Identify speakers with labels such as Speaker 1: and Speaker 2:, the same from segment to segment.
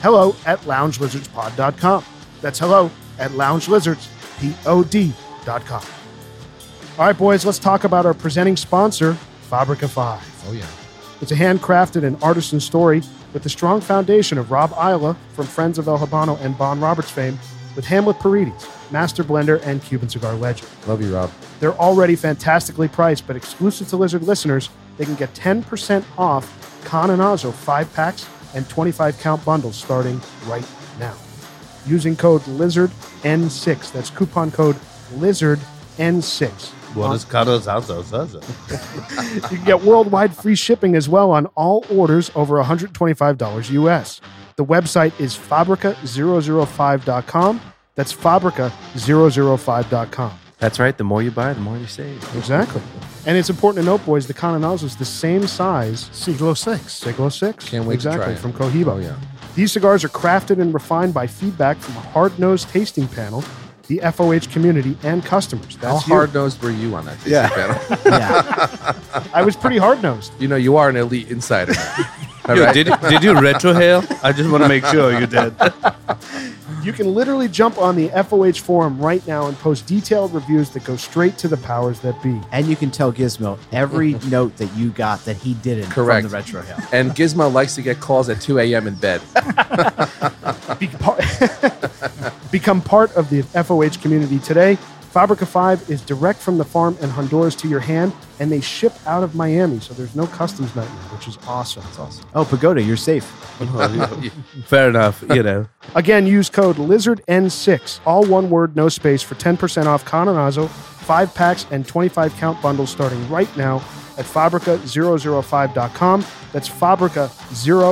Speaker 1: Hello at loungelizardspod.com. That's hello at loungelizardspod.com. All right, boys, let's talk about our presenting sponsor, Fabrica 5.
Speaker 2: Oh yeah.
Speaker 1: It's a handcrafted and artisan story with the strong foundation of Rob Isla from Friends of El Habano and Bon Roberts fame with Hamlet Paredes, master blender and Cuban cigar legend.
Speaker 2: Love you, Rob.
Speaker 1: They're already fantastically priced, but exclusive to Lizard listeners, they can get 10% off Cananazo 5 packs and 25 count bundles starting right now. Using code LIZARDN6. That's coupon code LIZARDN6.
Speaker 3: What is Carlos Alzo Zaza?
Speaker 1: You can get worldwide free shipping as well on all orders over $125 US. The website is fabrica005.com. That's fabrica005.com.
Speaker 4: That's right. The more you buy, the more you save.
Speaker 1: Exactly. And it's important to note, boys, the Cananazo is the same size,
Speaker 5: Siglo 6.
Speaker 1: Siglo 6.
Speaker 2: Can't wait to
Speaker 1: exactly,
Speaker 2: try it.
Speaker 1: from Cohiba.
Speaker 2: Oh yeah.
Speaker 1: These cigars are crafted and refined by feedback from a hard-nosed tasting panel, the FOH community, and customers.
Speaker 2: How
Speaker 1: That's you.
Speaker 2: hard nosed were you on that tasting
Speaker 3: Yeah.
Speaker 2: panel?
Speaker 5: Yeah.
Speaker 1: I was pretty hard-nosed.
Speaker 2: You know, you are an elite insider. All
Speaker 3: Yo,
Speaker 2: right.
Speaker 3: did, did you retrohale? I just want to make sure you did.
Speaker 1: You can literally jump on the FOH forum right now and post detailed reviews that go straight to the powers that be.
Speaker 5: and you can tell Gizmo every note that you got that he didn't
Speaker 2: Correct.
Speaker 5: from the retro hill.
Speaker 2: and Gizmo likes to get calls at 2 a.m. in bed.
Speaker 1: Be part, become part of the FOH community today. Fabrica 5 is direct from the farm in Honduras to your hand, and they ship out of Miami, so there's no customs nightmare, which is awesome.
Speaker 2: That's awesome.
Speaker 5: Oh, Pagoda, you're safe.
Speaker 3: Fair enough, you know.
Speaker 1: Again, use code LIZARDN6, all one word, no space, for 10% off Cananazo, 5 packs, and 25 count bundles starting right now at Fabrica005.com. That's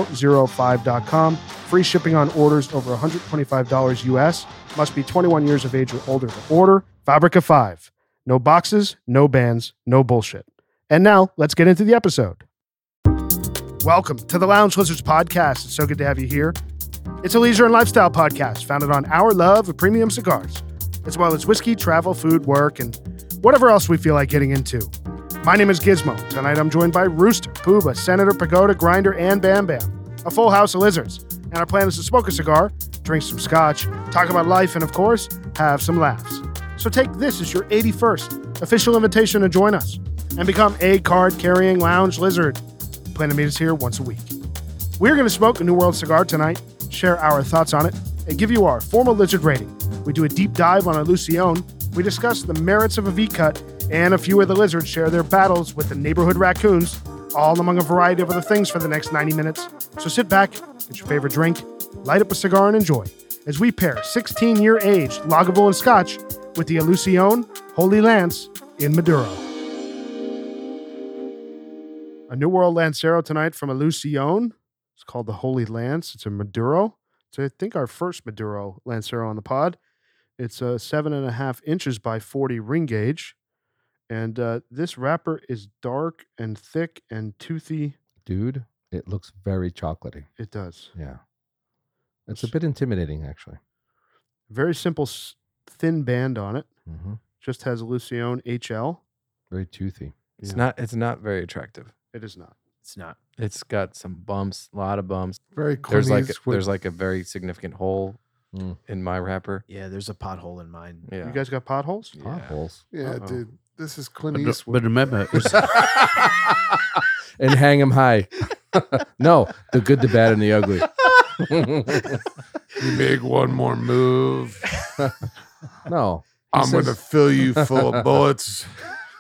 Speaker 1: Fabrica005.com. Free shipping on orders over $125 US. Must be 21 years of age or older to order. Fabrica 5. No boxes, no bands, no bullshit. And now, let's get into the episode. Welcome to the Lounge Lizards Podcast. It's so good to have you here. It's a leisure and lifestyle podcast founded on our love of premium cigars, as well as whiskey, travel, food, work, and whatever else we feel like getting into. My name is Gizmo. Tonight I'm joined by Rooster, Pooba, Senator, Pagoda, Grinder, and Bam Bam. A full house of lizards. And our plan is to smoke a cigar, drink some scotch, talk about life, and of course, have some laughs. So take this as your 81st official invitation to join us and become a card carrying lounge lizard. Plan to meet us here once a week. We're going to smoke a New World cigar tonight, share our thoughts on it, and give you our formal lizard rating. We do a deep dive on a Lucione, we discuss the merits of a V cut, and a few of the lizards share their battles with the neighborhood raccoons, all among a variety of other things for the next 90 minutes. So sit back, get your favorite drink, light up a cigar, and enjoy as we pair 16 year aged Lagavulin and Scotch with the Lucione Holy Lance in Maduro. A New World Lancero tonight from a Lucione. It's called the Holy Lance. It's a Maduro. It's, I think, our first Maduro Lancero on the pod. It's uh, seven and a half inches by 40 ring gauge. And uh, this wrapper is dark and thick and toothy.
Speaker 2: Dude, it looks very chocolatey.
Speaker 1: It does.
Speaker 2: Yeah. It's a bit intimidating, actually.
Speaker 1: Very simple, s- thin band on it.
Speaker 2: Mm-hmm.
Speaker 1: Just has a Lucione HL.
Speaker 2: Very toothy.
Speaker 4: It's
Speaker 1: Yeah.
Speaker 4: not. It's not very attractive.
Speaker 1: It is not.
Speaker 5: It's not.
Speaker 4: It's got some bumps, a lot of bumps.
Speaker 5: Very
Speaker 4: There's like a, there's like a very significant hole
Speaker 2: Mm.
Speaker 4: in my wrapper.
Speaker 5: Yeah, there's a pothole in mine.
Speaker 4: Yeah.
Speaker 1: You guys got potholes?
Speaker 4: Yeah.
Speaker 2: Potholes.
Speaker 6: Yeah,
Speaker 1: Uh-oh.
Speaker 6: dude. This is Clint
Speaker 3: But,
Speaker 6: Eastwood.
Speaker 3: but remember, it's,
Speaker 2: and hang him high. no, the good, the bad, and the ugly.
Speaker 6: You make one more move.
Speaker 2: no,
Speaker 6: I'm gonna
Speaker 2: says-
Speaker 6: fill you full of bullets.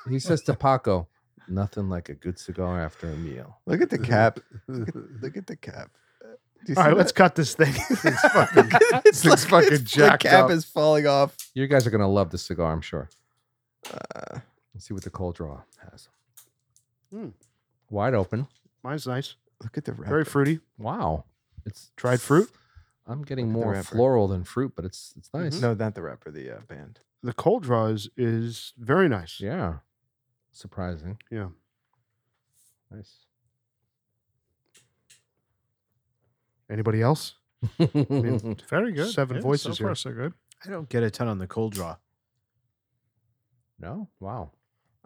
Speaker 2: he says to Paco, nothing like a good cigar after a meal.
Speaker 7: Look at the cap. Look at, look at the cap. Do you
Speaker 1: All
Speaker 7: see
Speaker 1: right, let's
Speaker 7: that?
Speaker 1: cut this thing.
Speaker 6: It's fucking,
Speaker 7: It's
Speaker 6: it's fucking jacked
Speaker 7: The cap
Speaker 6: up.
Speaker 7: is falling off.
Speaker 2: You guys are gonna love the cigar, I'm sure.
Speaker 7: Uh,
Speaker 2: Let's see what the cold draw has.
Speaker 1: Hmm.
Speaker 2: Wide open.
Speaker 1: Mine's nice.
Speaker 7: look at the wrapper.
Speaker 1: Very fruity.
Speaker 2: Wow, it's
Speaker 1: Dried fruit?
Speaker 2: I'm getting
Speaker 4: Look at the
Speaker 2: more
Speaker 4: wrapper.
Speaker 2: floral than fruit, but it's it's nice.
Speaker 4: Mhm.
Speaker 7: No, not the rapper, the uh, band.
Speaker 1: The cold draw is, is very nice.
Speaker 2: Yeah. Surprising.
Speaker 1: Yeah.
Speaker 2: Nice.
Speaker 1: Anybody else? mean,
Speaker 8: Very good.
Speaker 1: Seven
Speaker 8: Yeah,
Speaker 1: voices
Speaker 8: so far,
Speaker 1: here.
Speaker 8: So good.
Speaker 5: I don't get a ton on the cold draw.
Speaker 2: no? Wow.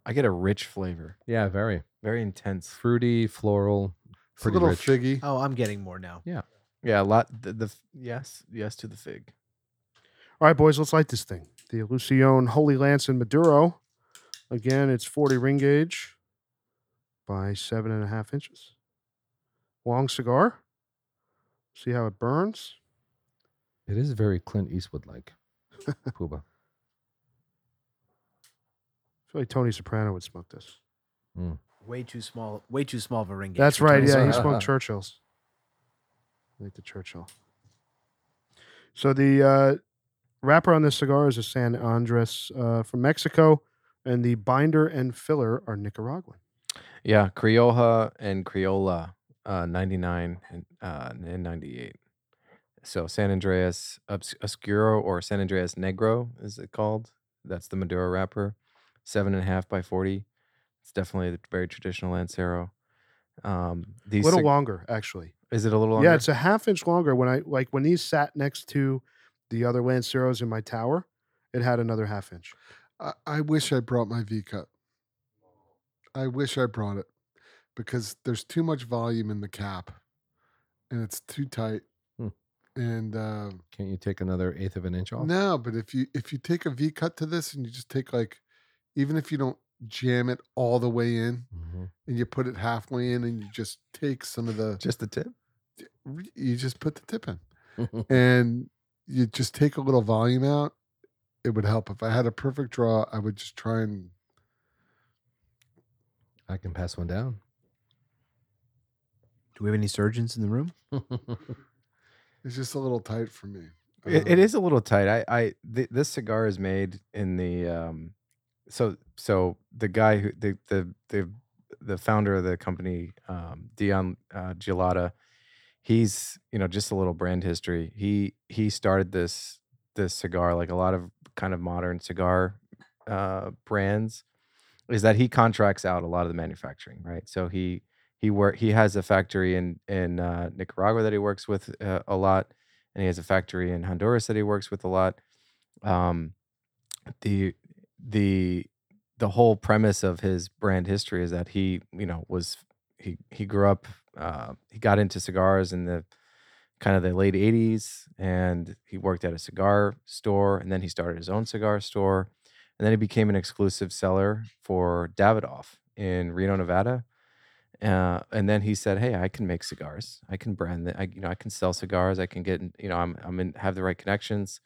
Speaker 4: I get a rich flavor,
Speaker 2: Yeah, very
Speaker 4: very intense.
Speaker 2: fruity, floral.
Speaker 6: It's a
Speaker 2: Pretty
Speaker 6: little
Speaker 2: rich.
Speaker 6: figgy.
Speaker 5: Oh, I'm getting more now.
Speaker 4: Yeah, a lot. The, the f- yes, yes to the fig.
Speaker 1: All right, boys, let's light this thing. The Lucione Holy Lance and Maduro. Again, it's 40 ring gauge by seven and a half inches. Long cigar. See how it burns.
Speaker 2: It is very Clint Eastwood like. Puba.
Speaker 1: I feel like Tony Soprano would smoke this.
Speaker 5: Way too small. Way too small of a ring. gauge
Speaker 1: That's
Speaker 5: for
Speaker 1: right.
Speaker 5: Tony
Speaker 1: Yeah, he
Speaker 4: Uh-huh.
Speaker 5: Soprano.
Speaker 1: smoked Churchill's. I think the Churchill. So the uh, wrapper on this cigar is a San Andres uh, from Mexico, and the binder and filler are Nicaraguan.
Speaker 4: Yeah, Criolla and Criolla, uh, ninety nine and uh, and ninety eight. So San Andreas Obs- Oscuro or San Andreas Negro is it called? That's the Maduro wrapper, seven and a half by forty. It's definitely the very traditional Lancero. Um,
Speaker 1: A
Speaker 4: these
Speaker 1: little
Speaker 4: cig-
Speaker 1: longer, actually.
Speaker 4: is it a little longer?
Speaker 1: Yeah, it's a half inch longer. When I like when these sat next to the other Lanceros in my tower, it had another half inch.
Speaker 6: I, I wish I brought my V cup. I wish I brought it because there's too much volume in the cap, and it's too tight.
Speaker 2: Hmm.
Speaker 6: And uh,
Speaker 2: Can't you take another eighth of an inch off?
Speaker 6: no, but if you if you take a V cut to this and you just take like, even if you don't jam it all the way in
Speaker 4: Mm-hmm.
Speaker 2: Mhm.
Speaker 6: and you put it halfway in and you just take some of the
Speaker 4: just the tip.
Speaker 6: you just put the tip in and you just take a little volume out, it would help. If I had a perfect draw, I would just try and
Speaker 2: I can pass one down.
Speaker 5: Do we have any surgeons in the room?
Speaker 6: it's just a little tight for me.
Speaker 4: It, it
Speaker 6: Um,
Speaker 4: is a little tight. I, I, th- this cigar is made in the, um, so, so the guy who the the the the founder of the company, um, Dion uh, Gelata, he's you know just a little brand history. He he started this this cigar like a lot of kind of modern cigar uh, brands is that he contracts out a lot of the manufacturing, right? So he he work he has a factory in in uh, Nicaragua that he works with uh, a lot and he has a factory in Honduras that he works with a lot. Um, the the the whole premise of his brand history is that he you know was he he grew up uh, he got into cigars in the kind of the late 80s and he worked at a cigar store and then he started his own cigar store and then he became an exclusive seller for Davidoff in Reno Nevada uh, and then he said, "Hey, I can make cigars. I can brand the I, you know, I can sell cigars. I can get, in- you know, I'm, I'm in, have the right connections."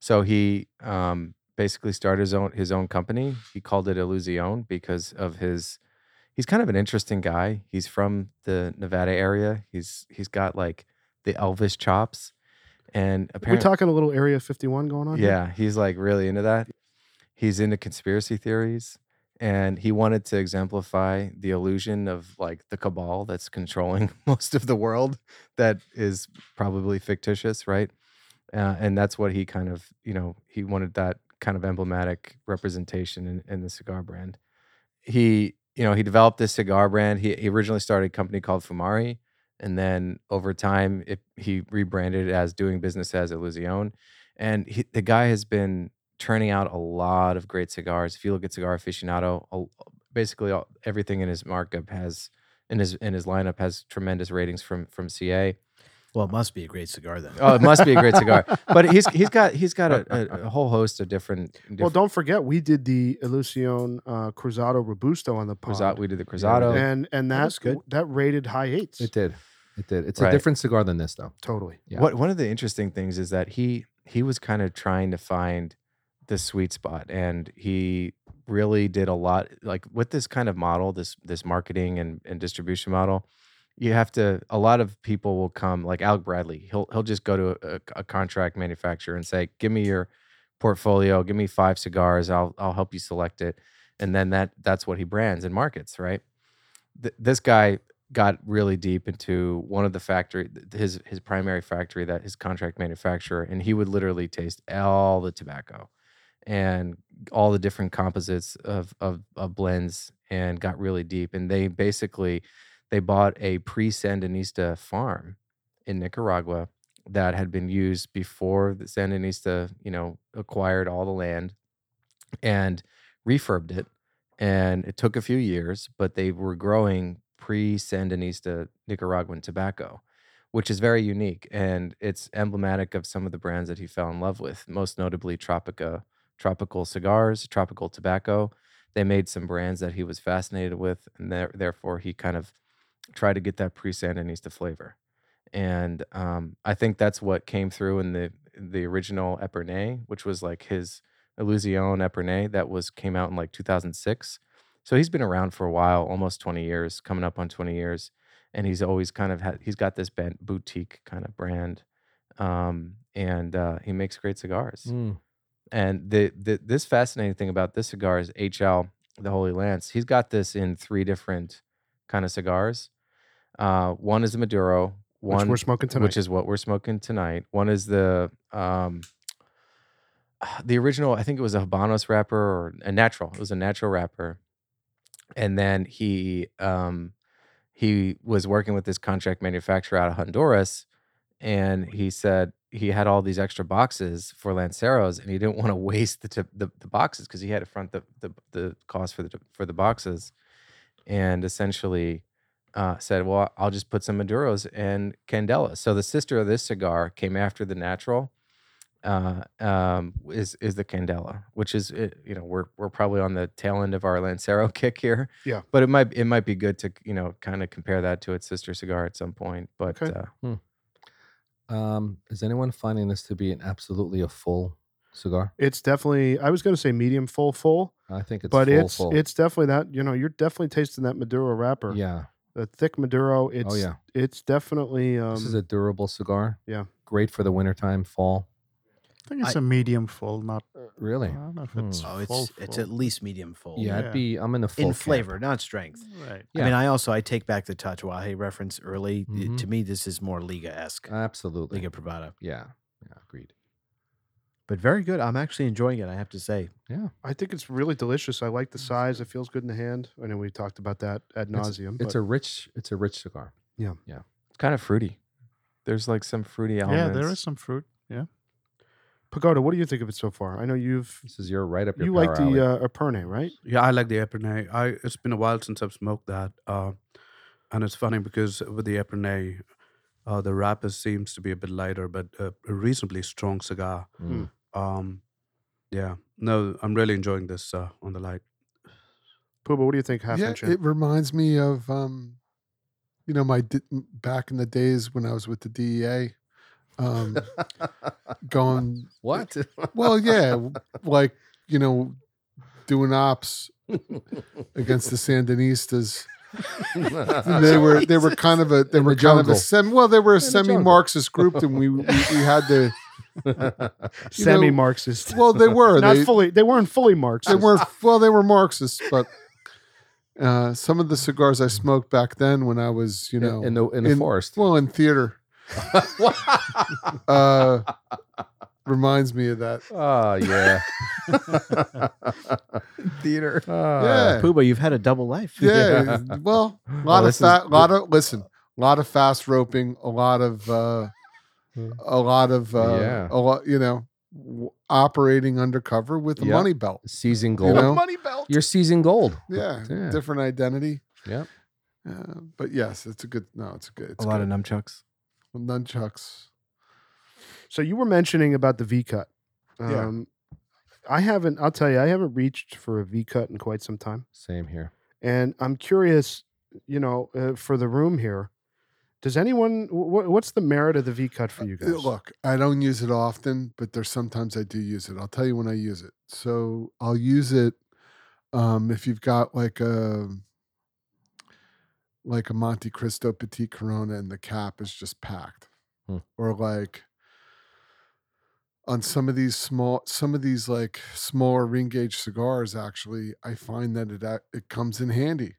Speaker 4: So he um, basically started his own his own company. He called it Illusion because of his. He's kind of an interesting guy. He's from the Nevada area. He's he's got like the Elvis chops, and
Speaker 1: We're
Speaker 4: apparently,
Speaker 1: talking a little Area 51 going on. here?
Speaker 4: yeah, he's like really into that. He's into conspiracy theories and he wanted to exemplify the illusion of like the cabal that's controlling most of the world that is probably fictitious, right? Uh, and that's what he kind of, you know, he wanted that kind of emblematic representation in, in the cigar brand. He, you know, he developed this cigar brand. He, he originally started a company called Fumari. And then over time, it, he rebranded it as doing business as Illusion and he, the guy has been turning out a lot of great cigars. If you look at Cigar Aficionado, a- basically all, everything in his markup has in his in his lineup has tremendous ratings from from CA.
Speaker 5: Well, it must be a great cigar then.
Speaker 4: Oh, it must be a great cigar. But he's he's got he's got a, a, a whole host of different.
Speaker 1: Well,
Speaker 4: different
Speaker 1: don't forget we did the Illusion uh, Cruzado Robusto on the pod,
Speaker 4: Cruzado, we did the
Speaker 2: Oh,
Speaker 4: Cruzado.
Speaker 1: and and that
Speaker 5: was good.
Speaker 1: that rated high eights
Speaker 2: It did. It did. It's
Speaker 4: Right.
Speaker 2: a different cigar than this though.
Speaker 1: totally.
Speaker 2: Yeah.
Speaker 4: What one of the interesting things is that he he was kind of trying to find the sweet spot, and he really did a lot. Like with this kind of model, this this marketing and, and distribution model, you have to. A lot of people will come, like Alec Bradley. He'll he'll just go to a, a contract manufacturer and say, "Give me your portfolio. Give me five cigars. I'll I'll help you select it." And then that that's what he brands and markets, right? Th- this guy got really deep into one of the factory th- his his primary factory that his contract manufacturer and he would literally taste all the tobacco and all the different composites of of, of blends and got really deep and they basically they bought a pre-sandinista farm in Nicaragua that had been used before the Sandinista, you know, acquired all the land and refurbed it. And it took a few years, but they were growing pre-Sandinista Nicaraguan tobacco, which is very unique and it's emblematic of some of the brands that he fell in love with, most notably Tropica, tropical cigars, tropical tobacco. They made some brands that he was fascinated with, and there, therefore he kind of tried to get that pre-Sandinista flavor and um, I think that's what came through in the the original Epernay, which was like his Illusion Epernay that was came out in like 2006. So he's been around for a while, almost 20 years, coming up on 20 years, and he's always kind of had he's got this ban- boutique kind of brand, um, and uh, he makes great cigars.
Speaker 2: Mm.
Speaker 4: And the, the this fascinating thing about this cigar is HL, the Holy Lance. He's got this in three different kind of cigars. Uh, one is a Maduro,
Speaker 1: Which
Speaker 4: one
Speaker 1: we're smoking tonight.
Speaker 4: which is what we're smoking tonight. One is the um, the original. I think it was a Habanos wrapper or a natural. It was a natural wrapper, and then he um, he was working with this contract manufacturer out of Honduras, and he said he had all these extra boxes for Lanceros, and he didn't want to waste the, tip, the the boxes because he had to front the, the the cost for the for the boxes, and essentially uh, said, "Well, I'll just put some Maduros and Candela." So the sister of this cigar came after the natural. Uh, um, is is the Candela, which is it, you know we're we're probably on the tail end of our Lancero kick here.
Speaker 1: Yeah.
Speaker 4: but it might it might be good to you know kind of compare that to its sister cigar at some point. But
Speaker 1: Okay.
Speaker 4: uh,
Speaker 2: Um, is anyone finding this to be an absolutely a full cigar?
Speaker 1: It's definitely. I was going to say medium full full,
Speaker 2: I think it's
Speaker 1: but
Speaker 2: full,
Speaker 1: it's
Speaker 2: full.
Speaker 1: it's definitely that. You know, you're definitely tasting that Maduro wrapper.
Speaker 2: yeah.
Speaker 1: the thick Maduro. It's
Speaker 2: oh yeah.
Speaker 1: it's definitely. Um,
Speaker 2: this is a durable cigar.
Speaker 1: yeah.
Speaker 2: Great for the wintertime, fall.
Speaker 7: I think it's a medium full, not.
Speaker 2: Really?
Speaker 7: I
Speaker 1: uh-huh.
Speaker 7: don't know if
Speaker 2: Hmm.
Speaker 7: it's.
Speaker 5: Oh, it's
Speaker 7: full,
Speaker 5: it's
Speaker 7: full.
Speaker 5: at least medium full.
Speaker 2: Yeah,
Speaker 7: yeah.
Speaker 2: I'd be I'm in the full
Speaker 5: in
Speaker 2: camp.
Speaker 5: flavor, not strength.
Speaker 7: right.
Speaker 5: I
Speaker 2: Yeah.
Speaker 5: mean, I also I take back the Tatuaje reference early. It-
Speaker 2: Mhm.
Speaker 5: to me, this is more Liga esque,
Speaker 2: Absolutely.
Speaker 5: Liga Privada,
Speaker 2: Yeah. Yeah, agreed.
Speaker 5: but very good. I'm actually enjoying it. I have to say,
Speaker 1: I think it's really delicious. I like the size. It feels good in the hand. I know we talked about that ad nauseum.
Speaker 2: It's a rich it's a rich cigar.
Speaker 4: it's kind of fruity. There's like some fruity
Speaker 7: Yeah,
Speaker 4: elements.
Speaker 7: there is some fruit. Yeah.
Speaker 1: pagoda. What do you think of it so far? I know you've
Speaker 2: This is your right up your
Speaker 1: you like
Speaker 2: power alley.
Speaker 1: the uh, Aperne, right?
Speaker 3: Yeah, I like the Epernay. I it's been a while since I've smoked that, uh, and it's funny because with the Epernay, uh, the wrapper seems to be a bit lighter, but uh, a reasonably strong cigar.
Speaker 1: uh,
Speaker 2: Mm.
Speaker 3: Um, yeah, no, I'm really enjoying this uh, on the light.
Speaker 1: Pooba, what do you think? Half
Speaker 6: yeah,
Speaker 1: inch. in?
Speaker 6: it reminds me of um, you know, my di- m- back in the days when I was with the DEA, um, going
Speaker 2: What?
Speaker 6: well, yeah, w- like you know, doing ops against the Sandinistas. And they were they were kind of a they
Speaker 2: In
Speaker 6: were
Speaker 2: the
Speaker 6: kind of a
Speaker 2: jungle.
Speaker 6: sem well they were a
Speaker 2: the
Speaker 6: semi Marxist group and we, we we had to you know-
Speaker 1: Semi Marxist.
Speaker 6: well they were
Speaker 1: not
Speaker 6: they,
Speaker 1: fully. They weren't fully
Speaker 6: they
Speaker 1: Marxist.
Speaker 6: weren't well they were Marxists but uh, some of the cigars I smoked back then when I was you
Speaker 2: In-
Speaker 6: know
Speaker 2: in the in the
Speaker 6: in-
Speaker 2: forest.
Speaker 6: well in theater uh, reminds me of that
Speaker 2: Oh yeah.
Speaker 4: theater.
Speaker 2: Uh, Oh.
Speaker 6: yeah
Speaker 5: Pooba, you've had a double life.
Speaker 6: yeah well a lot of
Speaker 4: this is-
Speaker 6: fat lot of listen a lot of fast roping a lot of uh a lot of uh
Speaker 2: Yeah.
Speaker 6: a lot you know w- operating undercover with a
Speaker 2: Yeah.
Speaker 6: money belt
Speaker 2: seizing
Speaker 6: you
Speaker 2: gold.
Speaker 6: know
Speaker 2: You're seizing gold.
Speaker 6: yeah,
Speaker 2: Yeah.
Speaker 6: different identity
Speaker 2: Yep.
Speaker 6: uh, but yes it's a good no it's a good it's
Speaker 4: a lot
Speaker 6: good.
Speaker 4: of nunchucks.
Speaker 6: nunchucks
Speaker 1: So you were mentioning about the V cut.
Speaker 6: Yeah.
Speaker 1: Um, I haven't. I'll tell you, I haven't reached for a V cut in quite some time,
Speaker 2: Same here.
Speaker 1: and I'm curious. You know, uh, for the room here, does anyone? Wh- wh- what's the merit of the V cut for you
Speaker 6: Uh,
Speaker 1: guys?
Speaker 6: Look, I don't use it often, but there's sometimes I do use it. I'll tell you when I use it. So I'll use it um, if you've got like a like a Monte Cristo Petit Corona and the cap is just packed,
Speaker 2: Hmm.
Speaker 6: or like on some of these small some of these like smaller ring gauge cigars. uh, Actually, I find that it ac- it comes in handy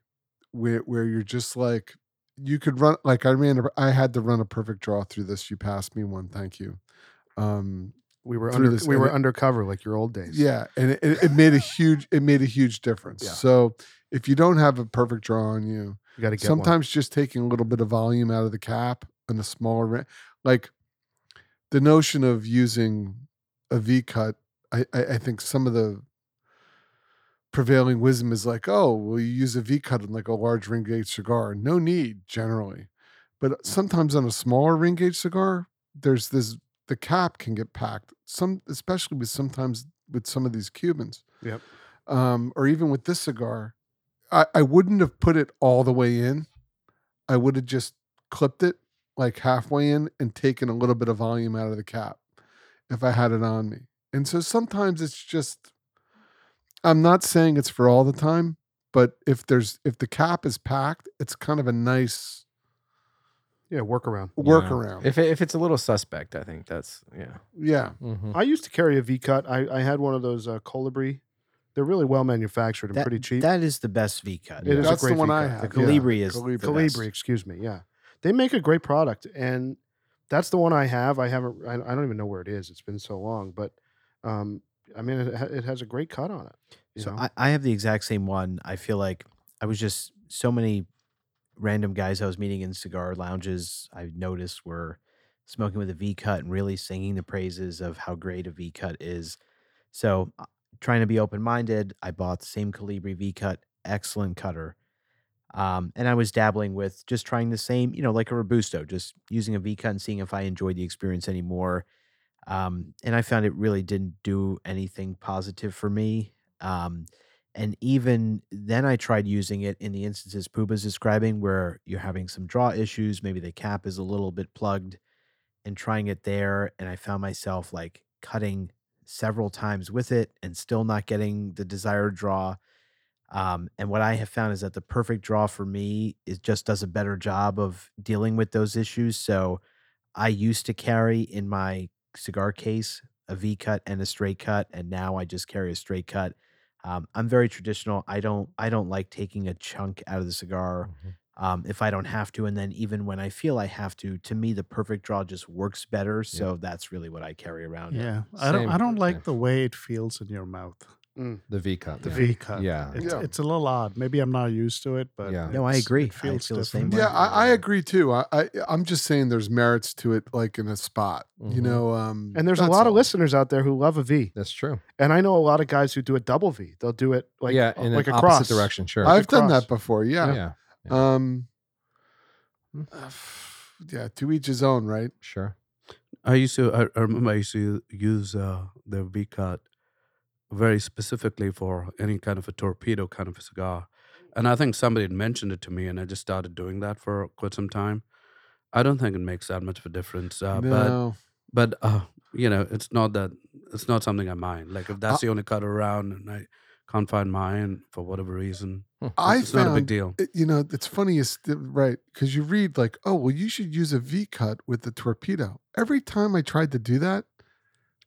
Speaker 6: where where you're just like you could run like I ran. a- I had to run a perfect draw through this. You passed me one. Thank you. Um,
Speaker 1: We were
Speaker 6: Through
Speaker 1: under
Speaker 6: this
Speaker 1: we were
Speaker 6: edit.
Speaker 1: undercover like your old days.
Speaker 6: yeah, and it, it it made a huge it made a huge difference.
Speaker 1: Yeah.
Speaker 6: So if you don't have a perfect draw on you,
Speaker 1: you got to get one.
Speaker 6: sometimes just taking a little bit of volume out of the cap and a smaller ra- like the notion of using a V cut. I, I I think some of the prevailing wisdom is like, oh, well, you use a V cut on like a large ring gauge cigar. No need generally, but sometimes on a smaller ring gauge cigar, there's this the cap can get packed. Some, especially with sometimes with some of these Cubans.
Speaker 1: Yep.
Speaker 6: Um, or even with this cigar, I, I wouldn't have put it all the way in. I would have just clipped it like halfway in and taken a little bit of volume out of the cap if I had it on me. And so sometimes it's just I'm not saying it's for all the time, but if there's if the cap is packed, it's kind of a nice
Speaker 1: Yeah, workaround.
Speaker 6: workaround.
Speaker 4: If it, if it's a little suspect, I think that's yeah.
Speaker 6: yeah.
Speaker 2: Mhm.
Speaker 5: Hmm.
Speaker 1: I used to carry a V cut. I, I had one of those uh, Colibri. They're really well manufactured and
Speaker 5: That-
Speaker 1: pretty cheap.
Speaker 5: That is the best V cut.
Speaker 1: It is
Speaker 6: That's
Speaker 1: a
Speaker 6: the
Speaker 1: great
Speaker 6: one I
Speaker 1: V-cut.
Speaker 6: have,
Speaker 1: The
Speaker 6: yeah.
Speaker 1: Colibri,
Speaker 5: Calibri is
Speaker 6: Calibri.
Speaker 5: the best.
Speaker 1: Colibri, excuse me. Yeah, they make a great product, and that's the one I have. I haven't. I, I don't even know where it is. It's been so long, but um, I mean, it, ha- it has a great cut on it. You
Speaker 5: So
Speaker 1: know?
Speaker 5: I, I have the exact same one. I feel like I was just so many random guys I was meeting in cigar lounges I noticed were smoking with a V cut and really singing the praises of how great a V cut is. So uh, trying to be open minded, I bought the same Calibri V cut, excellent cutter. Um, and I was dabbling with just trying the same, you know, like a Robusto, just using a V cut and seeing if I enjoyed the experience anymore. Um, and I found it really didn't do anything positive for me. Um, and even then, I tried using it in the instances Puba's describing where you're having some draw issues. Maybe the cap is a little bit plugged and trying it there. And I found myself like cutting several times with it and still not getting the desired draw. Um, and what I have found is that the perfect draw for me is just does a better job of dealing with those issues. So I used to carry in my cigar case a V cut and a straight cut, and now I just carry a straight cut. Um, I'm very traditional. I don't I don't like taking a chunk out of the cigar
Speaker 2: Mm-hmm.
Speaker 5: um, if I don't have to, and then even when I feel I have to, to me the perfect draw just works better. So that's really what I carry around. now.
Speaker 7: Yeah, I don't. I
Speaker 2: Same.
Speaker 7: don't like
Speaker 2: Yeah.
Speaker 7: the way it feels in your mouth.
Speaker 2: The V cut.
Speaker 7: The
Speaker 2: yeah.
Speaker 7: V cut.
Speaker 2: Yeah.
Speaker 7: It's,
Speaker 6: Yeah.
Speaker 7: it's a little odd. Maybe I'm not used to it, but
Speaker 2: Yeah.
Speaker 5: No, I
Speaker 7: it's-
Speaker 5: agree. I
Speaker 7: It feels
Speaker 5: feel the same
Speaker 7: different.
Speaker 5: way.
Speaker 6: Yeah, I, I agree too. I, I I'm just saying there's merits to it, like in a spot, you
Speaker 2: Mhm.
Speaker 6: know. Um,
Speaker 7: Mm.
Speaker 1: and there's a
Speaker 6: that's
Speaker 1: lot of
Speaker 6: all.
Speaker 1: listeners out there who love a V,
Speaker 2: That's true.
Speaker 1: and I know a lot of guys who do a double V. They'll do it like
Speaker 2: yeah,
Speaker 1: uh,
Speaker 2: in
Speaker 1: like
Speaker 2: an
Speaker 1: a
Speaker 2: opposite
Speaker 1: cross
Speaker 2: direction. Sure.
Speaker 6: I've done
Speaker 1: Across.
Speaker 6: that before. Yeah.
Speaker 2: yeah.
Speaker 6: Um. uh, f- Yeah, to each his own, right?
Speaker 2: Sure.
Speaker 3: I used to. I, I remember I used to use uh, the V cut very specifically for any kind of a torpedo kind of a cigar, and I think somebody had mentioned it to me, and I just started doing that for quite some time. I don't think it makes that much of a difference, uh,
Speaker 6: no,
Speaker 3: but but uh, you know, it's not that it's not something I mind. Like if that's the only cut around, and I can't find mine for whatever reason,
Speaker 6: I
Speaker 3: it's
Speaker 6: found
Speaker 3: not a big deal.
Speaker 6: it- you know it's funny is th- right because you read like, oh well, you should use a V cut with the torpedo. Every time I tried to do that,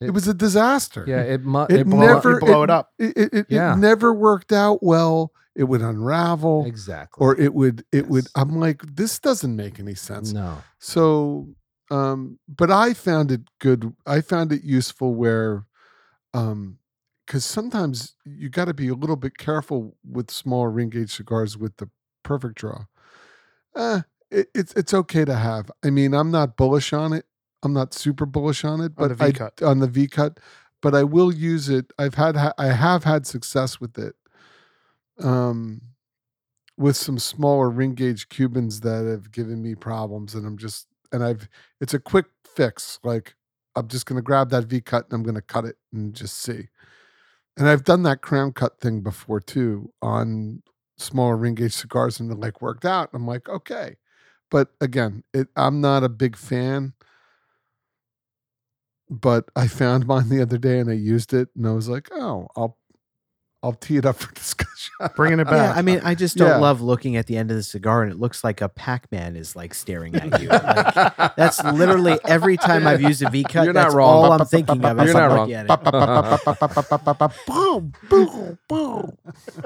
Speaker 6: it,
Speaker 2: It-
Speaker 6: was a disaster.
Speaker 2: Yeah. It, mu-
Speaker 6: it,
Speaker 2: it blow-
Speaker 6: never
Speaker 1: you blow it up.
Speaker 6: It, it, it,
Speaker 2: Yeah.
Speaker 6: it never worked out well. It would unravel.
Speaker 2: exactly.
Speaker 6: or it would it would
Speaker 2: Yes.
Speaker 6: i'm like this doesn't make any sense
Speaker 2: no.
Speaker 6: so um but i found it good i found it useful where um because sometimes you got to be a little bit careful with small ring gauge cigars with the perfect draw uh it, it's it's okay to have i mean i'm not bullish on it i'm not super bullish on it
Speaker 1: On
Speaker 6: but
Speaker 1: the
Speaker 6: I-
Speaker 1: V-cut.
Speaker 6: on the v cut but i will use it i've had ha- i have had success with it um with some smaller ring gauge Cubans that have given me problems, and I'm just and I've it's a quick fix. Like I'm just gonna grab that V cut and I'm gonna cut it and just see. And I've done that crown cut thing before too on smaller ring gauge cigars, and it like worked out. I'm like, okay, but again, it, I'm not a big fan. But I found mine the other day and I used it, and I was like, oh, I'll I'll tee it up for discussion.
Speaker 1: Bringing it
Speaker 5: Yeah,
Speaker 1: back.
Speaker 5: I mean, I just don't
Speaker 6: Yeah.
Speaker 5: love looking at the end of the cigar and it looks like a Pac-Man is like staring at you. Like, that's literally every time I've used a V cut.
Speaker 2: You're not
Speaker 5: that's
Speaker 2: wrong.
Speaker 5: all I'm thinking of. as
Speaker 2: You're
Speaker 5: I'm
Speaker 2: not
Speaker 5: looking at it.
Speaker 6: boom, boom, boom.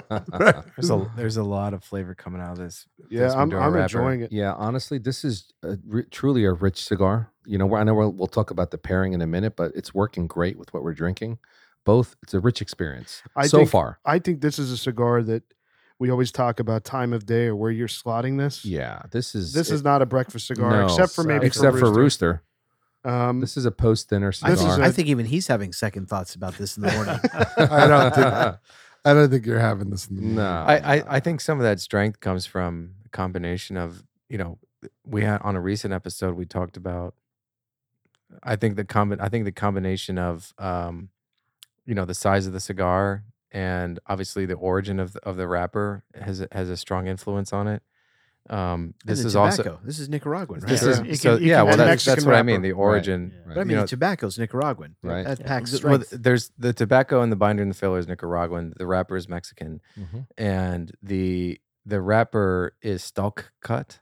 Speaker 4: There's a there's a lot of flavor coming out of this.
Speaker 1: yeah,
Speaker 4: this
Speaker 1: I'm,
Speaker 4: Maduro
Speaker 1: I'm
Speaker 4: wrapper.
Speaker 1: enjoying it.
Speaker 2: Yeah, honestly, this is a, ri- truly a rich cigar. You know, we're- I know we'll, we'll talk about the pairing in a minute, but it's working great with what we're drinking. Both, it's a rich experience
Speaker 1: I
Speaker 2: so
Speaker 1: think-
Speaker 2: far.
Speaker 1: I think this is a cigar that we always talk about time of day or where you're slotting this.
Speaker 2: Yeah, this is
Speaker 1: This
Speaker 2: it-
Speaker 1: is not a breakfast cigar,
Speaker 2: no,
Speaker 1: except for maybe
Speaker 2: except
Speaker 1: for
Speaker 2: for
Speaker 1: Rooster.
Speaker 2: Rooster.
Speaker 1: Um,
Speaker 2: This is a post dinner
Speaker 5: I
Speaker 1: This
Speaker 2: cigar.
Speaker 1: is
Speaker 5: think,
Speaker 1: a-
Speaker 5: I think even he's having second thoughts about this in the morning.
Speaker 6: I don't think I don't think you're having this in the morning.
Speaker 2: no,
Speaker 4: I, I I think some of that strength comes from a combination of you know we had on a recent episode we talked about. I think the combi- I think the combination of um, you know the size of the cigar and obviously the origin of the, of the wrapper has a- has a strong influence on it. Um,
Speaker 5: And
Speaker 4: this
Speaker 5: the
Speaker 4: is also
Speaker 5: tobacco. this is Nicaraguan, right?
Speaker 4: this
Speaker 1: Yeah.
Speaker 4: is
Speaker 1: It
Speaker 4: so
Speaker 1: can- it
Speaker 4: yeah
Speaker 1: can
Speaker 4: well
Speaker 1: be
Speaker 4: that,
Speaker 1: Mexican
Speaker 4: that's what I mean
Speaker 1: wrapper.
Speaker 4: the origin
Speaker 5: But I mean,
Speaker 4: you know-
Speaker 5: the tobacco's Nicaraguan.
Speaker 2: Right.
Speaker 5: That's Pac's
Speaker 4: well
Speaker 5: strength.
Speaker 4: th- there's the tobacco and the binder and the filler is Nicaraguan the wrapper is Mexican
Speaker 2: Mhm.
Speaker 1: Mm-hmm.
Speaker 4: and the the wrapper is stalk cut,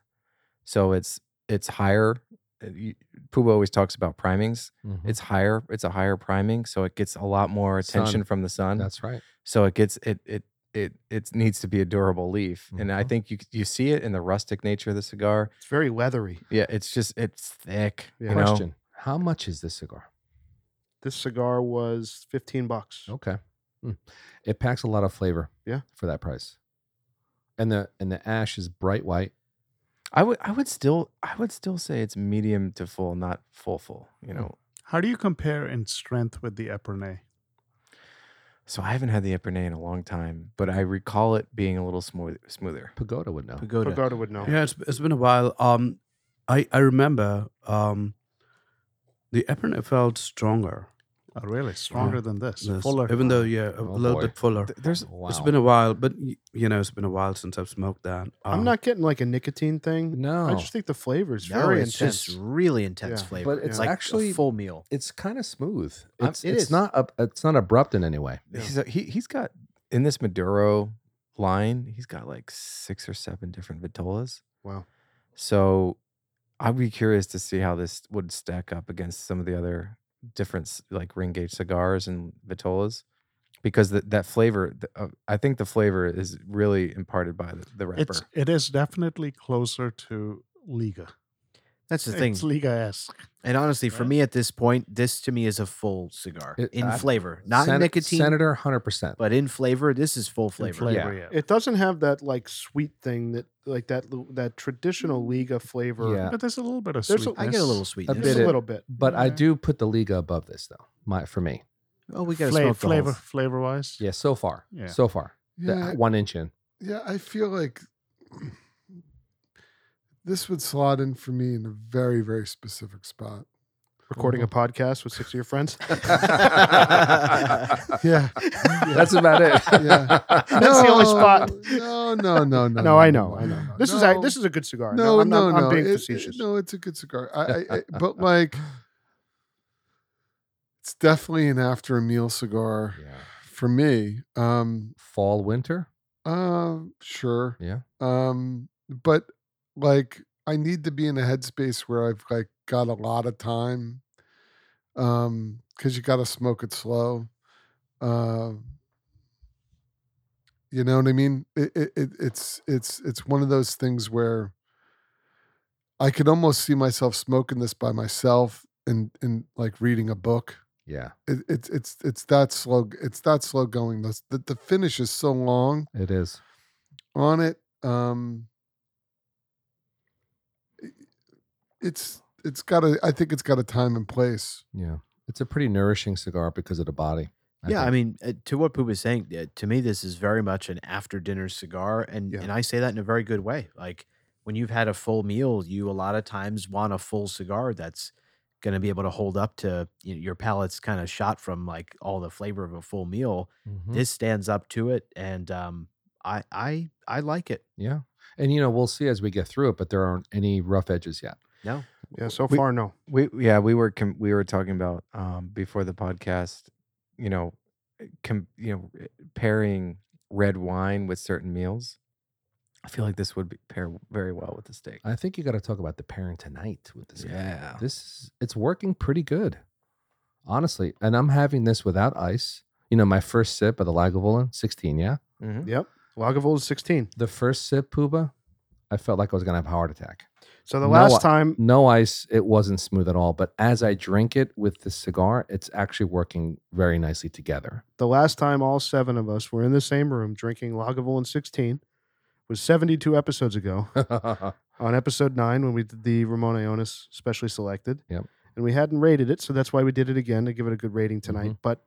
Speaker 4: so it's it's higher. uh, you- Pubo always talks about primings.
Speaker 2: Mhm.
Speaker 4: It's higher. It's a higher priming, so it gets a lot more attention
Speaker 2: Sun.
Speaker 4: from the sun.
Speaker 2: that's right.
Speaker 4: so it gets it it it it needs to be a durable leaf, and I
Speaker 2: Mhm.
Speaker 4: think you c- you see it in the rustic nature of the cigar.
Speaker 1: it's very leathery.
Speaker 4: Yeah, it's just it's thick.
Speaker 1: Yeah.
Speaker 4: You know?
Speaker 2: Question: How much is this cigar?
Speaker 1: This cigar was 15 bucks.
Speaker 2: Okay, Mm. it packs a lot of flavor.
Speaker 1: Yeah.
Speaker 2: for that price, and the and the ash is bright white.
Speaker 4: I would I would still I would still say it's medium to full, not full full. You know,
Speaker 8: Hmm. How do you compare in strength with the Epernay?
Speaker 4: So I haven't had the Epernay in a long time, but I recall it being a little smooth, smoother.
Speaker 2: Pagoda would know.
Speaker 5: Pagoda.
Speaker 1: Pagoda would know.
Speaker 3: Yeah, it's, it's been a while. Um, I I remember um, the Epernay felt stronger,
Speaker 8: Oh, really? Stronger than this.
Speaker 3: this,
Speaker 8: Fuller.
Speaker 3: even though yeah, a
Speaker 2: Oh,
Speaker 3: little
Speaker 2: boy.
Speaker 3: bit fuller.
Speaker 4: Th- There's
Speaker 3: It's been a while, but y- you know, it's been a while since I've smoked that.
Speaker 1: I'm
Speaker 3: Um,
Speaker 1: not getting like a nicotine thing.
Speaker 2: no.
Speaker 1: I just think the flavor is
Speaker 5: No,
Speaker 1: very
Speaker 5: it's
Speaker 1: intense.
Speaker 5: just really intense
Speaker 1: Yeah.
Speaker 5: flavor.
Speaker 2: But it's
Speaker 5: like a
Speaker 2: actually-
Speaker 5: full meal.
Speaker 2: it's kind of smooth.
Speaker 5: Um,
Speaker 2: It's,
Speaker 5: it
Speaker 2: it's
Speaker 5: is.
Speaker 2: not ab- it's not abrupt in any way.
Speaker 4: he's a, he he's got in this Maduro line, he's got like six or seven different vitolas.
Speaker 1: Wow.
Speaker 4: So I'd be curious to see how this would stack up against some of the other different s- like ring gauge cigars and vitolas. Because that that flavor, th- uh, I think the flavor is really imparted by the, the wrapper.
Speaker 8: It's it is definitely closer to Liga.
Speaker 5: That's the thing.
Speaker 8: It's Liga esque.
Speaker 5: And honestly, for
Speaker 8: Right.
Speaker 5: me at this point, this to me is a full cigar
Speaker 2: It-
Speaker 5: in
Speaker 2: I-
Speaker 5: flavor, not in
Speaker 2: Sen-
Speaker 5: nicotine,
Speaker 2: Senator, hundred percent.
Speaker 5: but in flavor. This is full flavor.
Speaker 8: flavor, yeah.
Speaker 1: It doesn't have that like sweet thing that like that l- that traditional Liga flavor.
Speaker 2: Yeah,
Speaker 8: But there's a little bit of
Speaker 1: There's
Speaker 8: sweetness.
Speaker 1: a-
Speaker 5: I get a little
Speaker 2: A
Speaker 5: sweetness.
Speaker 1: Just
Speaker 2: bit
Speaker 1: a
Speaker 2: of-
Speaker 1: little bit.
Speaker 2: but I
Speaker 8: Yeah.
Speaker 2: do put the Liga above this though. My for me,
Speaker 5: oh, we got to
Speaker 8: Fla-
Speaker 5: smoke flavor.
Speaker 8: flavor, flavor wise.
Speaker 2: yeah. So far,
Speaker 8: Yeah.
Speaker 2: so far, the
Speaker 6: Yeah,
Speaker 2: one inch in.
Speaker 6: yeah, I feel like this would slot in for me in a very, very specific spot.
Speaker 1: Recording a podcast with six of your friends.
Speaker 6: Yeah.
Speaker 2: That's about it.
Speaker 6: Yeah.
Speaker 1: That's the only spot.
Speaker 6: No, no, no, no.
Speaker 1: No, I know, I
Speaker 6: no,
Speaker 1: know.
Speaker 6: no,
Speaker 1: This is a,
Speaker 6: no.
Speaker 1: this is a good cigar.
Speaker 6: no,
Speaker 1: I'm,
Speaker 6: no,
Speaker 1: I'm,
Speaker 6: no.
Speaker 1: I'm being
Speaker 6: It- it-
Speaker 1: facetious.
Speaker 6: no, it's a good cigar. I, I, I but like, it's definitely an after a meal cigar
Speaker 2: Yeah.
Speaker 6: for me. Um,
Speaker 2: Fall, winter.
Speaker 6: uh, sure.
Speaker 2: Yeah.
Speaker 6: Um, but like, I need to be in a headspace where I've like got a lot of time. Um, because you got to smoke it slow. Uh, you know what I mean? It, it, it it's it's it's one of those things where I could almost see myself smoking this by myself and and like reading a book.
Speaker 2: Yeah,
Speaker 6: It, it's it's it's that slow. It's that slow going. The the, the finish is so long
Speaker 2: it is.
Speaker 6: on it. Um, i- it's it's got a. I think it's got a time and place.
Speaker 2: Yeah, it's a pretty nourishing cigar because of the body.
Speaker 5: yeah, I
Speaker 2: think.
Speaker 5: mean, uh, to what Pooh was saying, uh, to me, this is very much an after dinner cigar, and
Speaker 1: Yeah.
Speaker 5: and I say that in a very good way. Like when you've had a full meal, you a lot of times want a full cigar that's going to be able to hold up to you know, your palate's kind of shot from like all the flavor of a full meal.
Speaker 2: Mhm.
Speaker 5: this stands up to it and um i i i like it
Speaker 2: Yeah. And you know, we'll see as we get through it, but there aren't any rough edges yet.
Speaker 5: no
Speaker 1: yeah, so
Speaker 4: We-
Speaker 1: far no.
Speaker 4: We yeah, we were com- we were talking about um, before the podcast. You know, com- you know r- pairing red wine with certain meals. I feel like this would be pair very well with the steak.
Speaker 2: I think you got to talk about the pairing tonight with this guy.
Speaker 4: Yeah.
Speaker 2: This is, it's working pretty good, honestly. And I'm having this without ice. You know, my first sip of the Lagavulin, 16, yeah?
Speaker 4: Mhm.
Speaker 1: Yep. Lagavulin is 16.
Speaker 2: The first sip, Pooba, I felt like I was going to have a heart attack.
Speaker 1: So the
Speaker 2: No,
Speaker 1: last
Speaker 2: I-
Speaker 1: time
Speaker 2: No ice, it wasn't smooth at all. But as I drink it with the cigar, it's actually working very nicely together.
Speaker 1: the last time all seven of us were in the same room drinking Lagavulin 16 was 72 episodes ago on episode nine when we did the Ramon Ionis specially selected.
Speaker 2: Yep.
Speaker 1: And we hadn't rated it, so that's why we did it again to give it a good rating tonight.
Speaker 2: Mm-hmm.
Speaker 1: But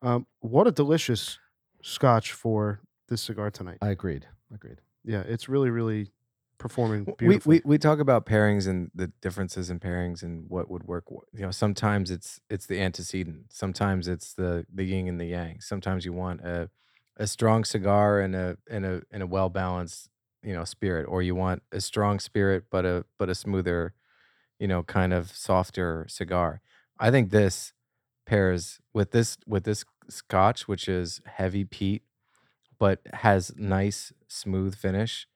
Speaker 1: um, what a delicious scotch for this cigar tonight.
Speaker 2: I agreed. Agreed.
Speaker 1: Yeah, it's really, really performing
Speaker 4: W-
Speaker 1: beautifully.
Speaker 4: We, we we talk about pairings and the differences in pairings and what would work. wh- You know, sometimes it's it's the antecedent. Sometimes it's the the yin and the yang. Sometimes you want a a strong cigar and a and a and a well balanced you know spirit, or you want a strong spirit but a but a smoother, you know, kind of softer cigar. I think this pairs with this with this scotch, which is heavy peat, but has nice smooth finish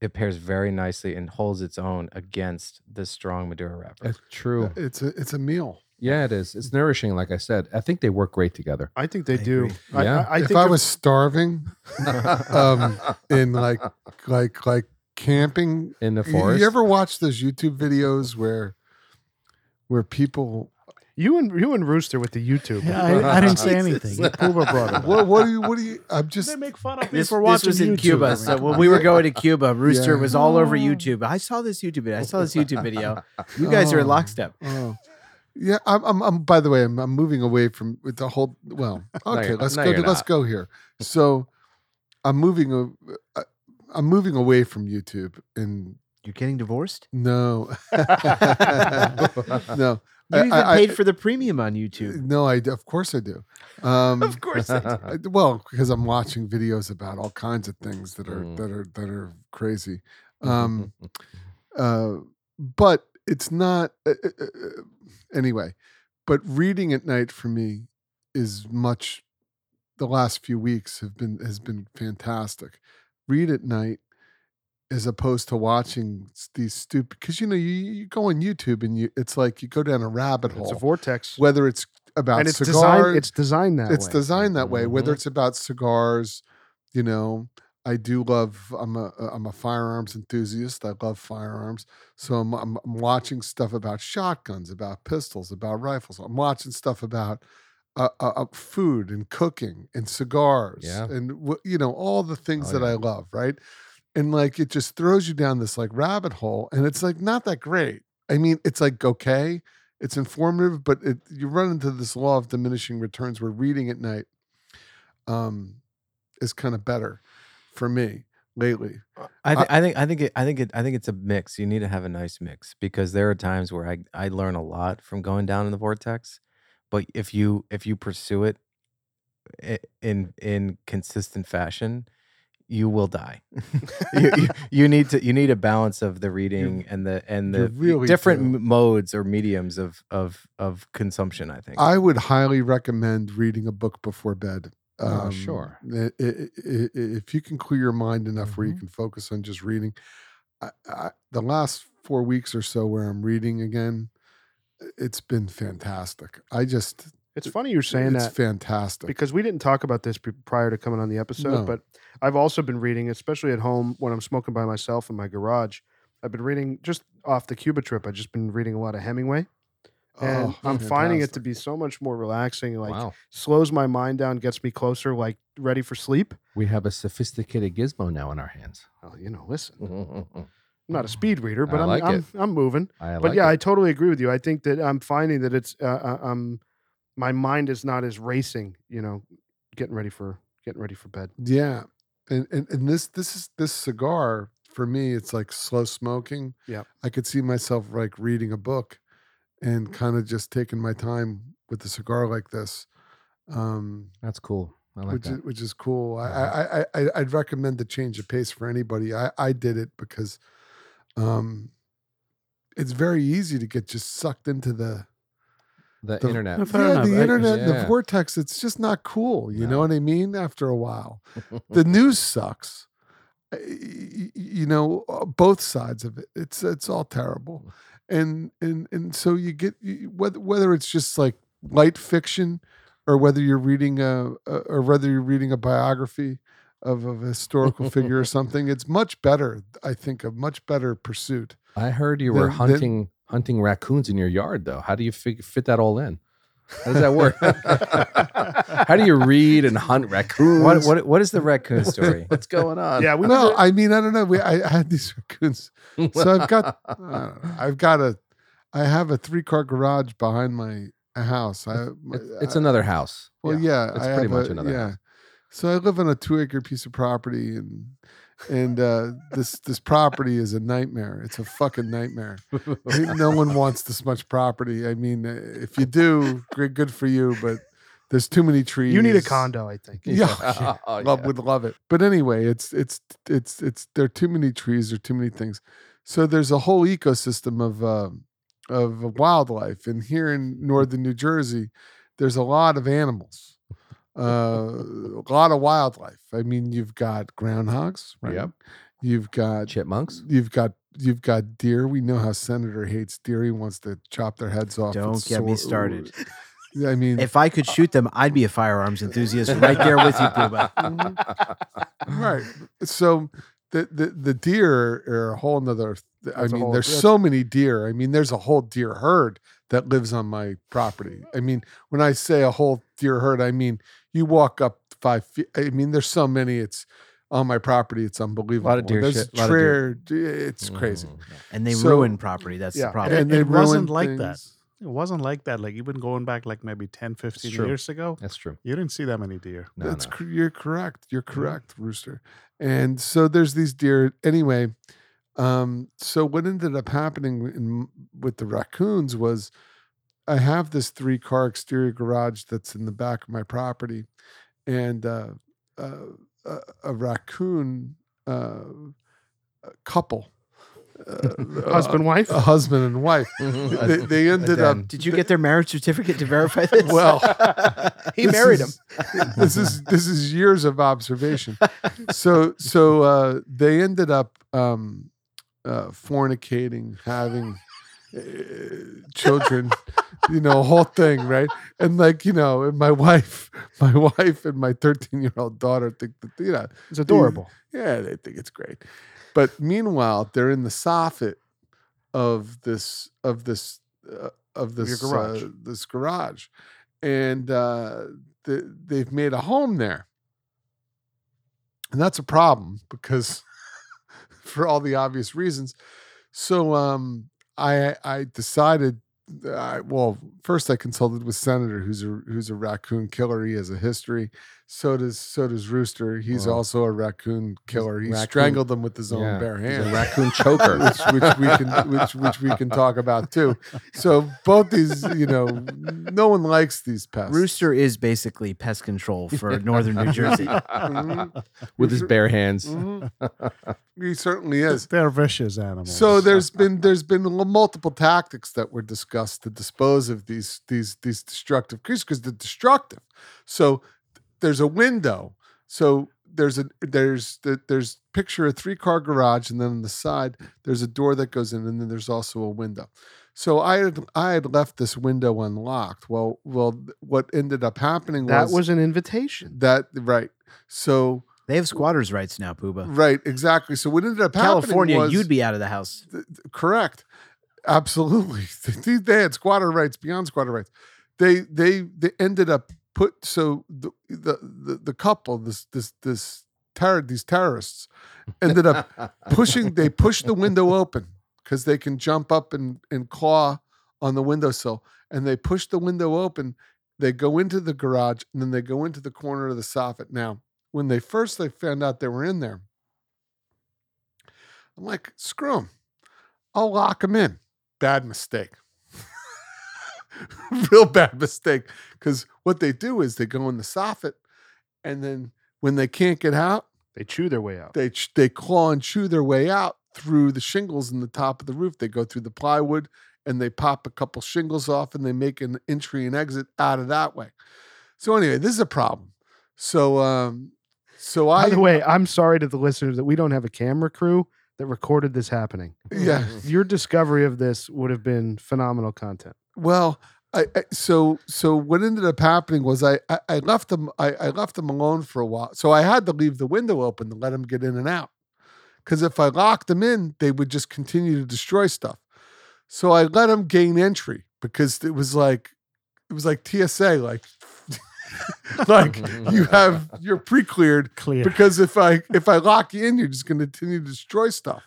Speaker 4: it pairs very nicely and holds its own against this strong Maduro wrapper.
Speaker 2: It's true.
Speaker 6: Uh, It's a it's a meal.
Speaker 2: Yeah, it is. It's nourishing, like I said. I think they work great together.
Speaker 1: I think they
Speaker 5: I
Speaker 1: do.
Speaker 5: agree.
Speaker 1: I,
Speaker 2: Yeah.
Speaker 1: I, I
Speaker 6: if
Speaker 1: think
Speaker 6: I
Speaker 1: if-
Speaker 6: was starving Um, in like like like camping
Speaker 2: in the
Speaker 6: You-
Speaker 2: forest.
Speaker 6: You ever watch those YouTube videos where where people
Speaker 1: you and you and Rooster with the YouTube.
Speaker 8: Yeah, I, I didn't say anything. Pooba brought it. up.
Speaker 6: what what do you what do you I'm
Speaker 8: they
Speaker 6: just
Speaker 8: make fun of me
Speaker 5: This,
Speaker 8: for
Speaker 5: this
Speaker 8: watching
Speaker 5: was in
Speaker 8: YouTube.
Speaker 5: Cuba. So when we were going to Cuba, Rooster
Speaker 6: Yeah.
Speaker 5: was all over YouTube. I saw this YouTube video. I saw this YouTube video. You guys are in
Speaker 6: Oh.
Speaker 5: lockstep.
Speaker 6: oh. Yeah, I'm, I'm I'm by the way, I'm I'm moving away from with the whole well,
Speaker 2: No,
Speaker 6: okay,
Speaker 2: you're-
Speaker 6: let's
Speaker 2: no,
Speaker 6: go
Speaker 2: you're
Speaker 6: to, let's
Speaker 2: not.
Speaker 6: go here. So I'm moving a- I- I'm moving away from YouTube and
Speaker 5: You're getting divorced?
Speaker 6: no. no.
Speaker 5: You
Speaker 6: I-
Speaker 5: even
Speaker 6: I- I-
Speaker 5: paid for the premium on YouTube.
Speaker 6: No, I d- of course I do. Um
Speaker 5: Of course. I did.
Speaker 6: I- well because i'm watching videos about all kinds of things that are
Speaker 2: Mm.
Speaker 6: that are that are crazy
Speaker 1: Mm-hmm,
Speaker 6: um uh but it's not uh, uh, uh, anyway but reading at night for me is much the last few weeks have been has been fantastic read at night as opposed to watching s- these stupid because you know you, you go on youtube and you it's like you go down a rabbit
Speaker 1: It's
Speaker 6: hole
Speaker 1: a vortex,
Speaker 6: whether it's about
Speaker 1: and it's
Speaker 6: cigars
Speaker 1: designed. It's designed that
Speaker 6: it's
Speaker 1: way. Mm-hmm.
Speaker 6: designed that way. Whether
Speaker 2: Mhm.
Speaker 6: it's about cigars, you know, I do love. I'm a uh, I'm a firearms enthusiast. I love firearms, so I'm I'm, I'm watching stuff about shotguns, about pistols, about rifles. I'm watching stuff about. Uh, uh, uh, food and cooking and cigars
Speaker 2: Yeah.
Speaker 6: and wh- you know all the things
Speaker 2: Oh,
Speaker 6: that
Speaker 2: yeah.
Speaker 6: I love, right? And like it just throws you down this like rabbit hole, and it's like not that great. I mean, it's like okay, it's informative, but it, you run into this law of diminishing returns where reading at night um, is kind of better for me lately.
Speaker 4: I, th- I think I think it, I think it, I think it's a mix. You need to have a nice mix because there are times where I I learn a lot from going down in the vortex, but if you if you pursue it i- in in consistent fashion, you will die. you, you, you need to you need a balance of the reading and the and
Speaker 6: you
Speaker 4: the
Speaker 6: really
Speaker 4: different
Speaker 6: do.
Speaker 4: m modes or mediums of of of consumption. I think.
Speaker 6: I would highly recommend reading a book before bed. um,
Speaker 2: Oh, sure.
Speaker 6: i- i- i- if you can clear your mind enough where
Speaker 1: Mm-hmm.
Speaker 6: you can focus on just reading, I, I, the last four weeks or so where I'm reading again, it's been fantastic. I just
Speaker 1: It's funny you're saying
Speaker 6: it's
Speaker 1: that.
Speaker 6: fantastic.
Speaker 1: because we didn't talk about this p- prior to coming on the episode,
Speaker 6: No.
Speaker 1: but I've also been reading, especially at home when I'm smoking by myself in my garage. I've been reading just off the Cuba trip. I've just been reading a lot of Hemingway, and
Speaker 6: Oh,
Speaker 1: I'm finding it to
Speaker 6: fantastic.
Speaker 1: be so much more relaxing. Like
Speaker 2: wow.
Speaker 1: slows my mind down, gets me closer, like ready for sleep.
Speaker 2: We have a sophisticated gizmo now in our hands.
Speaker 1: Well, you know, listen,
Speaker 2: I
Speaker 1: I'm not a speed reader, but
Speaker 2: I
Speaker 1: I'm
Speaker 2: like
Speaker 1: I'm,
Speaker 2: it.
Speaker 1: I'm moving.
Speaker 2: like
Speaker 1: but yeah, I
Speaker 2: it.
Speaker 1: totally agree with you. I think that I'm finding that it's uh, uh, um my mind is not as racing. You know, getting ready for getting ready for bed.
Speaker 6: Yeah. And, and and this this is this cigar for me it's like slow smoking.
Speaker 1: Yep.
Speaker 6: I could see myself like reading a book and
Speaker 2: Mm-hmm.
Speaker 6: kind of just taking my time with a cigar like this. Um
Speaker 2: that's cool. I like
Speaker 6: which is,
Speaker 2: that.
Speaker 6: which is cool. I I, I I I'd recommend the change of pace for anybody. I I did it because um it's very easy to get just sucked into the
Speaker 2: the,
Speaker 6: The-
Speaker 2: internet.
Speaker 3: Fair
Speaker 6: yeah,
Speaker 3: enough.
Speaker 6: the
Speaker 3: I-
Speaker 6: internet, and the
Speaker 2: yeah.
Speaker 6: vortex, it's just not cool. You know
Speaker 2: No.
Speaker 6: what I mean? After a while,
Speaker 2: Mm-hmm.
Speaker 6: the news sucks. Uh, y- y- You know, uh, both sides of it. It's it's all
Speaker 2: Mm.
Speaker 6: terrible, and and and so you get you- whether whether it's just like light fiction, or whether you're reading a, a or whether you're reading a biography of, of a historical figure or something. It's much better, I think, a much better pursuit.
Speaker 2: I heard you
Speaker 6: the-
Speaker 2: were
Speaker 6: the-
Speaker 2: hunting hunting raccoons in your yard, though. How do you fig- fit that all in? How does that work? How do you read and hunt raccoons?
Speaker 4: What what what is the raccoon story?
Speaker 2: What's going on?
Speaker 1: Yeah, we
Speaker 6: Well,
Speaker 1: went
Speaker 6: I mean, I don't know. We, I, I had these raccoons so I've got- I don't know. I've got a, I have a three car garage behind my house. I, my-
Speaker 2: It's, it's
Speaker 6: I-
Speaker 2: another house.
Speaker 6: uh, well, yeah,
Speaker 2: it's
Speaker 6: I
Speaker 2: pretty
Speaker 6: have
Speaker 2: much
Speaker 6: a-
Speaker 2: another
Speaker 6: Yeah,
Speaker 2: house.
Speaker 6: so I live on a two acre piece of property, and and uh, this this property is a nightmare. It's a fucking nightmare. I mean, no one wants this much property. I mean, uh, if you do, good good for you, but there's too many
Speaker 1: to,
Speaker 6: trees.
Speaker 1: you need a condo, I think.
Speaker 6: Yeah, yeah.
Speaker 2: Oh,
Speaker 6: love
Speaker 2: yeah.
Speaker 6: would love it. But anyway, it's it's it's it's there are too many trees, there are too many things. So there's a whole ecosystem of um of wildlife, and here in northern New Jersey, there's a lot of animals, uh, a lot of wildlife. I mean, you've got groundhogs, right?
Speaker 2: Yep.
Speaker 6: You've got
Speaker 2: Chipmunks.
Speaker 6: you've got you've got deer. We know how Senator hates deer. He wants to chop their heads off. with
Speaker 5: Don't get me
Speaker 6: sword-
Speaker 5: started.
Speaker 6: I mean,
Speaker 5: If I could shoot them, I'd be a firearms enthusiast right there with you, Puba.
Speaker 6: right. So the, the the deer are a whole nother. th- I
Speaker 1: That's a
Speaker 6: mean,
Speaker 1: whole-
Speaker 6: there's
Speaker 1: that's-
Speaker 6: so many deer. I mean, there's a whole deer herd that lives on my property. I mean, when I say a whole deer herd, I mean you walk up five feet. I mean, there's so many. It's on my property. It's unbelievable.
Speaker 4: deer
Speaker 6: There's
Speaker 4: shit, lot of deer.
Speaker 6: rare- It's crazy.
Speaker 2: Mm.
Speaker 5: And they
Speaker 6: So-
Speaker 5: ruin property. That's
Speaker 6: Yeah.
Speaker 5: the problem.
Speaker 8: It- it wasn't
Speaker 6: ruin
Speaker 8: like that.
Speaker 6: things.
Speaker 8: It wasn't like that. Like even going back like maybe 10, 15
Speaker 2: true.
Speaker 8: years ago,
Speaker 2: That's true.
Speaker 8: you didn't see that many deer.
Speaker 2: No,
Speaker 6: That's
Speaker 2: no.
Speaker 6: cor- you're correct. You're correct, Rooster. And so there's these deer. Anyway, um, so what ended up happening in, with the raccoons was I have this three car exterior garage that's in the back of my property, and uh, uh, a, a raccoon uh, couple, uh,
Speaker 1: Husband, wife.
Speaker 6: a husband and wife.
Speaker 2: Mm-hmm.
Speaker 6: they, they ended up
Speaker 5: Did um, you get their marriage certificate to verify this?
Speaker 6: Well,
Speaker 5: he
Speaker 6: this is- this is this is years of observation. So so uh, they ended up um, uh, fornicating, having uh, children, you know, whole thing, right? And like you know, and my wife, my wife, and my thirteen-year-old daughter think that you know,
Speaker 1: It's adorable.
Speaker 6: yeah, they think it's great. But meanwhile, they're in the soffit of this of this uh, of
Speaker 1: your
Speaker 6: this
Speaker 1: garage.
Speaker 6: Uh, this garage, and uh, they, they've made a home there, and that's a problem because for all the obvious reasons. So um, I I decided. I, well, first I consulted with Senator, who's a who's a raccoon killer. He has a history. So does so does Rooster. He's
Speaker 2: Wow.
Speaker 6: also a raccoon killer. He
Speaker 2: raccoon-
Speaker 6: strangled them with his own
Speaker 2: Yeah,
Speaker 6: bare
Speaker 2: He's
Speaker 6: hands
Speaker 2: a raccoon choker.
Speaker 6: which, which we can which which we can talk about too. So both these, you know, no one likes these pests.
Speaker 5: Rooster is basically pest control for northern New Jersey.
Speaker 6: Mhm.
Speaker 2: with his bare hands.
Speaker 6: Mhm. he certainly is.
Speaker 8: They're vicious animals.
Speaker 6: So there's been there's been l- multiple tactics that were discussed to dispose of these these these destructive creatures because they're destructive. So there's a window. So there's a there's the, there's picture a three car garage and then on the side there's a door that goes in and then there's also a window. So I had I had left this window unlocked. Well, well, th- what ended up happening
Speaker 1: That
Speaker 6: was,
Speaker 1: was an invitation.
Speaker 6: that right. So
Speaker 5: They have squatters' rights now, Puba.
Speaker 6: right exactly. So what ended up
Speaker 5: California,
Speaker 6: happening was,
Speaker 5: you'd be out of the house.
Speaker 6: Th- th- correct absolutely they, they had squatter rights beyond squatter rights they they they ended up put so the the the, the couple this this this terror these terrorists ended up pushing they pushed the window open because they can jump up and and claw on the windowsill and they push the window open they go into the garage and then they go into the corner of the soffit now when they first they found out they were in there i'm like screw them I'll lock him in. Bad mistake. Real bad mistake. Because what they do is they go in the soffit, and then when they can't get out,
Speaker 1: They chew their way out.
Speaker 6: they ch- they claw and chew their way out through the shingles in the top of the roof. They go through the plywood and they pop a couple shingles off and they make an entry and exit out of that way. So anyway, this is a problem. So um so I
Speaker 1: By the way, I'm sorry to the listeners that we don't have a camera crew that recorded this happening.
Speaker 6: yeah.
Speaker 1: Your discovery of this would have been phenomenal content.
Speaker 6: Well, I, I so so what ended up happening was I I, I left them I, I left them alone for a while. So I had to leave the window open to let them get in and out. Because if I locked them in, they would just continue to destroy stuff. So I let them gain entry because it was like it was like TSA, like like you have you're pre-cleared
Speaker 1: Clear.
Speaker 6: because if I if I lock you in, you're just going to continue to destroy stuff.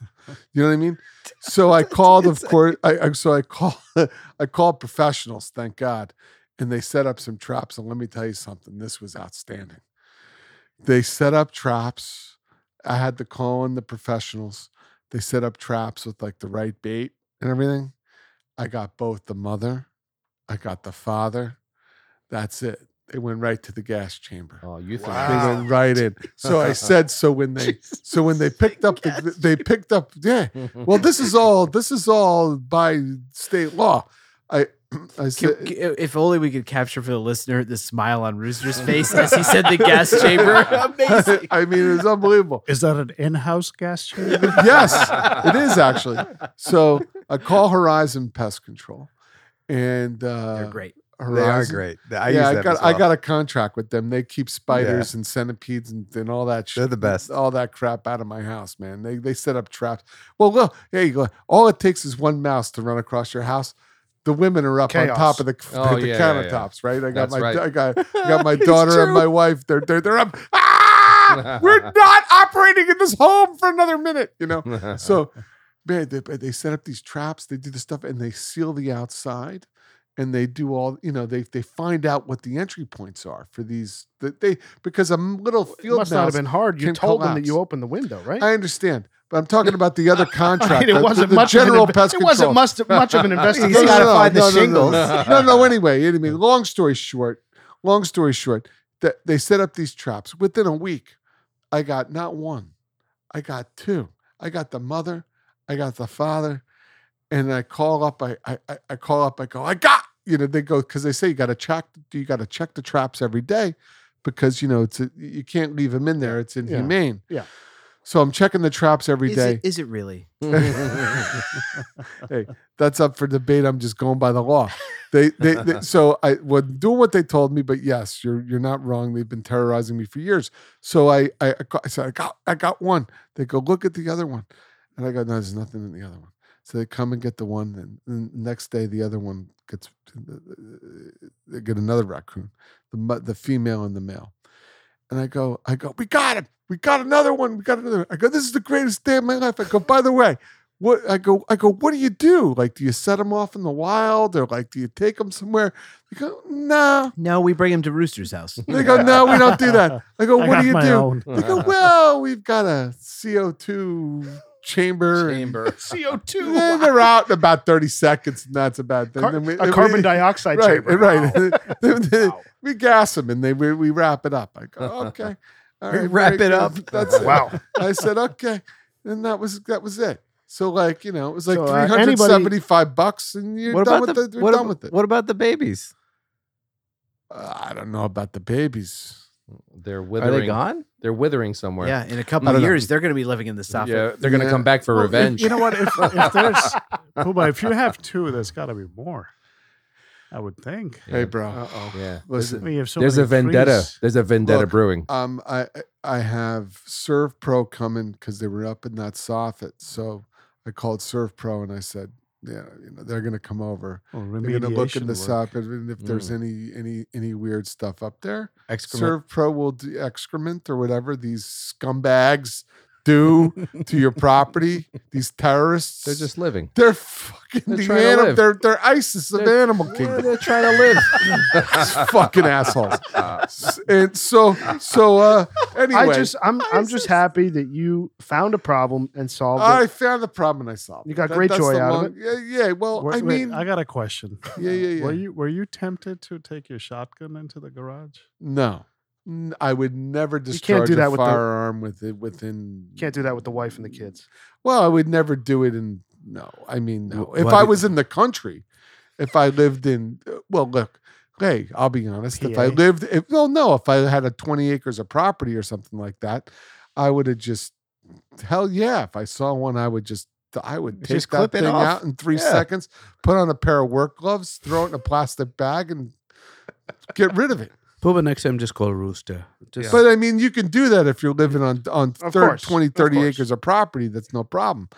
Speaker 6: You know what I mean? So I called, of course. I, I so I call I called professionals. Thank God, and they set up some traps. And let me tell you something. This was outstanding. They set up traps. I had to call in the professionals. They set up traps with like the right bait and everything. I got both the mother, I got the father. That's it. They went right to the gas chamber.
Speaker 2: Oh, you think
Speaker 6: They went right in. So I said, so when they, so when they picked up the, they picked up, yeah. Well, this is all, this is all by state law. I, I
Speaker 5: Can-
Speaker 6: said,
Speaker 5: can- if only we could capture for the listener the smile on Rooster's face as he said the gas chamber. Amazing.
Speaker 6: I mean, it was unbelievable.
Speaker 8: Is that an in-house gas chamber?
Speaker 6: yes, it is actually. So I call Horizon Pest Control, and uh,
Speaker 5: They're great.
Speaker 6: Horizon,
Speaker 4: They are great. Th- I
Speaker 6: yeah,
Speaker 4: use
Speaker 6: I
Speaker 4: them
Speaker 6: got
Speaker 4: as
Speaker 6: I
Speaker 4: well.
Speaker 6: got a contract with them. They keep spiders and centipedes and, and all that. shit.
Speaker 4: They're the best.
Speaker 6: all that crap out of my house, man. They they set up traps. Well, look, there you go. All it takes is one mouse to run across your house. The women are up on
Speaker 1: Chaos.
Speaker 6: top of the,
Speaker 2: Oh,
Speaker 6: the
Speaker 2: yeah, yeah, yeah.
Speaker 6: countertops, right? I got
Speaker 2: That's
Speaker 6: my
Speaker 2: right.
Speaker 6: I got I got my daughter and my wife. They're they're they're up. Ah, we're not operating in this home for another minute. You know.
Speaker 1: Uh-huh.
Speaker 6: So, man, they, they set up these traps. They do the stuff, and they seal the outside, and they do all. You know, they they find out what the entry points are for these. That they because a little
Speaker 1: It
Speaker 6: field
Speaker 1: must not
Speaker 6: mouse.
Speaker 1: have been hard. You
Speaker 6: can
Speaker 1: told them that
Speaker 6: collapse.
Speaker 1: you opened the window, right?
Speaker 6: I understand, but I'm talking about the other contract.
Speaker 1: I mean,
Speaker 6: the-
Speaker 1: it wasn't
Speaker 6: the,
Speaker 1: much. of an
Speaker 6: general
Speaker 1: inve-
Speaker 6: pest
Speaker 1: it
Speaker 6: control.
Speaker 1: wasn't much, much of an investigation.
Speaker 7: They gotta find the shingles.
Speaker 6: No, no, no, anyway, anyway, long story short, long story short, that they set up these traps. Within a week, I got not one, I got two. I got the mother, I got the father, and I call up, I I, I- I call up, I go, I got, you know, they go, because they say you gotta check, you gotta check the traps every day because you know it's a, you can't leave them in there. It's inhumane.
Speaker 1: Yeah.
Speaker 6: So I'm checking the traps every day.
Speaker 5: Is it, is it really?
Speaker 6: hey, that's up for debate. I'm just going by the law. They, they, they so I was doing what they told me, but yes, you're you're not wrong. They've been terrorizing me for years. So I I, I, ca- I said I got I got one. They go look at the other one, and I go no, there's nothing in the other one. So they come and get the one, and and the next day the other one gets uh, they get another raccoon, the mu- the female and the male. And I go, I go, we got him. We got another one. We got another. One. I go, this is the greatest day of my life. I go, by the way, what I go, I go, what do you do? Like, do you set them off in the wild or like, do you take them somewhere? They go, no.
Speaker 5: No, we bring him to Rooster's house.
Speaker 6: They go, no, we don't do that. I go,
Speaker 8: I
Speaker 6: what
Speaker 8: got
Speaker 6: do you
Speaker 8: my
Speaker 6: do?
Speaker 8: own.
Speaker 6: They go, well, we've got a CO2 chamber. and-
Speaker 2: chamber.
Speaker 1: CO2.
Speaker 6: Then they're out in about 30 seconds, and that's about
Speaker 1: Car- a carbon dioxide
Speaker 6: right,
Speaker 1: chamber.
Speaker 6: Right, Then- then
Speaker 1: Wow.
Speaker 6: We gas them and they we, we wrap it up. I go, okay. All
Speaker 4: We
Speaker 6: right,
Speaker 4: wrap
Speaker 6: very
Speaker 4: it up.
Speaker 6: good. That's it.
Speaker 1: Wow.
Speaker 6: I said, okay. And that was that was it. So like, you know, it was like
Speaker 1: So, uh, anybody-
Speaker 6: 375 bucks and you're
Speaker 4: What
Speaker 6: done
Speaker 4: about
Speaker 6: with
Speaker 4: the,
Speaker 6: it. You're
Speaker 4: what,
Speaker 6: done
Speaker 4: ab-
Speaker 6: with it.
Speaker 4: what about the babies?
Speaker 6: Uh, I don't know about the babies.
Speaker 2: They're
Speaker 4: Are
Speaker 2: withering.
Speaker 4: they gone?
Speaker 2: are withering somewhere.
Speaker 5: Yeah, in a couple
Speaker 6: I don't
Speaker 5: of
Speaker 6: know.
Speaker 5: years, they're going to be living in the
Speaker 2: Yeah,
Speaker 5: sofa.
Speaker 2: they're gonna
Speaker 6: Yeah.
Speaker 2: come back for
Speaker 8: Well, if-
Speaker 2: revenge.
Speaker 8: You know what? If, if there's Puma, if you have two, there's got to be more. I would think.
Speaker 2: Yeah.
Speaker 6: Hey, bro.
Speaker 2: Yeah.
Speaker 6: Listen.
Speaker 8: We have so
Speaker 2: There's a
Speaker 8: many
Speaker 2: vendetta.
Speaker 8: trees.
Speaker 2: There's a vendetta
Speaker 6: Look,
Speaker 2: brewing.
Speaker 6: Um, I I have Serve Pro coming because they were up in that soffit. So I called Serve Pro and I said, yeah, you know, they're gonna come over.
Speaker 8: Well,
Speaker 6: They're gonna look in
Speaker 8: remediation
Speaker 6: the
Speaker 8: work.
Speaker 6: soffit and if there's any any any weird stuff up there.
Speaker 4: Excrement.
Speaker 6: Serve Pro will do excrement or whatever these scumbags do to your property. These terrorists.
Speaker 2: They're just living.
Speaker 6: they're fucking
Speaker 2: They're
Speaker 6: the
Speaker 2: trying to
Speaker 6: anim-
Speaker 2: live.
Speaker 6: They're they're ISIS of
Speaker 2: They're-
Speaker 6: animal kingdom.
Speaker 2: They're trying to live.
Speaker 6: fucking assholes. S- and so so uh anyway
Speaker 1: I just, I'm, I'm just happy that you found a problem and solved it.
Speaker 6: I found the problem and I solved.
Speaker 1: You
Speaker 6: it.
Speaker 1: got great
Speaker 6: that's
Speaker 1: joy
Speaker 6: the
Speaker 1: out of
Speaker 6: Yeah, yeah. Well,
Speaker 8: Wait,
Speaker 6: I
Speaker 8: wait,
Speaker 6: mean,
Speaker 8: I got a question.
Speaker 6: yeah, yeah, yeah.
Speaker 8: Were you were you tempted to take your shotgun into the garage?
Speaker 6: no, N- I would never
Speaker 1: can't
Speaker 6: discharge
Speaker 1: do that
Speaker 6: a
Speaker 1: with the-
Speaker 6: firearm with it within.
Speaker 1: Can't do that with the wife and the kids.
Speaker 6: Well, I would never do it in No, I mean, no.
Speaker 3: Wh-
Speaker 6: If
Speaker 3: what
Speaker 6: I
Speaker 3: did-
Speaker 6: was in the country, if I lived in, well, look, hey, I'll be honest. If I
Speaker 8: PA?
Speaker 6: lived, if, well, no, if I had a 20 acres of property or something like that, I would have just, hell yeah, if I saw one, I would just, I would take
Speaker 7: Just
Speaker 6: that
Speaker 7: clip it
Speaker 6: thing
Speaker 7: off.
Speaker 6: out in three
Speaker 7: Yeah.
Speaker 6: seconds, put on a pair of work gloves, throw it in a plastic bag, and get rid of it.
Speaker 3: Pooba, next time just call Rooster. Just,
Speaker 6: But I mean, you can do that if you're living on on
Speaker 1: Of
Speaker 6: 30,
Speaker 1: course,
Speaker 6: 20,
Speaker 1: of
Speaker 6: 30
Speaker 1: course.
Speaker 6: acres of property. That's no problem.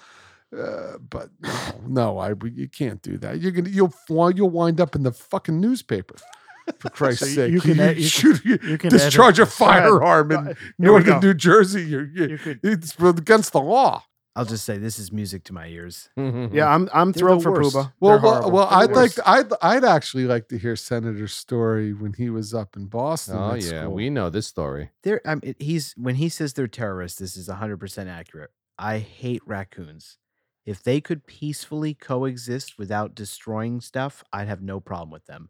Speaker 6: Uh, but no, no, I you can't do that. You're gonna you'll fi- you'll wind up in the fucking newspaper. For Christ's
Speaker 8: you-
Speaker 6: sake,
Speaker 8: you can add- you
Speaker 6: shoot,
Speaker 8: you can edit
Speaker 6: discharge a
Speaker 8: this. Go ahead.
Speaker 6: firearm
Speaker 8: Go-
Speaker 6: in
Speaker 8: here we
Speaker 6: northern
Speaker 8: go.
Speaker 6: New Jersey. You're, you're-
Speaker 8: You could-
Speaker 6: it's against the law.
Speaker 5: I'll just say this is music to my ears.
Speaker 1: Yeah,
Speaker 6: Mhm.
Speaker 1: I'm I'm
Speaker 5: the
Speaker 1: thrilled for
Speaker 5: worst.
Speaker 1: Pooba.
Speaker 6: Well,
Speaker 1: They're
Speaker 6: well,
Speaker 1: horrible.
Speaker 6: well,
Speaker 1: They're the
Speaker 6: I'd like
Speaker 1: worst.
Speaker 6: to, I'd I'd actually like to hear Senator's story when he was up in Boston.
Speaker 2: Oh
Speaker 6: at
Speaker 2: yeah,
Speaker 6: school.
Speaker 2: we know this story.
Speaker 5: There, I'm, it- he's when he says they're terrorists. This is 100 percent accurate. I hate raccoons. If they could peacefully coexist without destroying stuff, I'd have no problem with them.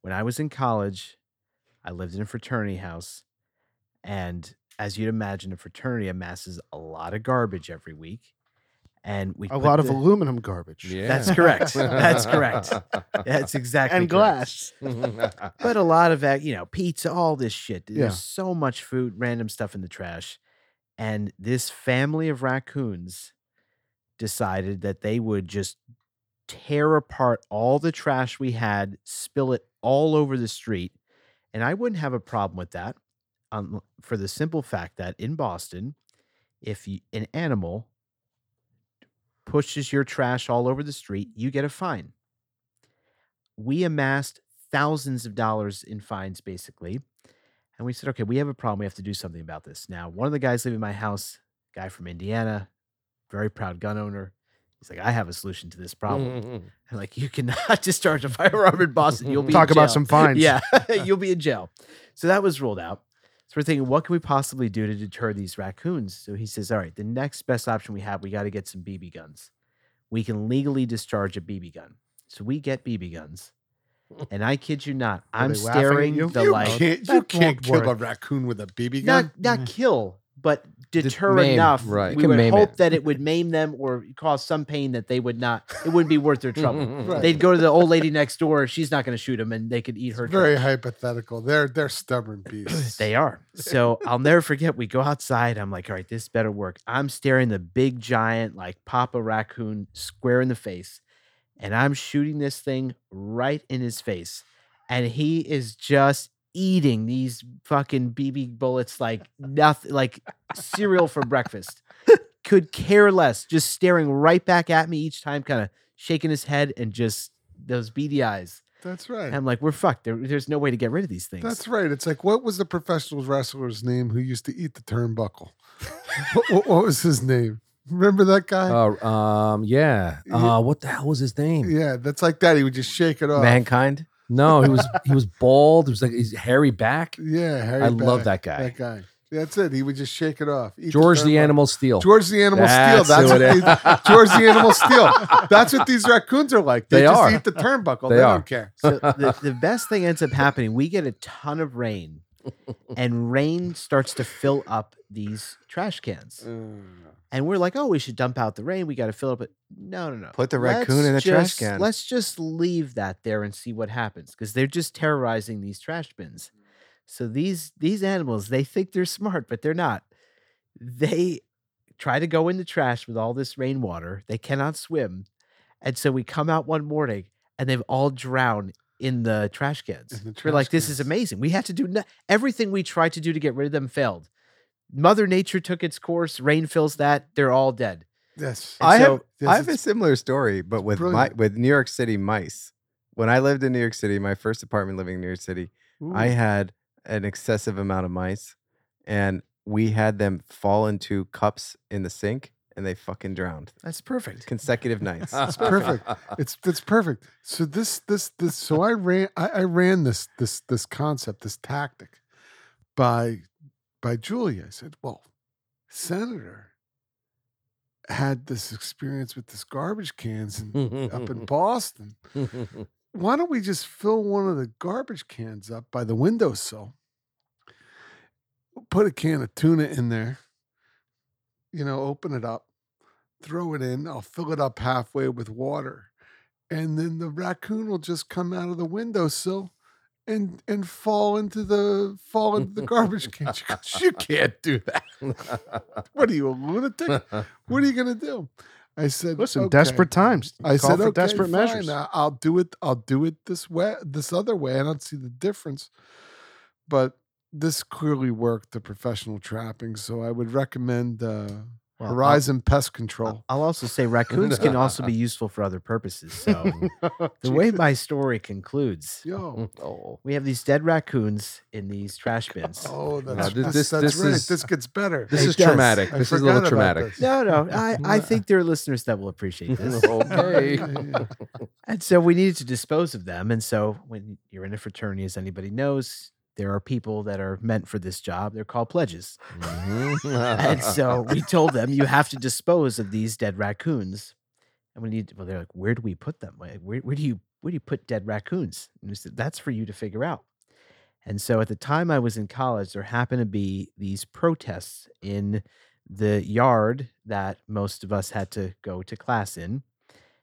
Speaker 5: When I was in college, I lived in a fraternity house, and as you'd imagine, a fraternity amasses a lot of garbage every week, and we
Speaker 1: a
Speaker 5: put
Speaker 1: lot of
Speaker 5: the-
Speaker 1: aluminum garbage
Speaker 2: Yeah.
Speaker 5: That's correct. That's correct. That's exactly
Speaker 1: and
Speaker 5: correct.
Speaker 1: glass.
Speaker 5: but a lot of ac- you know pizza all this shit there's
Speaker 6: Yeah.
Speaker 5: so much food random stuff in the trash and this family of raccoons decided that they would just tear apart all the trash we had spill it all over the street and i wouldn't have a problem with that um, for the simple fact that in boston if you, an animal pushes your trash all over the street you get a fine we amassed thousands of dollars in fines basically and we said okay we have a problem we have to do something about this now one of the guys living in my house guy from indiana very proud gun owner he's like i have a solution to this problem
Speaker 8: Mm-hmm.
Speaker 5: I'm like you cannot discharge a firearm in boston you'll be in
Speaker 1: Mm-hmm. Talk about
Speaker 5: jail."
Speaker 1: some fines.
Speaker 5: yeah you'll be in jail so that was ruled out so we're thinking what can we possibly do to deter these raccoons so he says all right the next best option we have we got to get some bb guns we can legally discharge a bb gun so we get bb guns and i kid you not i'm
Speaker 1: they laughing at
Speaker 5: staring
Speaker 1: you?
Speaker 5: the
Speaker 6: you
Speaker 5: like
Speaker 6: can't you
Speaker 1: that
Speaker 6: can't
Speaker 1: won't
Speaker 6: kill a
Speaker 1: work.
Speaker 6: raccoon with a BB gun.
Speaker 5: not not kill but deter
Speaker 4: maim,
Speaker 5: enough
Speaker 2: right. You
Speaker 5: we
Speaker 4: can
Speaker 5: would
Speaker 4: maim
Speaker 5: hope
Speaker 4: it.
Speaker 5: that it would maim them or cause some pain that they would not it wouldn't be worth their trouble
Speaker 6: Right.
Speaker 5: they'd go to the old lady next door she's not going to shoot them and they could eat her
Speaker 6: It's very
Speaker 5: trash.
Speaker 6: hypothetical. They're they're stubborn beasts.
Speaker 5: They are. So I'll never forget. We go outside. I'm like, all right, this better work. I'm staring the big giant, like Papa Raccoon, square in the face, and I'm shooting this thing right in his face. And he is just eating these fucking BB bullets like nothing, like cereal for breakfast. Could care less, just staring right back at me each time, kind of shaking his head and just those beady eyes.
Speaker 6: That's
Speaker 5: And
Speaker 6: right.
Speaker 5: I'm like, we're fucked. There, there's no way to get rid of these things.
Speaker 6: That's right. It's like what was the professional wrestler's name who used to eat the turnbuckle? what, what, what was his name? Remember that guy?
Speaker 2: Uh, um, yeah.
Speaker 6: Yeah.
Speaker 2: Uh, what the hell was his name?
Speaker 6: yeah, that's like that. He would just shake it off.
Speaker 4: Mankind.
Speaker 2: No, he was he was bald. He was like his hairy back.
Speaker 6: Yeah, Harry
Speaker 2: I love
Speaker 6: Back,
Speaker 2: that guy.
Speaker 6: That guy. That's it. He would just shake it off. Eat
Speaker 2: George the
Speaker 6: turnbuckle.
Speaker 2: Animal Steel.
Speaker 6: George the Animal
Speaker 2: That's
Speaker 6: Steel. That's
Speaker 2: who
Speaker 6: what
Speaker 2: it is.
Speaker 6: these- George the Animal Steel. That's what these raccoons are like. They,
Speaker 2: They
Speaker 6: just
Speaker 2: are.
Speaker 6: eat the turnbuckle. They,
Speaker 2: They are.
Speaker 6: don't care.
Speaker 5: So the, the best thing ends up happening, we get a ton of rain, and rain starts to fill up these trash cans. And we're like, oh, we should dump out the rain. We got to fill up it. No, no, no.
Speaker 4: Put the
Speaker 5: Let's
Speaker 4: raccoon in the trash
Speaker 5: just-
Speaker 4: can.
Speaker 5: Let's just leave that there and see what happens because they're just terrorizing these trash bins. So these these animals, they think they're smart, but they're not. They try to go in the trash with all this rainwater. They cannot swim, and so we come out one morning and they've all drowned in the trash cans.
Speaker 6: In the
Speaker 5: We're like,
Speaker 6: trash
Speaker 5: this is
Speaker 6: cans.
Speaker 5: amazing. We had to do no- everything we tried to do to get rid of them failed. Mother Nature took its course. Rain fills that. They're all dead.
Speaker 6: Yes.
Speaker 5: And
Speaker 4: I
Speaker 5: so-
Speaker 4: have,
Speaker 6: Yes,
Speaker 4: I have a
Speaker 6: it's-
Speaker 4: similar story, but with my,
Speaker 6: brilliant.
Speaker 4: with New York City mice. When I lived in New York City, my first apartment living in New York City, I had an excessive amount of mice, and we had them fall into cups in the sink, and they fucking drowned
Speaker 5: That's perfect.
Speaker 4: consecutive nights.
Speaker 2: It's
Speaker 6: perfect. It's that's perfect. So this this this so I ran I, I ran this this this concept this tactic by by Julie. I said, well, Senator had this experience with this garbage cans in, up in Boston. Why don't we just fill one of the garbage cans up by the windowsill? Put a can of tuna in there. You know, open it up, throw it in. I'll fill it up halfway with water. And then the raccoon will just come out of the windowsill and and fall into the fall into the garbage can. She goes, You can't do that. What are you, a lunatic? What are you gonna do? I said,
Speaker 1: Listen,
Speaker 6: "Okay."
Speaker 1: desperate times.
Speaker 6: I
Speaker 1: Call
Speaker 6: said,
Speaker 1: for
Speaker 6: okay,
Speaker 1: desperate
Speaker 6: fine.
Speaker 1: measures.
Speaker 6: I- I'll do it. I'll do it this way, this other way. I don't see the difference, but this clearly worked the professional trapping. So I would recommend uh,
Speaker 5: Well, I'll-
Speaker 6: Horizon Pest
Speaker 5: I'll,
Speaker 6: Control.
Speaker 5: I'll also say raccoons can also be useful for other purposes. So
Speaker 6: Oh,
Speaker 5: the way my story concludes,
Speaker 6: Yo,
Speaker 2: oh.
Speaker 5: we have these dead raccoons in these trash bins.
Speaker 6: oh, that's
Speaker 2: this-
Speaker 6: this,
Speaker 2: this-
Speaker 6: that's
Speaker 2: this
Speaker 6: right.
Speaker 2: is-
Speaker 6: this gets better.
Speaker 2: This
Speaker 5: It
Speaker 2: is
Speaker 5: does.
Speaker 2: traumatic.
Speaker 6: I
Speaker 2: This is a little
Speaker 6: forgot about
Speaker 2: traumatic.
Speaker 6: this.
Speaker 5: No, no, I, I think there are listeners that will appreciate this.
Speaker 2: okay.
Speaker 6: Yeah, yeah, yeah.
Speaker 5: And so we needed to dispose of them. And so when you're in a fraternity, as anybody knows, there are people that are meant for this job. They're called pledges. And so we told them, you have to dispose of these dead raccoons. And we need, well, they're like, where do we put them? Like, where, where do you, where do you put dead raccoons? And we said, that's for you to figure out. And so at the time I was in college, there happened to be these protests in the yard that most of us had to go to class in.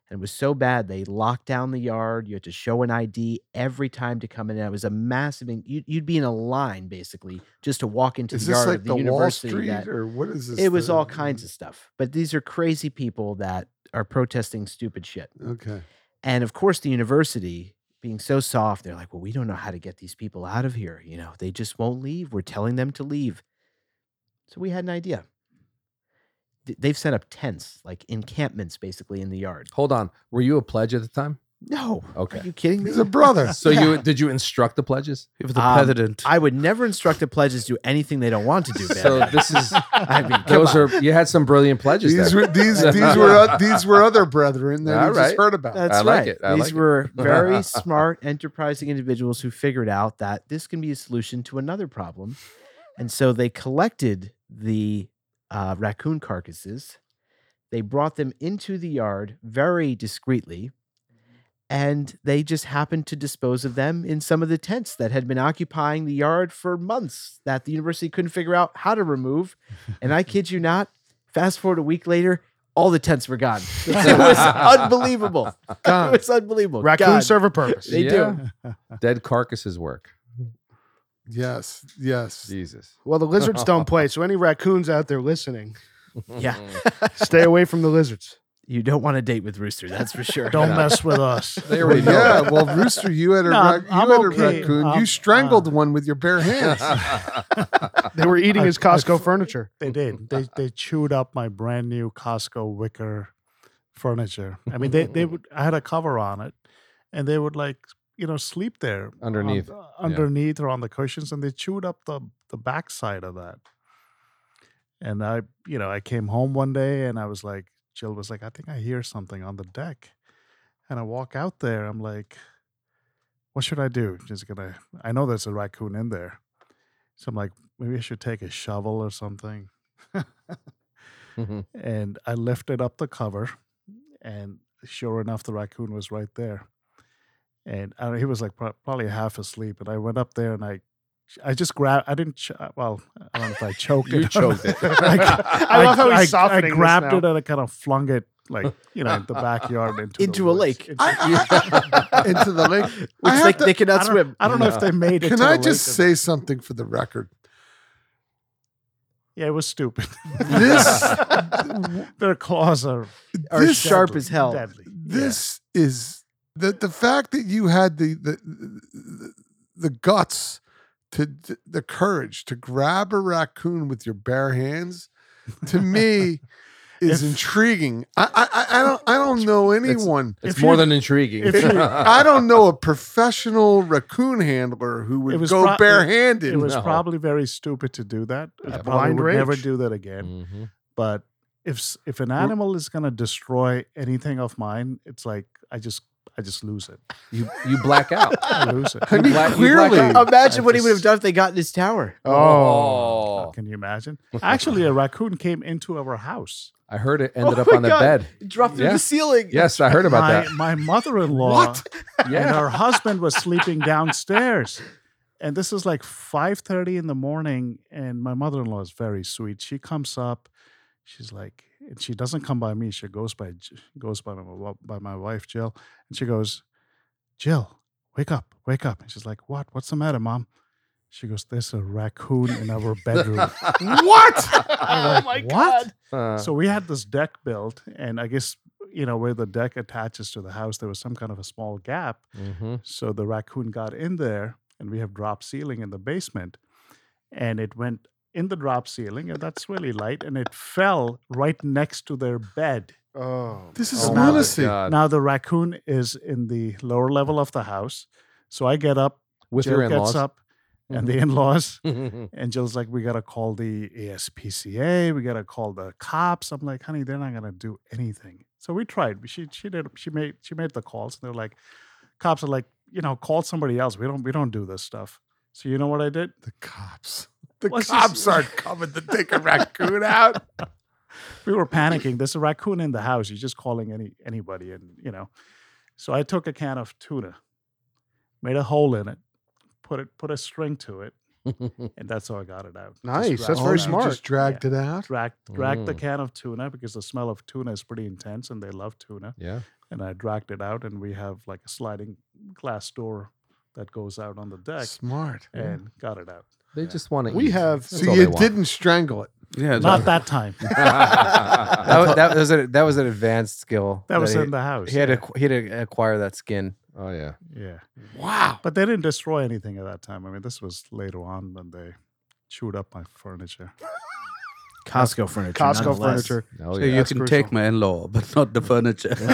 Speaker 5: And it was so bad they locked down the yard. You had to show an ID every time to come in. And it was a massive. en- You'd, you'd be in a line basically just to walk into
Speaker 6: Is
Speaker 5: the
Speaker 6: this
Speaker 5: yard
Speaker 6: like
Speaker 5: of the,
Speaker 6: the, Wall
Speaker 5: university.
Speaker 6: Street
Speaker 5: that-
Speaker 6: or what is this?
Speaker 5: it was
Speaker 6: the-
Speaker 5: all kinds of stuff. But these are crazy people that are protesting stupid shit.
Speaker 6: Okay.
Speaker 5: And of course, the university being so soft, they're like, well, we don't know how to get these people out of here. You know, they just won't leave. We're telling them to leave. So we had an idea. Th- They've set up tents, like encampments basically in the yard.
Speaker 2: Hold on. Were you a pledge at the time?
Speaker 5: No.
Speaker 2: Okay.
Speaker 5: Are you kidding me?
Speaker 6: He's a brother.
Speaker 2: So you did you instruct the pledges?
Speaker 3: He was the
Speaker 5: Um,
Speaker 3: president.
Speaker 5: I would never instruct the pledges to do anything they don't want to do.
Speaker 2: So
Speaker 5: Ben.
Speaker 2: this is
Speaker 5: I mean, come
Speaker 2: those
Speaker 5: on.
Speaker 2: are you had some brilliant pledges
Speaker 6: These
Speaker 2: there.
Speaker 6: were these these were oth- these were other brethren that I
Speaker 2: All
Speaker 6: just
Speaker 2: right.
Speaker 6: heard about.
Speaker 5: That's
Speaker 2: I like
Speaker 5: right.
Speaker 2: it. I
Speaker 5: These
Speaker 2: like it.
Speaker 5: were very smart, enterprising individuals who figured out that this can be a solution to another problem. And so they collected the uh, raccoon carcasses, they brought them into the yard very discreetly. And they just happened to dispose of them in some of the tents that had been occupying the yard for months that the university couldn't figure out how to remove. And I kid you not, fast forward a week later, all the tents were gone. It was unbelievable. It was unbelievable.
Speaker 1: Raccoon
Speaker 5: God.
Speaker 1: serve a purpose.
Speaker 5: They do.
Speaker 2: Dead carcasses work.
Speaker 6: Yes, yes.
Speaker 2: Jesus.
Speaker 1: Well, the lizards don't play, so any raccoons out there listening,
Speaker 5: Yeah.
Speaker 1: stay away from the lizards.
Speaker 5: You don't want to date with Rooster, that's for sure.
Speaker 8: Don't mess with us.
Speaker 2: There
Speaker 6: Well,
Speaker 2: we go.
Speaker 6: yeah, well, Rooster, you had a,
Speaker 8: No,
Speaker 6: rac- you
Speaker 8: I'm
Speaker 6: had a
Speaker 8: okay.
Speaker 6: raccoon.
Speaker 8: I'm-
Speaker 6: you strangled
Speaker 8: uh,
Speaker 6: one with your bare hands.
Speaker 1: They were eating his Costco furniture.
Speaker 8: They did. They they chewed up my brand new Costco wicker furniture. I mean, they they would. I had a cover on it, and they would like you know sleep there on
Speaker 2: Underneath,
Speaker 8: the- underneath or on the cushions, and they chewed up the the backside of that. And I, you know, I came home one day and I was like, Jill was like, I think I hear something on the deck, and I walk out there. I'm like, what should I do? Just gonna. I know there's a raccoon in there, so I'm like, maybe I should take a shovel or something.
Speaker 2: Mhm.
Speaker 8: and I lifted up the cover, and sure enough, the raccoon was right there. And I, he was like pro- probably half asleep. And I went up there and I, I just grabbed. I didn't. Ch- uh, well, I don't know if I choked
Speaker 2: You
Speaker 8: it.
Speaker 2: choked it.
Speaker 8: I,
Speaker 1: I love how he's
Speaker 8: I- I
Speaker 1: softening this
Speaker 8: grabbed
Speaker 1: now.
Speaker 8: it and I kind of flung it like you know in the backyard into the
Speaker 5: Into a
Speaker 8: woods.
Speaker 5: lake.
Speaker 8: Into-
Speaker 6: I- into the lake.
Speaker 5: Which
Speaker 6: I have
Speaker 5: like
Speaker 6: to-
Speaker 5: they cannot
Speaker 8: I don't,
Speaker 5: swim.
Speaker 8: I don't know if they made it.
Speaker 6: Can
Speaker 8: to the
Speaker 6: I
Speaker 8: lake
Speaker 6: just
Speaker 8: or not.
Speaker 6: say something for the record?
Speaker 8: Yeah, it was stupid.
Speaker 6: This-
Speaker 8: their claws are
Speaker 5: Are
Speaker 6: this-
Speaker 5: sharp
Speaker 8: deadly,
Speaker 5: as hell.
Speaker 8: Deadly.
Speaker 6: This is the the fact that you had the the the, the guts to the courage to grab a raccoon with your bare hands to me is
Speaker 8: If-
Speaker 6: intriguing. I, I I- I don't I don't know anyone.
Speaker 2: It's
Speaker 8: If
Speaker 2: more
Speaker 8: you-
Speaker 2: than intriguing.
Speaker 8: if you-
Speaker 6: I don't know a professional raccoon handler who
Speaker 8: It
Speaker 6: would
Speaker 8: was
Speaker 6: go
Speaker 8: pro- it-
Speaker 6: barehanded.
Speaker 8: It was
Speaker 2: No.
Speaker 8: probably very stupid to do that. I
Speaker 1: Yeah.
Speaker 8: probably
Speaker 1: Blind
Speaker 8: would never
Speaker 1: rage.
Speaker 8: do that again.
Speaker 2: Mhm.
Speaker 8: But if s- if an animal is going to destroy anything of mine, it's like I just I just lose it.
Speaker 2: You you black out.
Speaker 8: I lose it.
Speaker 6: I mean,
Speaker 2: black- you black
Speaker 6: clearly,
Speaker 2: out.
Speaker 5: Imagine
Speaker 8: I
Speaker 5: what he would have
Speaker 8: just-
Speaker 5: done if they got in his tower.
Speaker 2: Oh.
Speaker 8: Can you imagine? Actually, a raccoon came into our house.
Speaker 2: I heard it ended
Speaker 5: Oh
Speaker 2: up
Speaker 5: my
Speaker 2: on the
Speaker 5: God.
Speaker 2: bed.
Speaker 5: Dropped through
Speaker 2: Yeah.
Speaker 5: the ceiling.
Speaker 2: Yes, I heard about
Speaker 8: my
Speaker 2: that.
Speaker 8: my mother-in-law and her husband was sleeping downstairs. And this is like 5:30 in the morning and my mother-in-law is very sweet. She comes up. She's like, and she doesn't come by me. She goes by J- goes by my wa- by my wife Jill, and she goes, "Jill, wake up, wake up!" And she's like, "What? What's the matter, mom?" She goes, "There's a raccoon in our bedroom."
Speaker 1: What?
Speaker 2: Oh
Speaker 8: I'm like, "What?"
Speaker 2: Uh,
Speaker 8: So we had this deck built, and I guess you know where the deck attaches to the house, there was some kind of a small gap.
Speaker 2: mhm.
Speaker 8: So the raccoon got in there, and we have drop ceiling in the basement, and it went in the drop ceiling, and that's really light, and it fell right next to their bed.
Speaker 1: Oh,
Speaker 6: This is
Speaker 2: Oh
Speaker 6: an
Speaker 2: my
Speaker 6: odyssey.
Speaker 2: God.
Speaker 8: Now the raccoon is in the lower level of the house, so I get up,
Speaker 2: with
Speaker 8: Jill
Speaker 2: your
Speaker 8: gets
Speaker 2: in-laws. Mm-hmm.
Speaker 8: up, and the in-laws. And Jill's like, we gotta call the ASPCA, we gotta call the cops. I'm like, honey, they're not gonna do anything. So we tried. She she did she made she made the calls and they're like, cops are like, you know, call somebody else. We don't we don't do this stuff. So you know what I did?
Speaker 6: The cops. The
Speaker 8: What's this-
Speaker 6: cops aren't coming to take a raccoon out.
Speaker 8: We were panicking. There's a raccoon in the house. You're just calling any anybody and you know. So I took a can of tuna, made a hole in it, put it put a string to it, and that's how I got it out. Just
Speaker 1: Nice, that's
Speaker 8: wrapped
Speaker 1: very
Speaker 8: it
Speaker 6: you
Speaker 8: up.
Speaker 1: smart.
Speaker 6: Just dragged it out.
Speaker 8: dragged dragged the
Speaker 2: Mm.
Speaker 8: can of tuna because the smell of tuna is pretty intense and they love tuna.
Speaker 2: yeah.
Speaker 8: And I dragged it out and we have like a sliding glass door that goes out on the deck
Speaker 6: Smart.
Speaker 8: and got it out.
Speaker 2: They just want to.
Speaker 1: We have-
Speaker 6: So you didn't strangle it.
Speaker 3: Yeah,
Speaker 8: Not that time.
Speaker 4: That,
Speaker 2: oh
Speaker 4: was, that was a, that was an advanced skill.
Speaker 8: That was
Speaker 4: he,
Speaker 8: in the house.
Speaker 4: he had to acqu- he had to acquire that skin.
Speaker 2: Oh, yeah.
Speaker 8: yeah.
Speaker 6: Wow.
Speaker 8: But they didn't destroy anything at that time. I mean, this was later on when they chewed up my furniture.
Speaker 5: Costco furniture.
Speaker 1: Costco
Speaker 5: nonetheless.
Speaker 1: furniture.
Speaker 2: Oh
Speaker 3: So
Speaker 2: yeah.
Speaker 3: you can take my in-law, but not the furniture.
Speaker 2: Oh,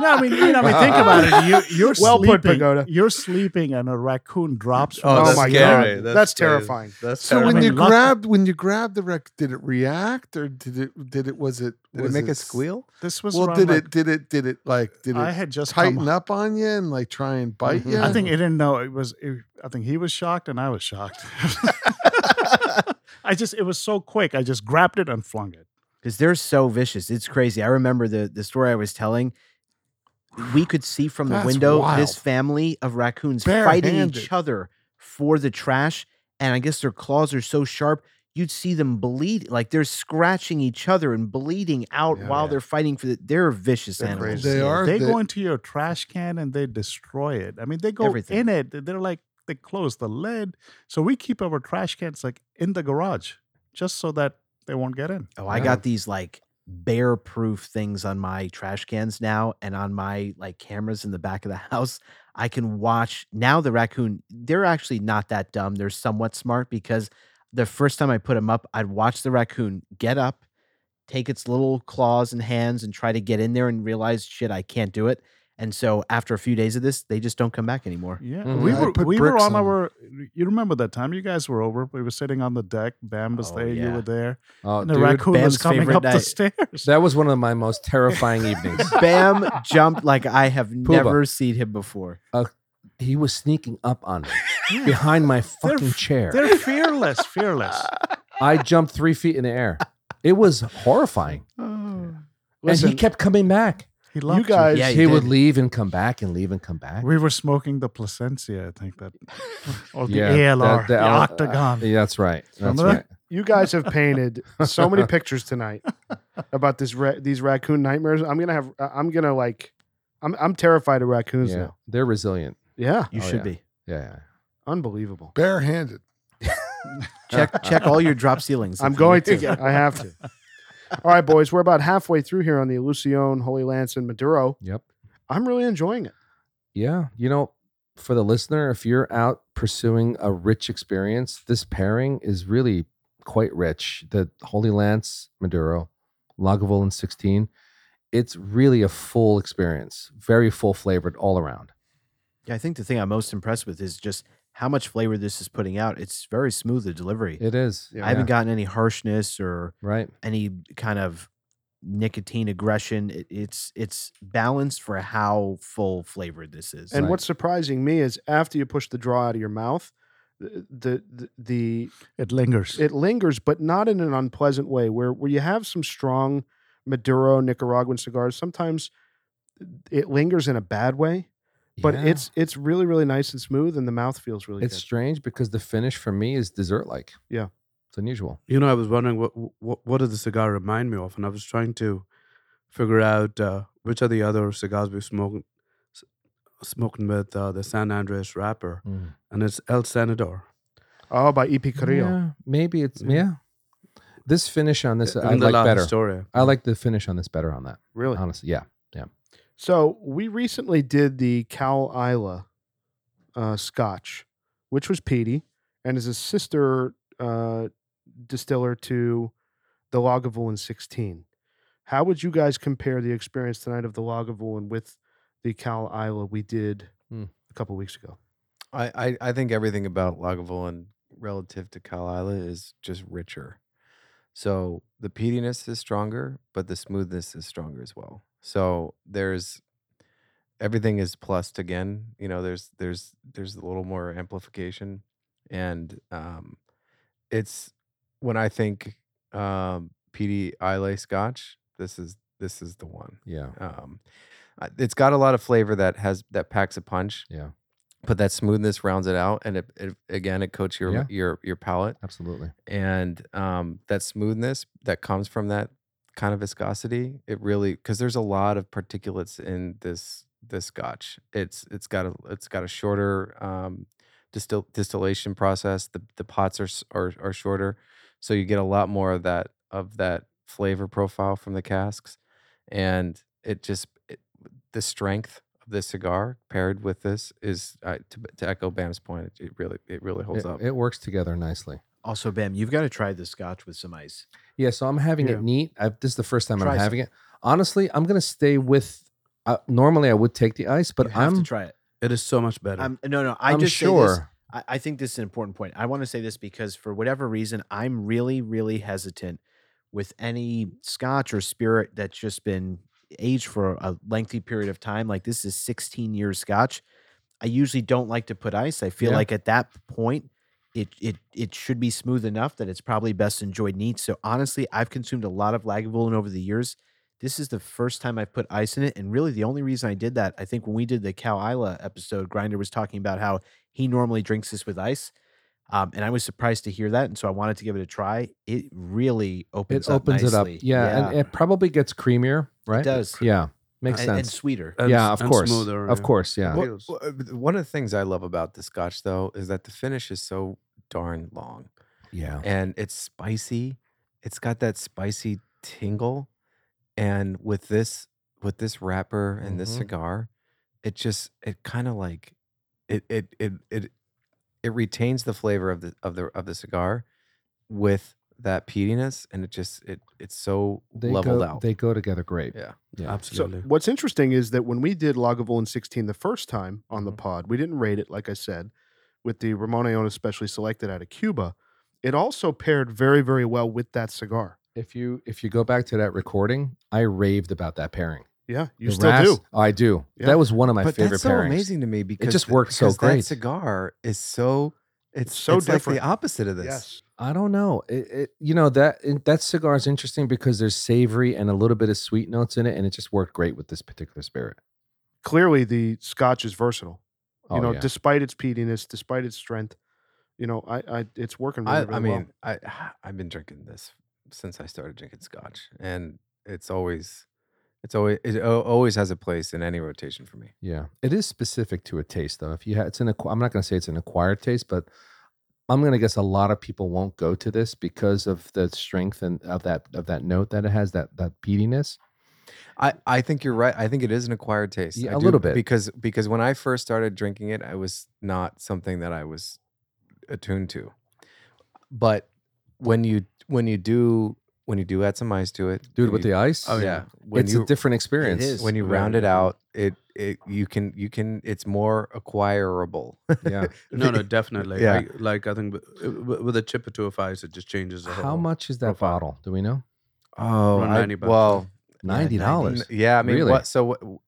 Speaker 8: No, I mean, you know, I mean, think about it. You, you're
Speaker 1: Well
Speaker 8: sleeping.
Speaker 1: put, Pagoda.
Speaker 8: You're sleeping, and a raccoon drops. from
Speaker 3: Oh,
Speaker 8: the
Speaker 3: that's
Speaker 1: my
Speaker 3: scary.
Speaker 1: god, that's,
Speaker 3: That's scary.
Speaker 1: terrifying.
Speaker 3: That's
Speaker 6: So
Speaker 8: I
Speaker 6: when
Speaker 8: mean,
Speaker 6: you
Speaker 8: luck-
Speaker 6: grabbed when you grabbed the wreck, did it react or did it did it was it
Speaker 4: Did
Speaker 6: was
Speaker 4: it make a
Speaker 6: s-
Speaker 4: squeal?
Speaker 8: This was
Speaker 6: Well,
Speaker 8: around,
Speaker 6: did
Speaker 8: like,
Speaker 6: it did it did it like did
Speaker 8: I
Speaker 6: it
Speaker 8: had just come
Speaker 6: tighten up on you and like try and
Speaker 4: Mm-hmm.
Speaker 6: bite you?
Speaker 8: I think he didn't know it was. It, I think he was shocked and I was shocked. I just it was so quick. I just grabbed it and flung it.
Speaker 5: because they're so vicious. It's crazy. I remember the the story I was telling. We could see from the
Speaker 6: That's
Speaker 5: window
Speaker 6: wild.
Speaker 5: this family of raccoons fighting
Speaker 6: Barehanded.
Speaker 5: each other for the trash, and I guess their claws are so sharp you'd see them bleed like they're scratching each other and bleeding out
Speaker 1: Yeah.
Speaker 5: while they're fighting for the. They're vicious
Speaker 1: They're
Speaker 5: animals.
Speaker 1: crazy.
Speaker 6: they are
Speaker 8: They
Speaker 6: the-
Speaker 8: go into your trash can and they destroy it. I mean, they go
Speaker 5: Everything.
Speaker 8: in it. They're like they close the lid. So we keep our trash cans like in the garage just so that they won't get in.
Speaker 5: Oh, I got these like bear proof things on my trash cans now and on my like cameras in the back of the house. I can watch now the raccoon. They're actually not that dumb. They're somewhat smart because the first time I put them up, I'd watch the raccoon get up, take its little claws and hands and try to get in there and realize, shit, I can't do it. And so after a few days of this, they just don't come back anymore.
Speaker 8: Yeah,
Speaker 4: Mm-hmm.
Speaker 2: Mhm.
Speaker 8: we
Speaker 2: I
Speaker 8: were
Speaker 6: put
Speaker 8: we were
Speaker 6: bricks
Speaker 8: on
Speaker 6: on 'em.
Speaker 8: our. You remember that time you guys were over? We were sitting on the deck. Bam was
Speaker 5: Oh,
Speaker 8: there. You
Speaker 5: yeah.
Speaker 8: were there.
Speaker 2: Oh,
Speaker 8: and the
Speaker 2: dude,
Speaker 8: raccoon was
Speaker 5: Bam's
Speaker 8: coming
Speaker 5: favorite
Speaker 8: up the
Speaker 5: night.
Speaker 8: stairs.
Speaker 2: that was one of my most terrifying evenings.
Speaker 5: Bam jumped like I have never seen him before.
Speaker 2: He was sneaking up on me behind my fucking chair.
Speaker 8: They're fearless, fearless.
Speaker 2: I jumped three feet in the air. It was horrifying,
Speaker 1: Listen,
Speaker 2: and he kept coming back.
Speaker 8: He loved
Speaker 1: you guys,
Speaker 5: Yeah,
Speaker 2: he
Speaker 5: he
Speaker 2: would
Speaker 5: did.
Speaker 2: leave and come back and leave and come back.
Speaker 8: We were smoking the Placencia, I think that, or the
Speaker 2: Yeah,
Speaker 8: ALR,
Speaker 2: that-
Speaker 8: the,
Speaker 2: that-
Speaker 8: Octagon.
Speaker 2: Oh, Yeah, that's right. That's
Speaker 8: Remember that?
Speaker 2: right.
Speaker 1: you guys have painted so many pictures tonight about this ra- these raccoon nightmares. I'm gonna have. I'm gonna like. I'm I'm terrified of raccoons
Speaker 2: Yeah,
Speaker 1: now.
Speaker 2: they're resilient.
Speaker 1: Yeah,
Speaker 5: You
Speaker 2: Oh,
Speaker 5: should
Speaker 2: yeah.
Speaker 5: be.
Speaker 2: Yeah, yeah.
Speaker 1: unbelievable.
Speaker 6: barehanded.
Speaker 5: Check check all your drop ceilings.
Speaker 1: I'm
Speaker 5: if you-
Speaker 1: going to. I have to. All right, boys. We're about halfway through here on the Illusion, Holy Lance, and Maduro.
Speaker 2: Yep.
Speaker 1: I'm really enjoying it.
Speaker 2: Yeah. You know, for the listener, if you're out pursuing a rich experience, this pairing is really quite rich. The Holy Lance Maduro, Lagavulin 16, it's really a full experience, very full flavored all around.
Speaker 5: Yeah, I think the thing I'm most impressed with is just how much flavor this is putting out. It's very smooth the delivery.
Speaker 2: It is.
Speaker 1: Yeah.
Speaker 5: I haven't gotten any harshness or
Speaker 2: Right.
Speaker 5: any kind of nicotine aggression. It, it's it's balanced for how full flavored this is.
Speaker 1: And
Speaker 2: Right.
Speaker 1: what's surprising me is after you push the draw out of your mouth, the the the, the
Speaker 8: It lingers.
Speaker 1: it lingers, but not in an unpleasant way. Where where you have some strong Maduro Nicaraguan cigars, sometimes it lingers in a bad way. But
Speaker 2: Yeah.
Speaker 1: it's it's really really nice and smooth, and the mouth feels really
Speaker 2: it's
Speaker 1: good.
Speaker 2: strange because the finish for me is dessert like.
Speaker 1: Yeah.
Speaker 2: It's unusual.
Speaker 3: You know, I was wondering what what what does the cigar remind me of, and I was trying to figure out uh, which are the other cigars we've smoked s- smoking with uh, the San Andreas wrapper, and it's El Senador.
Speaker 1: Oh, by EP Carrillo.
Speaker 2: Yeah, maybe it's yeah.
Speaker 3: Yeah.
Speaker 2: This finish on this,
Speaker 3: in
Speaker 2: uh, I
Speaker 3: the La
Speaker 2: like better.
Speaker 3: Historia.
Speaker 2: I like the finish on this better on that.
Speaker 1: Really?
Speaker 2: Honestly, yeah.
Speaker 1: So we recently did the Cal Isla uh, Scotch, which was peaty and is a sister uh, distiller to the Lagavulin 16. How would you guys compare the experience tonight of the Lagavulin with the Cal Isla we did
Speaker 2: Hmm.
Speaker 1: a couple weeks ago?
Speaker 4: I, I, I think everything about Lagavulin relative to Kyle Isla is just richer. So the peatiness is stronger, but the smoothness is stronger as well. So there's everything is plussed again. You know, there's there's there's a little more amplification, and um, it's when I think um, PD Islay Scotch, this is this is the one.
Speaker 2: Yeah.
Speaker 4: Um, uh, it's got a lot of flavor that has that packs a punch.
Speaker 2: Yeah.
Speaker 4: But that smoothness rounds it out, and it, it again it coats your
Speaker 2: Yeah.
Speaker 4: your your palate,
Speaker 2: Absolutely.
Speaker 4: and um, that smoothness that comes from that kind of viscosity. It really because there's a lot of particulates in this this scotch. It's it's got a it's got a shorter um, distil- distillation process. The the pots are, s- are are shorter, so you get a lot more of that of that flavor profile from the casks, and it just it, the strength of this cigar paired with this is uh, to, to echo Bam's point. It, it really it really holds
Speaker 2: It,
Speaker 4: up.
Speaker 2: it works together nicely.
Speaker 5: Also, Bam, you've got to try this scotch with some ice.
Speaker 2: Yeah, so I'm having
Speaker 8: Yeah.
Speaker 2: it neat. I've, this is the first time
Speaker 5: Try
Speaker 2: I'm
Speaker 5: some.
Speaker 2: having it. Honestly, I'm gonna stay with. Uh, normally, I would take the ice,
Speaker 5: you
Speaker 2: but
Speaker 5: have to
Speaker 2: I'm
Speaker 5: try it.
Speaker 3: It is so much better.
Speaker 5: I'm, no, no, I
Speaker 2: I'm
Speaker 5: just say this-
Speaker 2: sure.
Speaker 5: I, I think this is an important point. I want to say this because for whatever reason, I'm really, really hesitant with any scotch or spirit that's just been aged for a lengthy period of time. Like this is 16 years scotch. I usually don't like to put ice. I feel
Speaker 2: Yeah.
Speaker 5: like at that point, it it it should be smooth enough that it's probably best enjoyed neat. So honestly, I've consumed a lot of Lagavulin over the years. This is the first time I've put ice in it, and really the only reason I did that, I think when we did the Cal Isla episode, Grinder was talking about how he normally drinks this with ice. Um, and I was surprised to hear that, and so I wanted to give it a try. It really opens
Speaker 2: It
Speaker 5: up
Speaker 2: opens it up.
Speaker 5: nicely.
Speaker 2: Yeah, and it probably gets creamier, right?
Speaker 5: does.
Speaker 2: Yeah, makes
Speaker 5: and,
Speaker 2: sense.
Speaker 5: and sweeter.
Speaker 3: And
Speaker 2: yeah, of
Speaker 3: s- and
Speaker 2: course.
Speaker 3: smoother,
Speaker 2: of
Speaker 3: yeah.
Speaker 2: course, yeah.
Speaker 4: Well,
Speaker 3: Feels-
Speaker 4: well, uh, th- one of the things I love about the scotch though is that the finish is so darn long
Speaker 2: yeah.
Speaker 4: and it's spicy. It's got that spicy tingle and with this with this wrapper and this
Speaker 2: Mhm.
Speaker 4: cigar, it just it kind of like it it it it it retains the flavor of the of the of the cigar with that peatiness and it just it it's so
Speaker 2: They
Speaker 4: leveled
Speaker 2: go,
Speaker 4: out.
Speaker 2: They go together great.
Speaker 4: yeah.
Speaker 2: Yeah.
Speaker 1: So
Speaker 3: Absolutely.
Speaker 1: what's interesting is that when we did Lagavulin 16 the first time on the pod, we didn't rate it, like I said, with the Ramon Iona specially selected out of Cuba. It also paired very, very well with that cigar.
Speaker 2: If you if you go back to that recording, I raved about that pairing.
Speaker 1: Yeah, you
Speaker 2: The
Speaker 1: still
Speaker 2: Ras-
Speaker 1: do.
Speaker 2: I do.
Speaker 1: Yeah.
Speaker 2: That was one of my
Speaker 4: but
Speaker 2: favorite
Speaker 4: that's so
Speaker 2: pairings.
Speaker 4: amazing to me because
Speaker 2: just
Speaker 4: th-
Speaker 2: worked so
Speaker 4: because
Speaker 2: great.
Speaker 4: That cigar is so it's,
Speaker 1: so
Speaker 4: it's like
Speaker 1: different.
Speaker 4: the opposite of this.
Speaker 1: Yes.
Speaker 2: I don't know. It, it you know that it- that cigar is interesting because there's savory and a little bit of sweet notes in it, and it just worked great with this particular spirit.
Speaker 1: Clearly, the Scotch is versatile.
Speaker 2: Oh,
Speaker 1: you know,
Speaker 2: yeah.
Speaker 1: despite its peatiness, despite its strength, you know, I, I it's working really,
Speaker 4: I,
Speaker 1: really
Speaker 4: I mean,
Speaker 1: well.
Speaker 4: I ah, I've been drinking this since I started drinking Scotch, and it's always it's always it al- always has a place in any rotation for me.
Speaker 2: Yeah, it is specific to a taste, though. If you ha- it's an, acqu- I'm not going to say it's an acquired taste, but I'm going to guess a lot of people won't go to this because of the strength and of that of that note that it has, that that peatiness.
Speaker 4: I, I think you're right. I think it is an acquired taste.
Speaker 2: Yeah,
Speaker 4: I
Speaker 2: a little bit.
Speaker 4: because because when I first started drinking it, I was not something that I was attuned to. But when you when you do when you do add some ice to it,
Speaker 2: Dude,
Speaker 4: when
Speaker 2: with
Speaker 4: you-
Speaker 2: the ice,
Speaker 4: oh yeah, when
Speaker 2: it's
Speaker 4: you
Speaker 2: a different experience.
Speaker 5: is.
Speaker 4: when you
Speaker 3: Very
Speaker 4: round it
Speaker 3: different.
Speaker 4: out, it it you can you can it's more acquirable.
Speaker 2: Yeah.
Speaker 3: no, no, definitely.
Speaker 4: Yeah.
Speaker 3: I, like I think w- w- with a chip or two of ice, it just changes. The
Speaker 2: How
Speaker 3: whole-
Speaker 2: much is that
Speaker 3: profile.
Speaker 2: bottle? Do we know?
Speaker 4: Oh,
Speaker 3: Around
Speaker 4: I-
Speaker 3: 90 bucks.
Speaker 4: well,
Speaker 2: Ninety dollars.
Speaker 4: n- yeah. I mean,
Speaker 2: Really?
Speaker 4: what? So, what, w-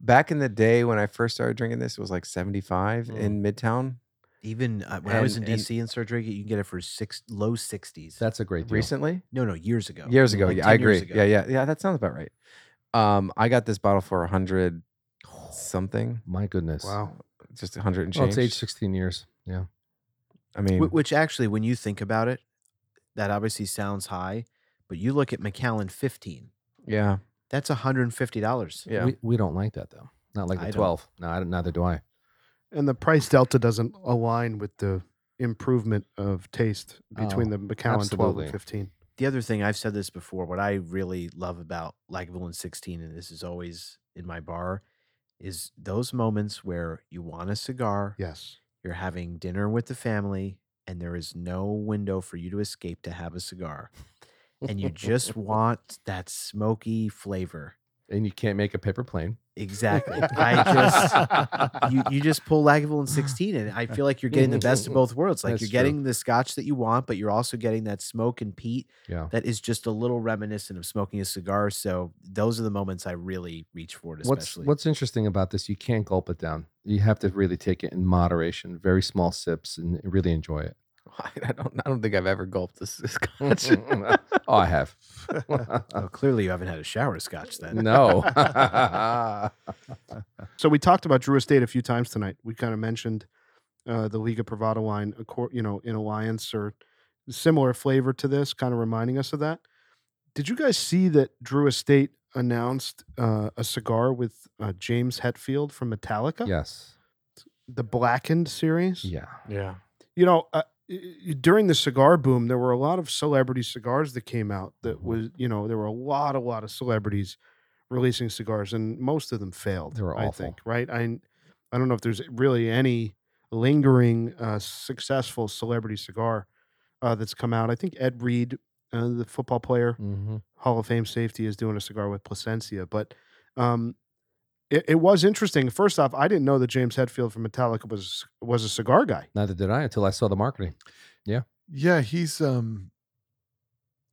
Speaker 4: back in the day when I first started drinking this, it was like seventy-five
Speaker 2: Mm.
Speaker 4: in Midtown.
Speaker 5: Even uh, when I was in
Speaker 4: And- and-
Speaker 5: DC and started drinking, it, you can get it for six low 60s.
Speaker 2: That's a great deal.
Speaker 4: Recently,
Speaker 5: no, no, years ago.
Speaker 4: years ago.
Speaker 5: Oh, Like
Speaker 4: yeah,
Speaker 5: 10
Speaker 4: I
Speaker 5: years
Speaker 4: agree.
Speaker 5: ago.
Speaker 4: Yeah, yeah, yeah. That sounds about right. Um, I got this bottle for a hundred something,
Speaker 2: My goodness.
Speaker 1: Wow.
Speaker 4: just a hundred and
Speaker 2: Well,
Speaker 4: change.
Speaker 2: it's age sixteen years. Yeah.
Speaker 4: I mean,
Speaker 5: Wh- Which actually, when you think about it, that obviously sounds high, but you look at McAllen 15.
Speaker 4: Yeah.
Speaker 5: That's $150.
Speaker 4: Yeah.
Speaker 2: We, we don't like that though. Not like
Speaker 5: I
Speaker 2: the
Speaker 5: don't.
Speaker 2: 12. No, I don't, neither do I.
Speaker 1: And the price delta doesn't align with the improvement of taste between
Speaker 2: Oh,
Speaker 1: the McAllen 12
Speaker 2: absolutely.
Speaker 1: and 15.
Speaker 5: The other thing I've said this before, what I really love about Lagavulin 16, and this is always in my bar, is those moments where you want a cigar,
Speaker 1: Yes.
Speaker 5: you're having dinner with the family, and there is no window for you to escape to have a cigar. And you just want that smoky flavor.
Speaker 2: And you can't make a paper plane.
Speaker 5: Exactly. I just you, you just pull Lagavulin 16 and I feel like you're getting the best of both worlds. Like
Speaker 2: Mm-hmm. That's
Speaker 5: you're
Speaker 2: true.
Speaker 5: getting the scotch that you want, but you're also getting that smoke and peat
Speaker 2: Yeah.
Speaker 5: that is just a little reminiscent of smoking a cigar. So those are the moments I really reach for, it, especially.
Speaker 2: What's what's interesting about this, you can't gulp it down. You have to really take it in moderation, very small sips, and really enjoy it.
Speaker 4: I don't. I don't think I've ever gulped this scotch.
Speaker 2: oh, I have.
Speaker 5: oh, clearly you haven't had a shower of scotch then.
Speaker 2: no.
Speaker 1: So we talked about Drew Estate a few times tonight. We kind of mentioned uh, the Liga Privada wine, accord, you know, in alliance or similar flavor to this, kind of reminding us of that. Did you guys see that Drew Estate announced uh, a cigar with uh, James Hetfield from Metallica,
Speaker 2: yes.
Speaker 1: the Blackened series?
Speaker 2: Yeah.
Speaker 4: yeah.
Speaker 1: you know, uh, y- y- during the cigar boom, there were a lot of celebrity cigars that came out.
Speaker 2: Mm-hmm.
Speaker 1: That was, you know, there were a lot, a lot of celebrities releasing cigars, and most of them failed.
Speaker 2: They were
Speaker 1: I
Speaker 2: awful.
Speaker 1: think, right? I, I don't know if there's really any lingering uh, successful celebrity cigar uh, that's come out. I think Ed Reed, uh, the football player,
Speaker 2: Mm-hmm.
Speaker 1: Hall of Fame safety is doing a cigar with Placencia, but um, it, it was interesting. First off, I didn't know that James Hetfield from Metallica was was a cigar guy.
Speaker 2: Neither did I until I saw the marketing.
Speaker 6: Yeah, he's um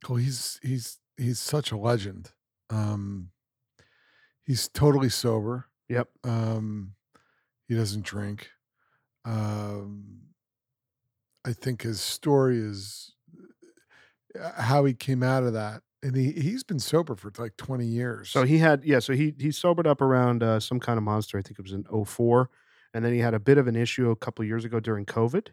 Speaker 6: oh he's he's he's such a legend. Um he's totally sober.
Speaker 1: Yep.
Speaker 6: Um he doesn't drink. Um I think his story is uh, how he came out of that. And he, he's been sober for like 20 years.
Speaker 1: So he had yeah, so he he sobered up around uh, some kind of monster. I think it was in 04. and then he had a bit of an issue a couple years ago during COVID.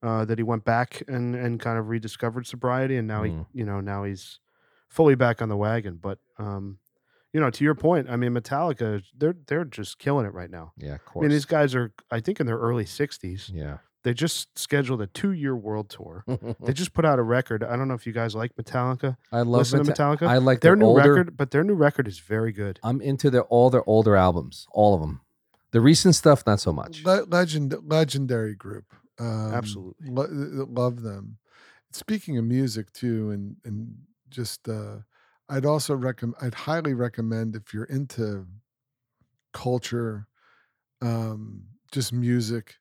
Speaker 1: Uh, that he went back and and kind of rediscovered sobriety, and now
Speaker 2: Mm.
Speaker 1: he you know now he's fully back on the wagon. But um, you know, to your point, I mean, Metallica they're they're just killing it right now.
Speaker 2: Yeah, of
Speaker 1: I
Speaker 2: course.
Speaker 1: mean, these guys are I think in their early sixties.
Speaker 2: yeah.
Speaker 1: They just scheduled a two year world tour. They just put out a record. I don't know if you guys like Metallica.
Speaker 2: I love
Speaker 1: Listen to
Speaker 2: Meta-
Speaker 1: Metallica.
Speaker 2: I like
Speaker 1: their
Speaker 2: their,
Speaker 1: new
Speaker 2: older,
Speaker 1: record, but their new record is very good.
Speaker 2: I'm into their all their older albums, all of them. The recent stuff, not so much.
Speaker 6: Le- legend, legendary group. Um,
Speaker 1: Absolutely.
Speaker 6: lo- love them. Speaking of music too, and and just, uh, I'd also recommend. I'd highly recommend if you're into culture, um, just music.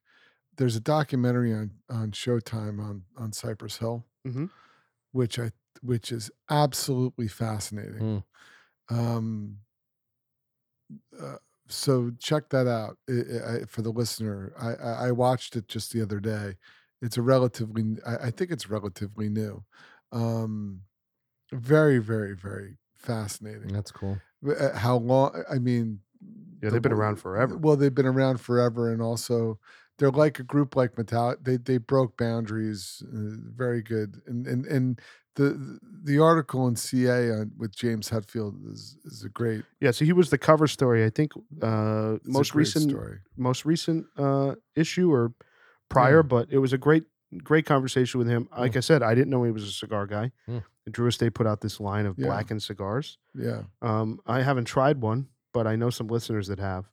Speaker 6: There's a documentary on on Showtime on on Cypress Hill,
Speaker 1: Mhm.
Speaker 6: which I which is absolutely fascinating. Um, uh, so check that out I, I, for the listener. I, I, I watched it just the other day. It's a relatively, n- I, I think it's relatively new. Um, very, very, very fascinating.
Speaker 2: That's cool.
Speaker 6: W- uh, How long? I mean,
Speaker 1: Yeah,
Speaker 6: the
Speaker 1: they've been
Speaker 6: w-
Speaker 1: around forever.
Speaker 6: Well, they've been around forever, and also they're like a group like Metallic. They they broke boundaries. Uh, very good, and and and the the article in CA on, with James Hetfield is is a great,
Speaker 1: Yeah, so he was the cover story. I think uh,
Speaker 6: it's a
Speaker 1: most
Speaker 6: great
Speaker 1: recent,
Speaker 6: story.
Speaker 1: most recent uh, issue or prior, but it was a great, great conversation with him. Like I said, I didn't know he was a cigar guy.
Speaker 2: Mm.
Speaker 1: And Drew Estate put out this line of
Speaker 6: Yeah.
Speaker 1: blackened cigars.
Speaker 6: Yeah.
Speaker 1: Um, I haven't tried one, but I know some listeners that have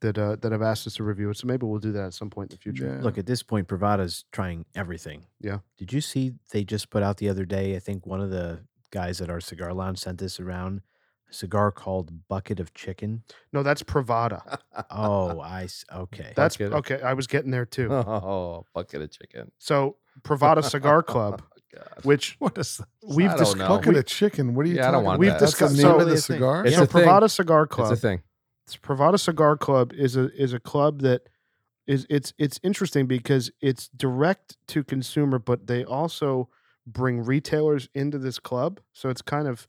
Speaker 1: that uh, that have asked us to review it. So maybe we'll do that at some point in the future.
Speaker 5: Look, at this point, Pravada's trying everything.
Speaker 1: Yeah.
Speaker 5: Did you see they just put out the other day? I think one of the guys at our cigar lounge sent this around a cigar called Bucket of Chicken.
Speaker 1: No, that's Pravada.
Speaker 2: Uh,
Speaker 5: Oh, I s- okay.
Speaker 1: That's
Speaker 2: Bucket.
Speaker 1: okay. I was getting there too.
Speaker 2: Oh, bucket of chicken.
Speaker 1: So Pravada Cigar Club,
Speaker 2: God.
Speaker 1: which
Speaker 8: What is that?
Speaker 1: we've
Speaker 2: I don't
Speaker 1: discussed.
Speaker 2: know.
Speaker 6: bucket of chicken. What are you
Speaker 2: Yeah, I
Speaker 6: talking
Speaker 2: don't
Speaker 6: about?
Speaker 2: want
Speaker 1: We've
Speaker 2: that.
Speaker 1: That's
Speaker 6: discussed
Speaker 1: the
Speaker 6: the name
Speaker 1: name
Speaker 6: of
Speaker 1: of
Speaker 6: the
Speaker 5: this thing.
Speaker 6: cigar.
Speaker 2: It's
Speaker 1: so
Speaker 2: a thing.
Speaker 1: Pravada Cigar Club.
Speaker 2: It's a thing.
Speaker 1: s- Pravada Cigar Club is a is a club that is it's it's interesting because it's direct to consumer, but they also bring retailers into this club. So it's kind of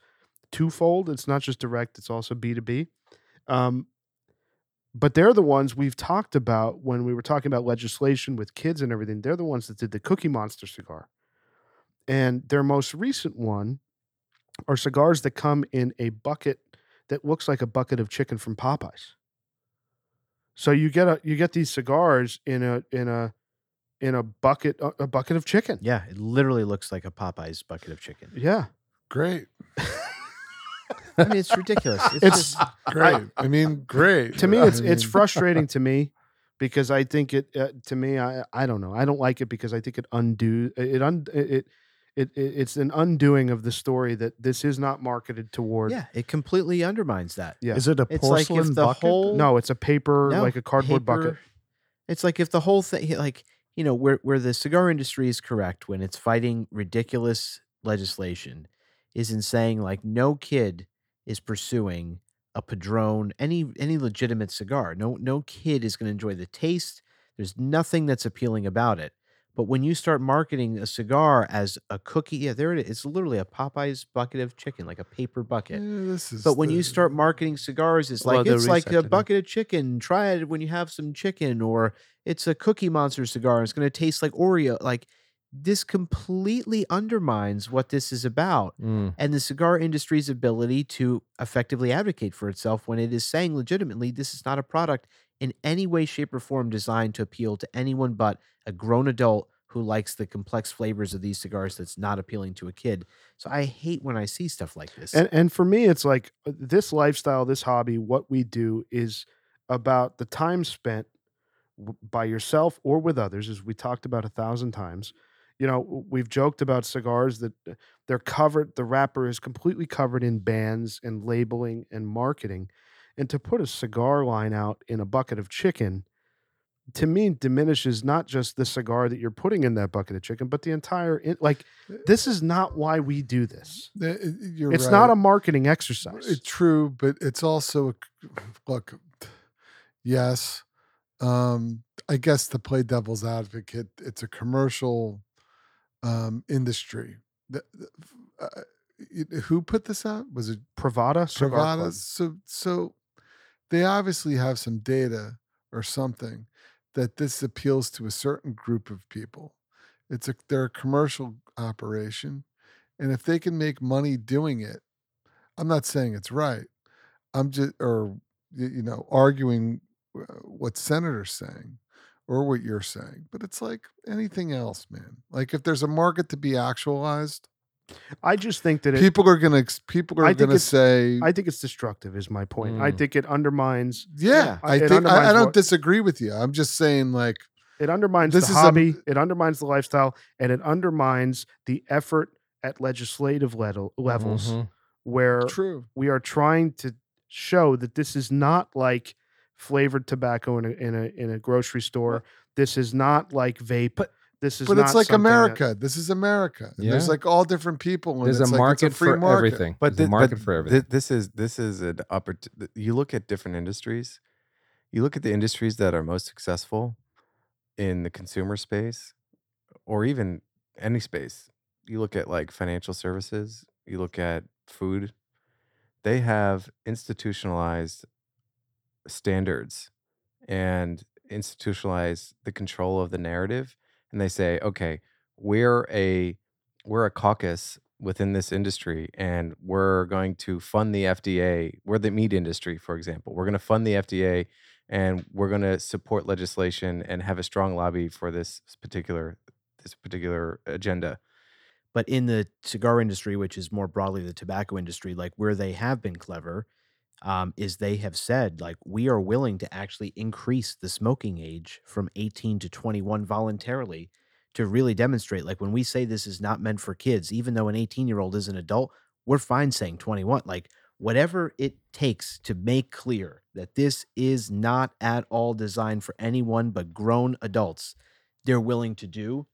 Speaker 1: twofold. It's not just direct; it's also B two B. Um, but they're the ones we've talked about when we were talking about legislation with kids and everything. They're the ones that did the Cookie Monster cigar, And their most recent one are cigars that come in a bucket that looks like a bucket of chicken from Popeyes. So you get a you get these cigars in a in a in a bucket a a bucket of chicken.
Speaker 5: Yeah, it literally looks like a Popeye's bucket of chicken.
Speaker 1: Yeah.
Speaker 6: Great.
Speaker 5: I mean, it's ridiculous. It's,
Speaker 1: It's-
Speaker 5: just,
Speaker 6: Great. I mean, great.
Speaker 1: to me
Speaker 6: I
Speaker 1: it's it's
Speaker 6: mean,
Speaker 1: frustrating to me because i think it uh, to me i i don't know i don't like it because i think it undo it un it it, it, it's an undoing of the story that this is not marketed toward.
Speaker 5: yeah, it completely undermines that.
Speaker 1: Yeah.
Speaker 8: Is it a
Speaker 5: It's like if
Speaker 8: porcelain
Speaker 5: the
Speaker 8: bucket?
Speaker 5: whole-
Speaker 1: No, it's a paper,
Speaker 5: No,
Speaker 1: like a cardboard bucket.
Speaker 5: paper- It's like if the whole thing, like you know, where where the cigar industry is correct when it's fighting ridiculous legislation, is in saying like no kid is pursuing a padrone any any legitimate cigar. No no kid is going to enjoy the taste. There's nothing that's appealing about it. But when you start marketing a cigar as a cookie, yeah, there it is. It's literally a Popeye's bucket of chicken, like a paper
Speaker 6: yeah,
Speaker 5: bucket.
Speaker 6: this is
Speaker 5: But when you
Speaker 6: the-
Speaker 5: start marketing cigars, it's
Speaker 3: Well,
Speaker 5: like
Speaker 3: they're
Speaker 5: it's like a
Speaker 3: recycling.
Speaker 5: bucket of chicken. Try it when you have some chicken, or it's a Cookie Monster cigar. It's going to taste like Oreo. Like this completely undermines what this is about
Speaker 2: Mm.
Speaker 5: and the cigar industry's ability to effectively advocate for itself when it is saying legitimately this is not a product in any way, shape, or form designed to appeal to anyone but a grown adult who likes the complex flavors of these cigars that's not appealing to a kid. So I hate when I see stuff like this.
Speaker 1: And and for me, it's like uh, this lifestyle, this hobby, what we do is about the time spent w- by yourself or with others, as we talked about a thousand times. You know, w- we've joked about cigars that uh, they're covered. The wrapper is completely covered in bands and labeling and marketing, and to put a cigar line out in a bucket of chicken. To me, diminishes not just the cigar that you're putting in that bucket of chicken, but the entire in- like. This is not why we do this
Speaker 6: Th- You're
Speaker 1: it's
Speaker 6: right.
Speaker 1: not a marketing exercise.
Speaker 6: It's true, but it's also a look. Yes, um, I guess to play devil's advocate, it's a commercial um, industry. The- the- uh, it- who put this out? Was it
Speaker 1: Pravada, cigar
Speaker 6: Pravada?
Speaker 1: club.
Speaker 6: So, so they obviously have some data or something that this appeals to a certain group of people. It's a they're a commercial operation, and if they can make money doing it, I'm not saying it's right. I'm just or y- you know arguing uh, what senator's saying or what you're saying, but it's like anything else, man. Like if there's a market to be actualized,
Speaker 1: I just think that it,
Speaker 6: people are gonna ex- people
Speaker 1: I
Speaker 6: are
Speaker 1: think
Speaker 6: gonna
Speaker 1: it's-
Speaker 6: say,
Speaker 1: I think it's destructive. Is my point. I
Speaker 2: Mm.
Speaker 1: think it undermines
Speaker 6: yeah.
Speaker 1: I-
Speaker 6: I
Speaker 1: it
Speaker 6: think I, I
Speaker 1: undermines
Speaker 6: don't
Speaker 1: what-
Speaker 6: disagree with you. I'm just saying like
Speaker 1: it undermines
Speaker 6: This
Speaker 1: the
Speaker 6: is a-
Speaker 1: hobby, it undermines the lifestyle, and it undermines the effort at legislative level, levels
Speaker 2: Mhm.
Speaker 1: where
Speaker 6: true.
Speaker 1: we are trying to show that this is not like flavored tobacco in a in a in a grocery store. This is not like vape.
Speaker 2: But-
Speaker 1: this is
Speaker 6: But
Speaker 1: not
Speaker 6: it's like
Speaker 1: something that-
Speaker 6: America. this is America. And There's
Speaker 2: Yeah.
Speaker 6: like all different people. And
Speaker 2: There's
Speaker 6: it's
Speaker 2: a
Speaker 6: like, it's
Speaker 2: market
Speaker 6: free
Speaker 2: for
Speaker 6: market.
Speaker 2: everything.
Speaker 4: But thi-
Speaker 2: There's a market
Speaker 4: but
Speaker 2: for
Speaker 4: thi-
Speaker 2: everything.
Speaker 4: this is this is an opportunity. You look at different industries. You look at the industries that are most successful in the consumer space, or even any space. You look at like financial services. You look at food. They have institutionalized standards and institutionalize the control of the narrative. And they say, okay, we're a we're a caucus within this industry and we're going to fund the FDA. We're the meat industry, for example. We're going to fund the FDA and we're going to support legislation and have a strong lobby for this s- particular this particular agenda.
Speaker 5: but in the cigar industry, which is more broadly the tobacco industry, like where they have been clever, um, is they have said like we are willing to actually increase the smoking age from 18 to 21 voluntarily to really demonstrate like when we say this is not meant for kids, even though an 18 year old is an adult, we're fine saying 21. Like whatever it takes to make clear that this is not at all designed for anyone but grown adults, they're willing to do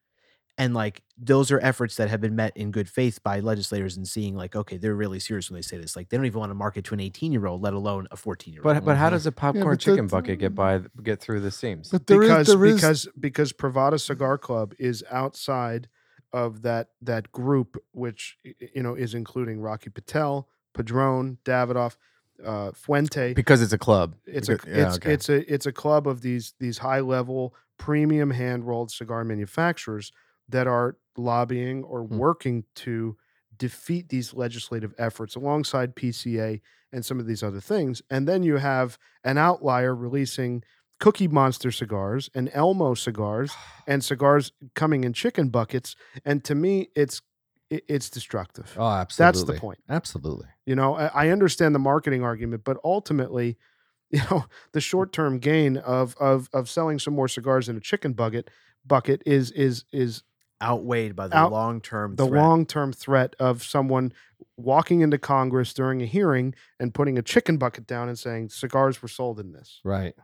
Speaker 5: and like those are efforts that have been met in good faith by legislators and seeing like okay they're really serious when they say this like they don't even want to market to an 18 year old let alone a 14 year old
Speaker 4: But but how
Speaker 2: Mhm.
Speaker 4: does a popcorn
Speaker 6: Mm-hmm. but
Speaker 4: chicken
Speaker 6: that's-
Speaker 4: bucket get by th- get through the seams?
Speaker 6: But there is
Speaker 1: because
Speaker 6: there is
Speaker 1: because because Pravada Cigar Club is outside of that that group, which y- y- you know is including Rocky Patel, Padron, Davidoff, uh, Fuente.
Speaker 4: because it's a club.
Speaker 1: It's a
Speaker 4: Because- yeah,
Speaker 1: it's
Speaker 4: okay.
Speaker 1: it's a it's a club of these these high level premium hand rolled cigar manufacturers that are lobbying or
Speaker 2: Hmm.
Speaker 1: working to defeat these legislative efforts alongside PCA and some of these other things. And then you have an outlier releasing Cookie Monster cigars and Elmo cigars and cigars coming in chicken buckets. And to me, it's it- it's destructive.
Speaker 2: Oh, absolutely.
Speaker 1: That's the point.
Speaker 2: Absolutely.
Speaker 1: You know, I, I understand the marketing argument, but ultimately, you know, the short term gain of of of selling some more cigars in a chicken bucket bucket is is is
Speaker 5: outweighed by the
Speaker 1: Out-
Speaker 5: long term.
Speaker 1: the long term threat of someone walking into Congress during a hearing and putting a chicken bucket down and saying cigars were sold in this.
Speaker 2: Right.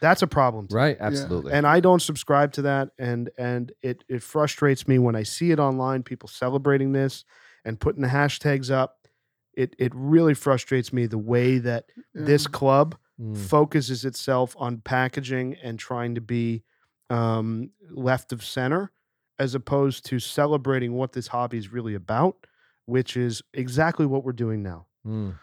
Speaker 1: That's a problem. to me.
Speaker 2: Right. Absolutely.
Speaker 1: And I don't subscribe to that. And and it it frustrates me when I see it online, people celebrating this and putting the hashtags up. It it really frustrates me the way that this club
Speaker 2: Mm.
Speaker 1: focuses itself on packaging and trying to be um, left of center as opposed to celebrating what this hobby is really about which is exactly what we're doing now
Speaker 2: Mm.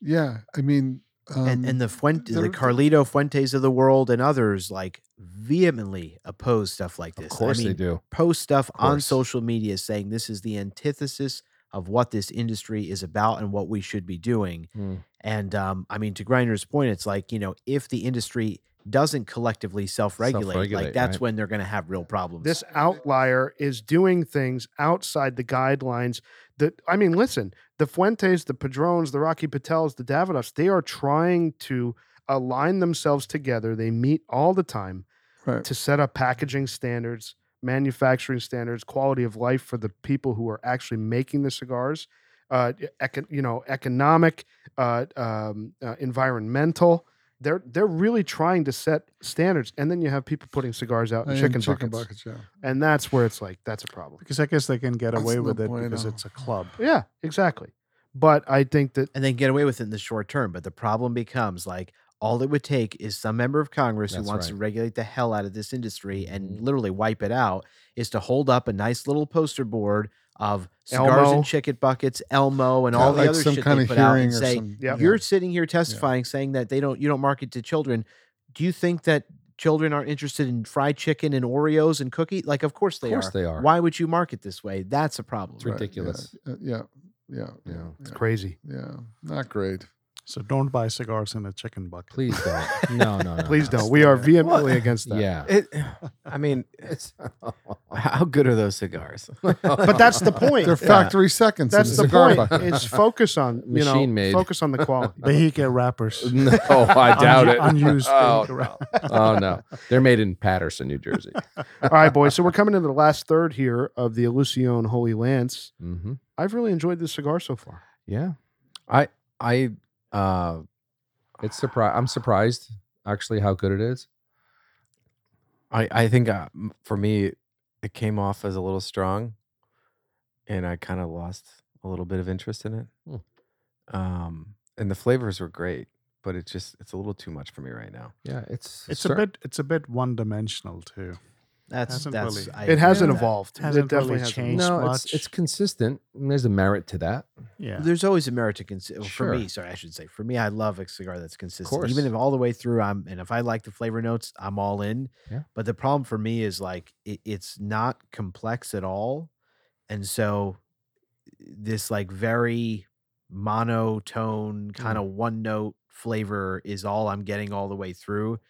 Speaker 6: yeah, I mean, um,
Speaker 5: and, and the Fuente, the
Speaker 6: they're-
Speaker 5: Carlito Fuentes of the world, and others like vehemently oppose stuff like this.
Speaker 2: Of course
Speaker 5: I
Speaker 2: they
Speaker 5: mean,
Speaker 2: do.
Speaker 5: post stuff on
Speaker 2: course.
Speaker 5: social media saying this is the antithesis of what this industry is about and what we should be doing.
Speaker 2: Mm.
Speaker 5: And um, I mean, to Grinder's point, it's like you know, if the industry doesn't collectively self-regulate,
Speaker 2: Self-regulate,
Speaker 5: like that's
Speaker 2: right.
Speaker 5: when they're going to have real problems.
Speaker 1: this outlier is doing things outside the guidelines that i mean listen the fuentes the padrones the rocky patels the davidoffs they are trying to align themselves together they meet all the time
Speaker 6: Right.
Speaker 1: to set up packaging standards manufacturing standards quality of life for the people who are actually making the cigars uh, eco- you know economic uh, um, uh, environmental they're they're really trying to set standards and then you have people putting cigars out in
Speaker 6: I am
Speaker 1: chicken,
Speaker 6: chicken
Speaker 1: buckets
Speaker 6: buckets, yeah.
Speaker 1: and that's where it's like that's a problem.
Speaker 8: Because I guess they can get
Speaker 6: That's
Speaker 8: away
Speaker 6: no
Speaker 8: with it because
Speaker 6: bueno.
Speaker 8: it's a club.
Speaker 1: Yeah, exactly. But I think that
Speaker 5: and they can get away with it in the short term. But the problem becomes like all it would take is some member of Congress
Speaker 2: That's
Speaker 5: who wants to
Speaker 2: right.
Speaker 5: regulate the hell out of this industry and
Speaker 2: Mhm.
Speaker 5: literally wipe it out is to hold up a nice little poster board of cigars
Speaker 1: Elmo.
Speaker 5: and chicken buckets, Elmo, and all the
Speaker 6: like
Speaker 5: other
Speaker 6: some
Speaker 5: shit
Speaker 6: kind
Speaker 5: they
Speaker 6: of
Speaker 5: put out
Speaker 6: hearing
Speaker 5: and
Speaker 6: or
Speaker 5: say
Speaker 6: some.
Speaker 1: Yep.
Speaker 5: you're sitting here testifying saying that they don't you don't market to children. Do you think that children aren't interested in fried chicken and Oreos and cookie? Like, of course they
Speaker 2: Of course
Speaker 5: are.
Speaker 2: they are.
Speaker 5: Why would you market this way? That's a problem.
Speaker 2: It's ridiculous.
Speaker 6: Yeah, yeah, yeah, yeah,
Speaker 2: Yeah.
Speaker 1: it's
Speaker 6: yeah,
Speaker 1: crazy.
Speaker 6: yeah. Not great.
Speaker 8: So don't buy cigars in a chicken bucket.
Speaker 2: Please don't. No, no, no.
Speaker 1: Please
Speaker 2: no.
Speaker 1: don't. We are vehemently against that.
Speaker 2: Yeah.
Speaker 4: It, I mean,
Speaker 2: It's
Speaker 4: how good are those cigars?
Speaker 1: But that's the point.
Speaker 6: They're factory seconds. in
Speaker 1: That's the
Speaker 6: cigar
Speaker 1: point.
Speaker 6: bucket.
Speaker 1: It's focus on you know
Speaker 2: Machine made.
Speaker 1: focus on the quality.
Speaker 8: Behike wrappers.
Speaker 2: no, I doubt it.
Speaker 8: Unused.
Speaker 2: Oh,
Speaker 8: Behike wrap-
Speaker 2: oh no, they're made in Patterson, New Jersey.
Speaker 1: All right, boys. So we're coming into the last third here of the Illusion Holy Lance.
Speaker 2: Mm-hmm.
Speaker 1: I've really enjoyed this cigar so far.
Speaker 2: Yeah,
Speaker 4: I uh,
Speaker 2: it's surprise. I'm surprised actually how good it is.
Speaker 4: I I think uh, m- for me, it came off as a little strong, and I kind of lost a little bit of interest in it.
Speaker 2: Hmm.
Speaker 4: Um, and the flavors were great, but it's just it's a little too much for me right now.
Speaker 2: Yeah, it's
Speaker 8: It's
Speaker 2: cer-
Speaker 8: a bit. It's a bit one-dimensional too.
Speaker 5: That's
Speaker 8: Hasn't
Speaker 5: that's
Speaker 8: really-
Speaker 5: I
Speaker 1: It
Speaker 5: agree
Speaker 1: hasn't
Speaker 8: Yeah.
Speaker 5: with that.
Speaker 1: evolved.
Speaker 8: Hasn't
Speaker 1: it definitely
Speaker 8: really
Speaker 1: hasn't
Speaker 8: changed.
Speaker 1: evolved.
Speaker 2: No,
Speaker 8: much.
Speaker 2: it's it's consistent. and There's a merit to that.
Speaker 8: Yeah.
Speaker 5: There's always a merit to consider.
Speaker 2: Sure.
Speaker 5: For me, sorry, I should say. For me, I love a cigar that's consistent.
Speaker 2: course.
Speaker 5: Even if all the way through, I'm and if I like the flavor notes, I'm all in.
Speaker 2: Yeah.
Speaker 5: But the problem for me is like it, it's not complex at all, and so this like very monotone kind
Speaker 2: Mm.
Speaker 5: of one note flavor is all I'm getting all the way through.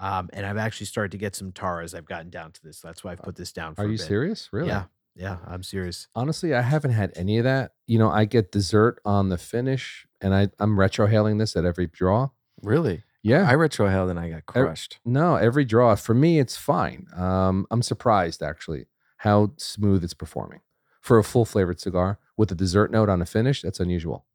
Speaker 5: Um, and I've actually started to get some tar as I've gotten down to this. That's why I've put this down. For
Speaker 2: Uh, Are
Speaker 5: a
Speaker 2: you
Speaker 5: bit.
Speaker 2: serious? Really?
Speaker 5: Yeah, yeah, I'm serious.
Speaker 2: Honestly, I haven't had any of that. You know, I get dessert on the finish, and I I'm retrohaling this at every draw.
Speaker 4: Really,
Speaker 2: Yeah,
Speaker 4: I retrohaled and I got crushed.
Speaker 2: No, every draw for me, it's fine. Um, I'm surprised actually how smooth it's performing for a full flavored cigar with a dessert note on a finish. That's unusual.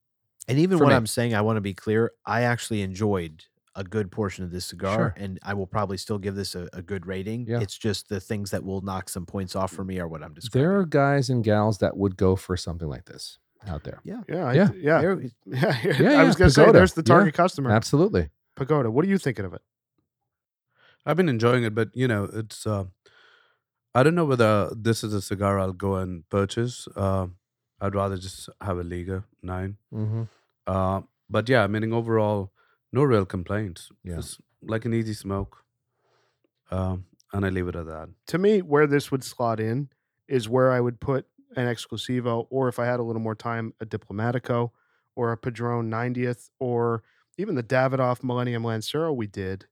Speaker 5: And even
Speaker 2: for
Speaker 5: what
Speaker 2: me.
Speaker 5: I'm saying, I want to be clear. I actually enjoyed a good portion of this cigar,
Speaker 2: Sure.
Speaker 5: and I will probably still give this a, a good rating.
Speaker 2: Yeah.
Speaker 5: It's just the things that will knock some points off for me are what I'm describing.
Speaker 2: There are guys and gals that would go for something like this out there.
Speaker 1: Yeah, I, yeah,
Speaker 2: Yeah.
Speaker 1: yeah.
Speaker 5: There-
Speaker 1: yeah,
Speaker 2: Yeah,
Speaker 1: I was
Speaker 2: yeah,
Speaker 1: gonna say,
Speaker 2: Pagoda.
Speaker 1: there's the
Speaker 2: Yeah.
Speaker 1: target customer.
Speaker 2: Absolutely.
Speaker 1: Pagoda. What are you thinking of it?
Speaker 3: I've been enjoying it, but you know, it's. Uh, I don't know whether this is a cigar I'll go and purchase. Uh, I'd rather just have a Liga nine.
Speaker 2: Mm-hmm.
Speaker 3: Uh, but yeah, I mean, overall, no real complaints.
Speaker 2: Yeah.
Speaker 3: It's like an easy smoke. Um, and I leave it at that.
Speaker 1: to me, where this would slot in is where I would put an Exclusivo, or if I had a little more time, a Diplomatico, or a Padron 90th, or even the Davidoff Millennium Lancero we did.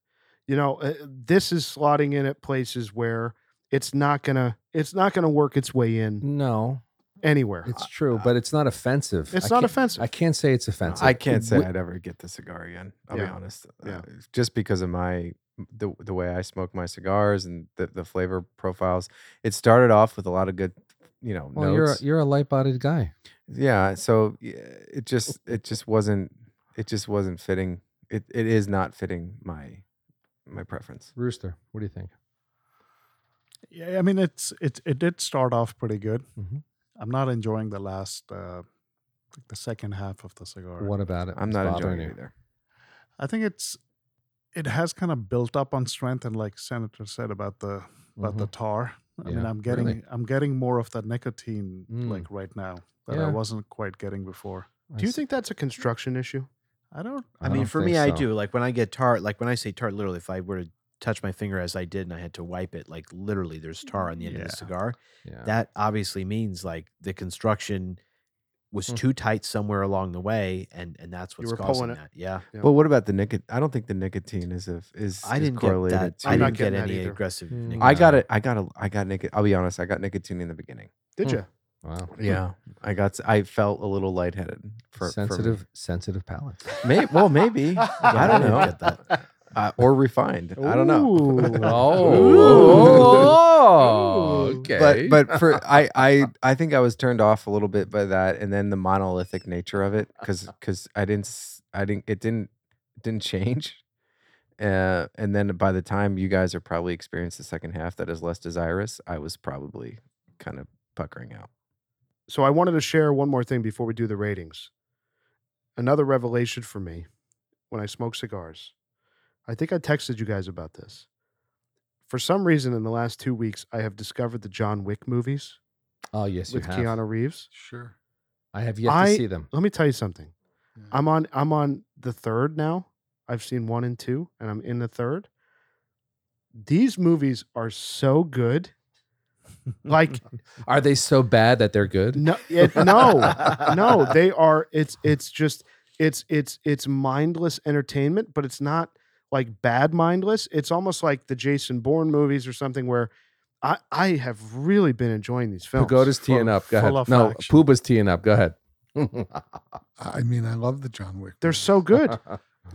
Speaker 1: You know, uh, this is slotting in at places where it's not gonna it's not gonna work its way in
Speaker 2: No,
Speaker 1: anywhere.
Speaker 2: it's true, but it's not offensive.
Speaker 1: It's not
Speaker 2: I can't-
Speaker 1: offensive.
Speaker 2: I can't say it's offensive.
Speaker 4: I can't say
Speaker 2: Wi-
Speaker 4: I'd ever get the cigar again. I'll be
Speaker 1: Yeah.
Speaker 4: honest. Uh,
Speaker 1: Yeah.
Speaker 4: just because of my the the way I smoke my cigars and the, the flavor profiles. It started off with a lot of good, you know,
Speaker 2: Well, you're a,
Speaker 4: notes.
Speaker 2: you're a light-bodied guy.
Speaker 4: yeah. So yeah, it just it just wasn't it just wasn't fitting. It it is not fitting my my preference.
Speaker 2: Rooster, what do you think?
Speaker 8: Yeah, I mean it's it it did start off pretty good.
Speaker 1: Mm-hmm.
Speaker 2: Mhm.
Speaker 8: I'm not enjoying the last uh like the second half of the cigar.
Speaker 2: What about it?
Speaker 4: I'm
Speaker 2: It's
Speaker 4: not
Speaker 2: bothering
Speaker 4: enjoying it
Speaker 2: you.
Speaker 4: either.
Speaker 8: I think it's it has kind of built up on strength and like Senator said about the about the
Speaker 2: Mhm.
Speaker 8: tar. I mean
Speaker 2: Yeah,
Speaker 8: I'm getting
Speaker 2: really.
Speaker 8: I'm getting more of that nicotine
Speaker 2: Mm.
Speaker 8: like right now that
Speaker 2: Yeah.
Speaker 8: I wasn't quite getting before.
Speaker 1: Do you
Speaker 2: s-
Speaker 1: think that's a construction issue?
Speaker 8: I don't
Speaker 2: I
Speaker 5: I mean,
Speaker 2: don't
Speaker 5: for
Speaker 2: think
Speaker 5: me, I
Speaker 2: so.
Speaker 5: do. Like when I get tar, like when I say tar, literally, if I were to touch my finger as I did and I had to wipe it, like literally, there's tar on the end of
Speaker 8: Yeah.
Speaker 5: the cigar.
Speaker 2: Yeah.
Speaker 5: That obviously means like the construction was
Speaker 2: Hmm.
Speaker 5: too tight somewhere along the way, and and that's
Speaker 1: You
Speaker 5: what's
Speaker 1: were pulling
Speaker 5: causing
Speaker 1: it.
Speaker 5: that. Yeah,
Speaker 1: Yeah.
Speaker 4: Well, what about the nicotine? I don't think the nicotine is of is,
Speaker 5: I
Speaker 4: is
Speaker 5: didn't get
Speaker 4: correlated
Speaker 5: that.
Speaker 4: to.
Speaker 5: I
Speaker 1: not
Speaker 5: didn't get
Speaker 1: getting that
Speaker 5: any
Speaker 1: either.
Speaker 5: aggressive.
Speaker 2: Hmm.
Speaker 5: nicotine.
Speaker 4: I
Speaker 2: No.
Speaker 4: got it. I got a. I got nicotine. I'll be honest. I got nicotine in the beginning.
Speaker 1: Did
Speaker 2: Hmm.
Speaker 1: you?
Speaker 2: Wow.
Speaker 4: Yeah, I got. s- I felt a little lightheaded. For,
Speaker 2: sensitive, sensitive palate.
Speaker 4: May, well, maybe. I don't
Speaker 5: didn't
Speaker 4: know.
Speaker 5: get that.
Speaker 4: Uh, or refined. I don't know.
Speaker 2: Oh, okay.
Speaker 4: but but for I I I think I was turned off a little bit by that, and then the monolithic nature of it, because I didn't s- I didn't it didn't didn't change. Uh, and then by the time you guys are probably experienced the second half that is less desirous, I was probably kind of puckering out.
Speaker 1: so I wanted to share one more thing before we do the ratings. Another revelation for me when I smoke cigars. I think I texted you guys about this. For some reason, in the last two weeks, I have discovered the John Wick movies
Speaker 2: oh yes, you
Speaker 1: with
Speaker 2: have.
Speaker 1: Keanu Reeves.
Speaker 6: Sure.
Speaker 2: I have yet
Speaker 1: I-
Speaker 2: to see them.
Speaker 1: Let me tell you something.
Speaker 2: Mm.
Speaker 6: Yeah.
Speaker 1: I'm on I'm on the third now. I've seen one and two, and I'm in the third. These movies are so good. Like
Speaker 2: Are they so bad that they're good?
Speaker 1: No, it, no, no. They are. It's it's just it's it's it's mindless entertainment, but it's not like bad mindless. It's almost like the Jason Bourne movies or something where I I have really been enjoying these films.
Speaker 2: Pagoda's teeing
Speaker 8: Full-
Speaker 2: up. Go
Speaker 8: full
Speaker 2: ahead.
Speaker 8: of
Speaker 2: No,
Speaker 8: action.
Speaker 2: Pooba's teeing up. Go ahead.
Speaker 6: I mean, I love the John Wick.
Speaker 1: They're
Speaker 6: movies.
Speaker 1: so
Speaker 2: Uh-huh.
Speaker 1: good.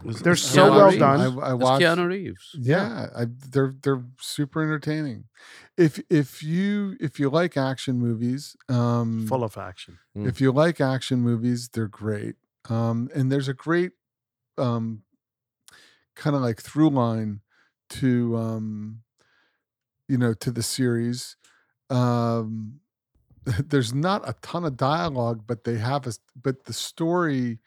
Speaker 3: Is-
Speaker 1: They're
Speaker 3: is
Speaker 1: so
Speaker 3: Keanu
Speaker 1: well
Speaker 3: Reeves-
Speaker 1: done.
Speaker 6: I, I
Speaker 3: is
Speaker 6: watched.
Speaker 3: Keanu Reeves.
Speaker 6: Yeah, I, they're they're super entertaining. If if you if you like action movies, um,
Speaker 8: full of action.
Speaker 2: Mm.
Speaker 6: if you like action movies, they're great. Um, and there's a great um, kind of like through line to um, you know to the series. Um, there's not a ton of dialogue, but they have a s- but the story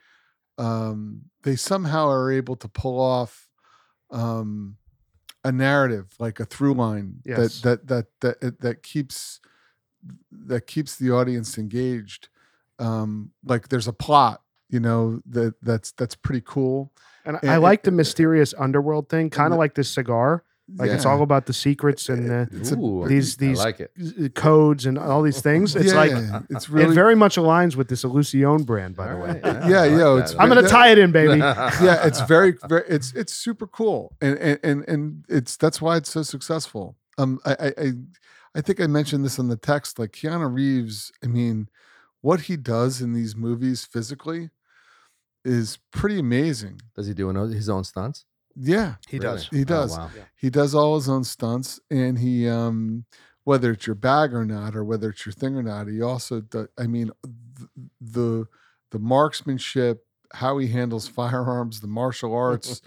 Speaker 6: um, they somehow are able to pull off um, a narrative like a through line
Speaker 1: Yes.
Speaker 6: that that that that that keeps that keeps the audience engaged um like there's a plot you know that that's that's pretty cool
Speaker 1: And I-
Speaker 6: It-
Speaker 1: I
Speaker 6: it-
Speaker 1: like the mysterious underworld thing, kind
Speaker 6: the-
Speaker 1: of like this cigar. Like it's
Speaker 6: Yeah.
Speaker 1: all about the secrets and uh, the
Speaker 6: it's a-
Speaker 2: Ooh,
Speaker 1: these-
Speaker 2: I
Speaker 1: these-
Speaker 2: like it.
Speaker 1: uh, codes and all these things. It's
Speaker 6: yeah,
Speaker 1: like
Speaker 6: it's really
Speaker 1: it very much aligns with this Illusion brand, by the
Speaker 2: All
Speaker 1: way.
Speaker 2: right.
Speaker 6: Yeah,
Speaker 2: I
Speaker 6: yeah,
Speaker 2: that.
Speaker 6: it's-
Speaker 2: I
Speaker 1: I'm
Speaker 2: like
Speaker 1: gonna
Speaker 6: that-
Speaker 1: tie it in, baby.
Speaker 2: that.
Speaker 6: yeah it's very very it's it's super cool and and and, and it's that's why it's so successful um I, I i i think i mentioned this in the text like keanu reeves i mean what he does in these movies physically is pretty amazing
Speaker 2: Does he do an- his own stunts?
Speaker 6: yeah
Speaker 1: He
Speaker 2: Really?
Speaker 1: does.
Speaker 6: He
Speaker 2: Oh,
Speaker 6: does.
Speaker 2: wow.
Speaker 6: he does all his own stunts and he um whether it's your bag or not or whether it's your thing or not he also does, i mean th- the the marksmanship how he handles firearms the martial arts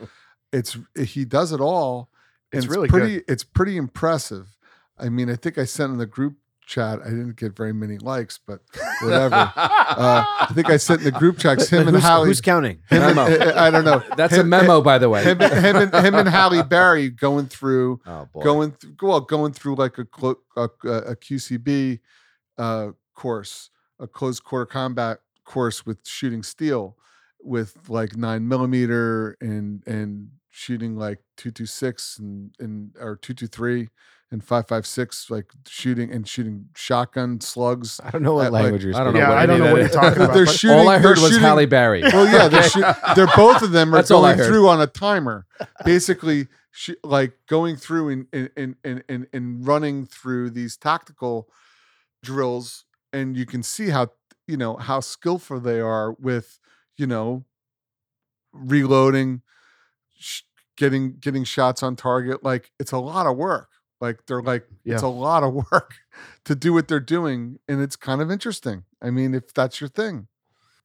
Speaker 6: it's he does it all and
Speaker 1: It's really good.
Speaker 6: pretty it's pretty impressive i mean i think i sent in the group chat i didn't get very many likes but whatever uh, i think i sent in the group chats him and
Speaker 5: who's,
Speaker 6: howie
Speaker 5: who's counting?
Speaker 6: him and,
Speaker 2: Memo.
Speaker 6: i don't know
Speaker 2: That's a
Speaker 6: Him-
Speaker 2: memo, by the way.
Speaker 6: him, him and him and Halle Berry going through
Speaker 2: oh boy.
Speaker 6: going through well going through like a clo- a, a QCB uh, course, a closed quarter combat course with shooting steel, with like nine millimeter and and shooting like 226 and, and or 223 and 556 like shooting and shooting shotgun slugs
Speaker 4: I don't know what
Speaker 6: Like- like-
Speaker 4: language you're
Speaker 2: I don't
Speaker 4: speaking.
Speaker 2: know
Speaker 1: yeah,
Speaker 2: what
Speaker 1: I
Speaker 2: any
Speaker 1: don't
Speaker 2: of
Speaker 1: know
Speaker 2: that
Speaker 1: what you're
Speaker 2: is.
Speaker 1: talking about.
Speaker 6: They're
Speaker 1: but-
Speaker 6: shooting-
Speaker 2: all I
Speaker 6: they're
Speaker 2: heard was
Speaker 6: shooting-
Speaker 2: Halle Berry.
Speaker 6: Well, yeah, they're, shoot, they're both of them are
Speaker 2: That's all I
Speaker 6: going
Speaker 2: heard.
Speaker 6: through on a timer, basically, sh- like going through and and, and and and and running through these tactical drills, and you can see how you know how skillful they are with you know reloading, sh- getting getting shots on target. Like it's a lot of work. Like they're like it's a lot of work to do what they're doing, and it's kind of interesting. I mean, if that's your thing.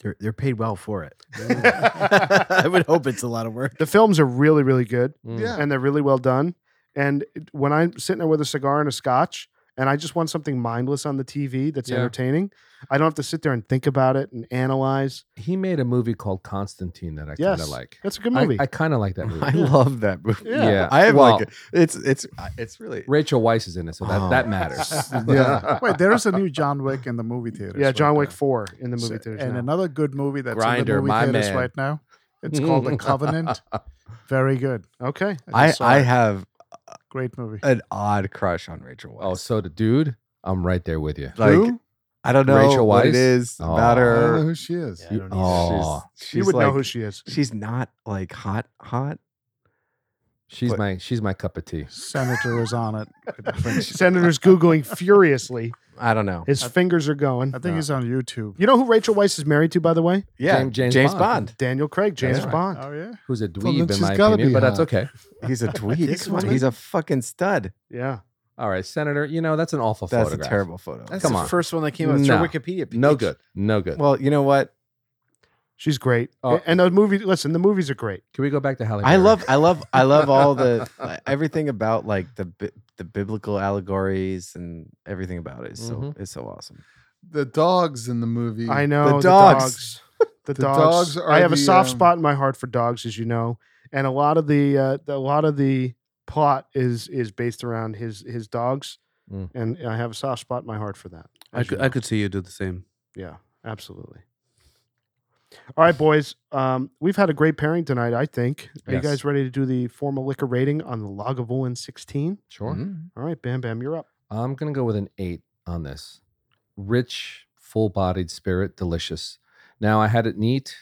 Speaker 5: They're they're paid well for it. I would hope it's a lot of work.
Speaker 1: The films are really, really good.
Speaker 2: Mm.
Speaker 6: Yeah.
Speaker 1: and they're really well done. And it- when I'm sitting there with a cigar and a scotch, and I just want something mindless on the TV that's
Speaker 2: Yeah.
Speaker 1: entertaining, I don't have to sit there and think about it and analyze.
Speaker 2: He made a movie called Constantine that I kind
Speaker 1: Yes.
Speaker 2: of like.
Speaker 1: That's a good
Speaker 2: I-
Speaker 1: movie.
Speaker 2: I, kind of like that movie.
Speaker 4: I love that movie.
Speaker 1: Yeah.
Speaker 4: I have
Speaker 2: Well,
Speaker 4: like it's it's it's really
Speaker 2: Rachel Weisz is in it, so that,
Speaker 5: Oh.
Speaker 2: that matters.
Speaker 6: Yeah.
Speaker 8: Wait, there is a new John Wick in the movie theater.
Speaker 1: yeah, John Wick Four in the movie theaters.
Speaker 8: and
Speaker 1: now.
Speaker 8: another good movie that's
Speaker 4: Grinder,
Speaker 8: in the
Speaker 4: my
Speaker 8: movie theaters
Speaker 4: man.
Speaker 8: right now. It's called The Covenant. Very good.
Speaker 1: okay,
Speaker 4: I
Speaker 8: just saw
Speaker 4: I
Speaker 8: it.
Speaker 4: have
Speaker 8: great movie.
Speaker 4: an odd crush on Rachel Weisz.
Speaker 2: oh, so the dude, I'm right there with you.
Speaker 4: like I don't know
Speaker 2: Rachel
Speaker 4: what it
Speaker 2: Weisz?
Speaker 4: is about
Speaker 2: Oh.
Speaker 6: I don't know
Speaker 4: her.
Speaker 6: who she is.
Speaker 5: Yeah, I don't either.
Speaker 2: Oh,
Speaker 4: She's, she's
Speaker 1: you would
Speaker 4: like,
Speaker 1: know who she is.
Speaker 4: she's not like hot hot.
Speaker 2: she's
Speaker 4: But-
Speaker 2: my she's my cup of tea.
Speaker 8: Senator was on it. I think,
Speaker 1: Senator's googling furiously.
Speaker 4: I don't know.
Speaker 1: His fingers are going.
Speaker 8: I think he's on YouTube.
Speaker 1: You know who Rachel Weisz is married to, by the way?
Speaker 4: Yeah,
Speaker 2: James-
Speaker 4: James,
Speaker 2: James
Speaker 4: Bond.
Speaker 2: Bond.
Speaker 1: Daniel Craig, James
Speaker 2: That's right.
Speaker 1: Bond.
Speaker 8: Oh yeah,
Speaker 2: Who's a
Speaker 6: then
Speaker 2: dweeb in
Speaker 6: she's
Speaker 2: my
Speaker 6: gotta
Speaker 2: opinion,
Speaker 6: be
Speaker 2: but that's
Speaker 6: hot.
Speaker 2: okay.
Speaker 4: He's a dweeb.
Speaker 5: This woman-
Speaker 4: He's a fucking stud.
Speaker 1: Yeah,
Speaker 2: All right, Senator. You know that's an awful
Speaker 4: That's
Speaker 2: photograph.
Speaker 4: a terrible photo.
Speaker 5: That's
Speaker 2: Come
Speaker 5: the
Speaker 2: on.
Speaker 5: first one that came out. It's her
Speaker 2: No.
Speaker 5: Wikipedia page.
Speaker 2: No good. No good.
Speaker 4: Well, you know what?
Speaker 1: she's great.
Speaker 2: Oh.
Speaker 1: and the movie. Listen, the movies are great.
Speaker 2: Can we go back to Halle?
Speaker 4: I
Speaker 2: Berry?
Speaker 4: love, I love, I love all the uh, everything about like the bi- the biblical allegories and everything about it. Is so
Speaker 5: Mm-hmm.
Speaker 2: Mhm.
Speaker 4: it's so awesome.
Speaker 6: The dogs in the movie.
Speaker 1: I know the
Speaker 4: dogs.
Speaker 1: dogs. The,
Speaker 6: The
Speaker 1: dogs.
Speaker 6: dogs are
Speaker 1: I have a
Speaker 6: the,
Speaker 1: soft
Speaker 6: um,
Speaker 1: spot in my heart for dogs, as you know, and a lot of the, uh, the a lot of the plot is is based around his his dogs,
Speaker 2: Mm.
Speaker 1: and I have a soft spot in my heart for that.
Speaker 3: I
Speaker 1: as you
Speaker 3: could, I
Speaker 1: know.
Speaker 3: could see you do the same.
Speaker 1: yeah, absolutely. All right, boys. Um, we've had a great pairing tonight. I think. Are
Speaker 2: Yes.
Speaker 1: you guys ready to do the formal liquor rating on the Lagavulin 16?
Speaker 2: Sure.
Speaker 4: Mhm.
Speaker 1: All right, Bam Bam, you're up.
Speaker 2: I'm gonna go with an eight on this. Rich, full-bodied spirit, delicious. Now I had it neat.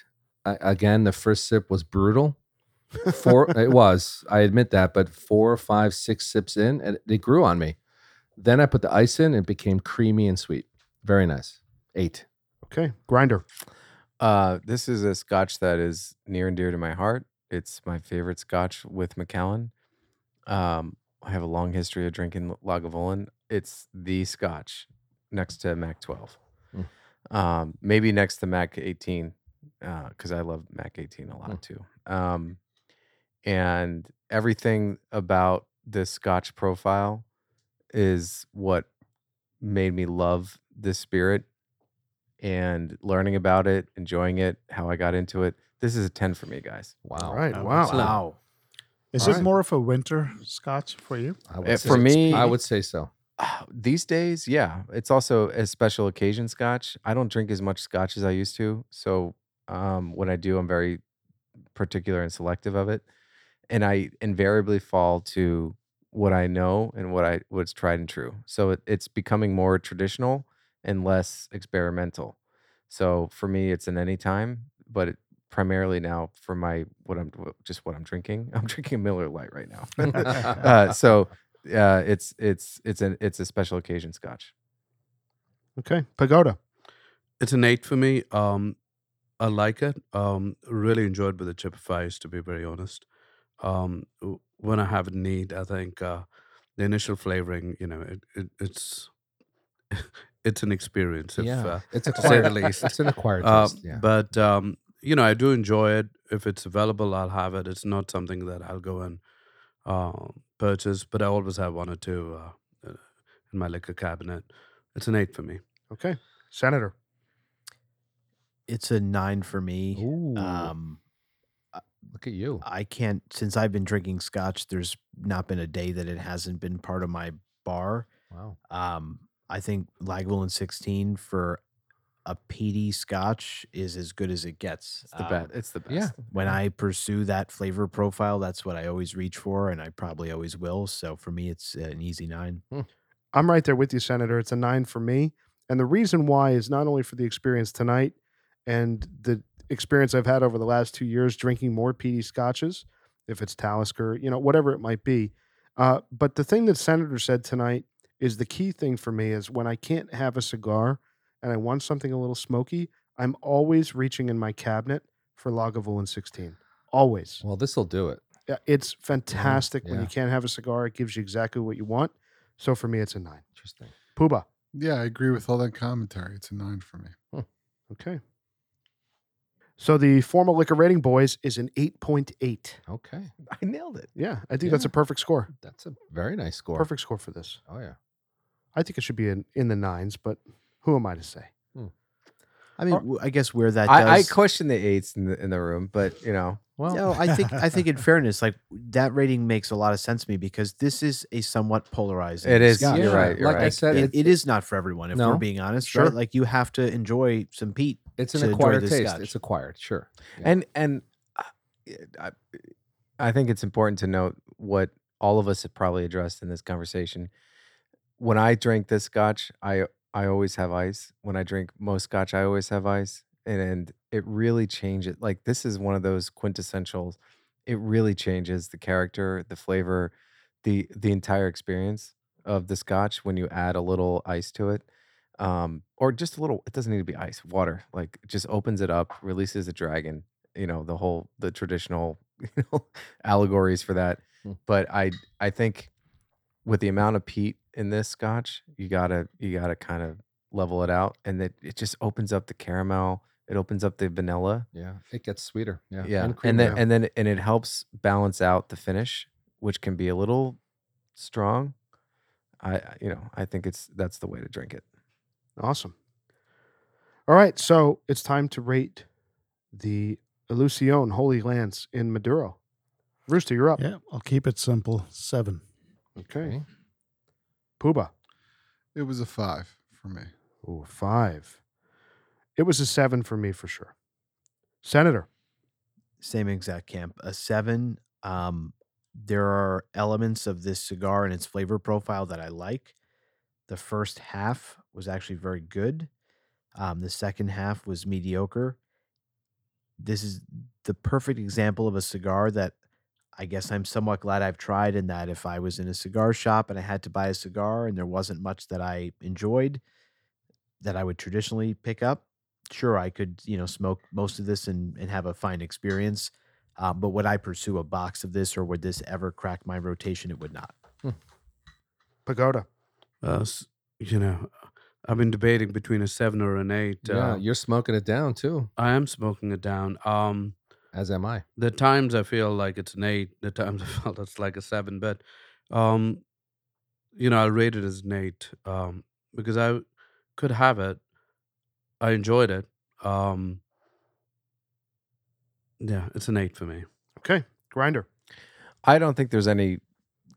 Speaker 2: I, again, the first sip was brutal. Four, it was. I admit that, but four, five, six sips in, and it grew on me. Then I put the ice in, it became creamy and sweet. Very nice. Eight.
Speaker 1: Okay, grinder.
Speaker 4: Uh, this is a scotch that is near and dear to my heart. It's my favorite scotch with Macallan. Um, I have a long history of drinking Lagavulin. It's the scotch next to Mac 12.
Speaker 2: Mm.
Speaker 4: Um, maybe next to Mac 18, because I love Mac 18 a lot
Speaker 2: Mm.
Speaker 4: too. Um, and everything about this scotch profile is what made me love this spirit and learning about it, enjoying it, how I got into it. This is a 10 for me, guys.
Speaker 2: Wow.
Speaker 1: All right,
Speaker 8: Oh,
Speaker 1: wow.
Speaker 5: Wow.
Speaker 8: is
Speaker 2: All
Speaker 8: it
Speaker 2: right.
Speaker 8: more of a winter scotch for you?
Speaker 3: Eh,
Speaker 2: I would
Speaker 4: Uh,
Speaker 2: say
Speaker 4: for
Speaker 2: so.
Speaker 4: me-
Speaker 2: I would say so.
Speaker 4: Ah, These days, yeah, it's also a special occasion scotch. I don't drink as much scotch as I used to. So um, when I do, I'm very particular and selective of it. And I invariably fall to what I know and what I what's tried and true. So it, it's becoming more traditional and less experimental. So for me, it's an anytime, but it, primarily now for my what I'm just what I'm drinking. I'm drinking a Miller Light right now. uh, so uh, it's it's it's an it's a special occasion scotch.
Speaker 1: Okay, pagoda.
Speaker 3: It's an eight for me. Um, I like it. Um, really enjoyed with the Chippifies, to be very honest. Um, w- when I have it neat, I think uh, the initial flavoring, you know, it, it, it's it's an experience. If,
Speaker 2: yeah.
Speaker 3: uh,
Speaker 2: it's
Speaker 3: to say
Speaker 2: acquired.
Speaker 3: the least.
Speaker 2: It's an acquired
Speaker 3: Uh,
Speaker 2: taste. Yeah.
Speaker 3: But um, you know, I do enjoy it. If it's available, I'll have it. It's not something that I'll go and uh, purchase, but I always have one or two uh, uh, in my liquor cabinet. It's an eight for me.
Speaker 1: Okay, senator.
Speaker 5: It's a nine for me.
Speaker 2: Ooh,
Speaker 5: Um,
Speaker 2: look at you.
Speaker 5: I can't since I've been drinking scotch. There's not been a day that it hasn't been part of my bar.
Speaker 2: Wow.
Speaker 5: Um, I think Lagavulin 16 for a peaty Scotch is as good as it gets.
Speaker 4: It's the
Speaker 5: Um,
Speaker 4: best. It's the best.
Speaker 2: yeah.
Speaker 5: when I pursue that flavor profile, that's what I always reach for, and I probably always will. So for me, it's an easy nine.
Speaker 1: I'm right there with you, Senator. It's a nine for me. And the reason why is not only for the experience tonight and the experience I've had over the last two years drinking more peaty scotches, if it's Talisker, you know, whatever it might be. Uh, but the thing that Senator said tonight is the key thing for me is when I can't have a cigar and I want something a little smoky, I'm always reaching in my cabinet for Lagavulin 16. Always.
Speaker 2: Well, this will do it.
Speaker 1: Yeah, It's fantastic when you
Speaker 2: Mm-hmm. Yeah.
Speaker 1: can't have a cigar. It gives you exactly what you want. So for me, it's a nine.
Speaker 2: Interesting.
Speaker 1: Poobah.
Speaker 6: Yeah, I agree with all that commentary. It's a nine for me.
Speaker 1: Okay. So the formal liquor rating, boys, is an 8.8.
Speaker 2: Okay.
Speaker 4: I nailed it.
Speaker 1: Yeah, I think that's a perfect score.
Speaker 2: That's a very nice score.
Speaker 1: Perfect score for this.
Speaker 2: Oh yeah.
Speaker 1: I think it should be in, in the nines, but who am I to say?
Speaker 5: I mean, w- I guess where that does,
Speaker 4: I, I question the eights in the in the room, but you know,
Speaker 2: Well,
Speaker 5: No, I think I think in fairness, like that rating makes a lot of sense to me because this is a somewhat polarizing.
Speaker 4: it is.
Speaker 5: scotch.
Speaker 4: You're right. You're
Speaker 2: Like I
Speaker 4: right.
Speaker 2: said,
Speaker 5: It-
Speaker 2: it's,
Speaker 5: it is not for everyone, if we're
Speaker 2: No.
Speaker 5: being honest.
Speaker 1: Sure.
Speaker 5: Right? Like you have to enjoy some peat.
Speaker 2: it's
Speaker 5: to
Speaker 2: an
Speaker 5: enjoy
Speaker 2: acquired
Speaker 5: this
Speaker 2: taste.
Speaker 5: scotch.
Speaker 2: It's acquired, sure. Yeah.
Speaker 4: And and uh, I, I think it's important to note what all of us have probably addressed in this conversation. When I drink this scotch, I I always have ice. When I drink most scotch, I always have ice, and, and it really changes. Like this is one of those quintessentials. It really changes the character, the flavor, the the entire experience of the scotch when you add a little ice to it um, or just a little. It doesn't need to be ice, water. Like it just opens it up, releases the dragon. You know the whole the traditional you know allegories for that.
Speaker 2: Mm.
Speaker 4: But I I think with the amount of peat in this scotch, you gotta you gotta kind of level it out, and that it just opens up the caramel. It opens up the vanilla
Speaker 2: yeah, it gets sweeter. Yeah.
Speaker 4: yeah and,
Speaker 2: creamier.
Speaker 4: then and then and it helps balance out the finish which can be a little strong i I- you know i think it's that's the way to drink it
Speaker 1: Awesome. All right, so it's time to rate the Illusion Holy Lance in Maduro. Rooster, you're up.
Speaker 8: Yeah, I'll keep it simple. Seven.
Speaker 1: Okay.
Speaker 2: Okay.
Speaker 1: Pooba.
Speaker 6: It was a five for me.
Speaker 1: Ooh, five. It was a seven for me for sure. Senator.
Speaker 5: Same exact camp. A seven. Um, there are elements of this cigar and its flavor profile that I like. The first half was actually very good. Um, the second half was mediocre. This is the perfect example of a cigar that I guess I'm somewhat glad I've tried. In that, if I was in a cigar shop and I had to buy a cigar and there wasn't much that I enjoyed that I would traditionally pick up, sure I could you know smoke most of this and and have a fine experience. Um, but would I pursue a box of this, or would this ever crack my rotation? It would not.
Speaker 1: Pagoda.
Speaker 3: Uh, s- you know, I've been debating between a seven or an eight.
Speaker 2: yeah,
Speaker 3: Uh,
Speaker 2: you're smoking it down too,
Speaker 3: I am smoking it down. Um,
Speaker 2: as am I.
Speaker 3: the times I feel like it's an eight, the times I felt it's like a seven, but um, you know, I'll rate it as an eight um, because I could have it. I enjoyed it. Um, yeah, it's an eight for me.
Speaker 1: Okay. Grinder.
Speaker 4: i don't think there's any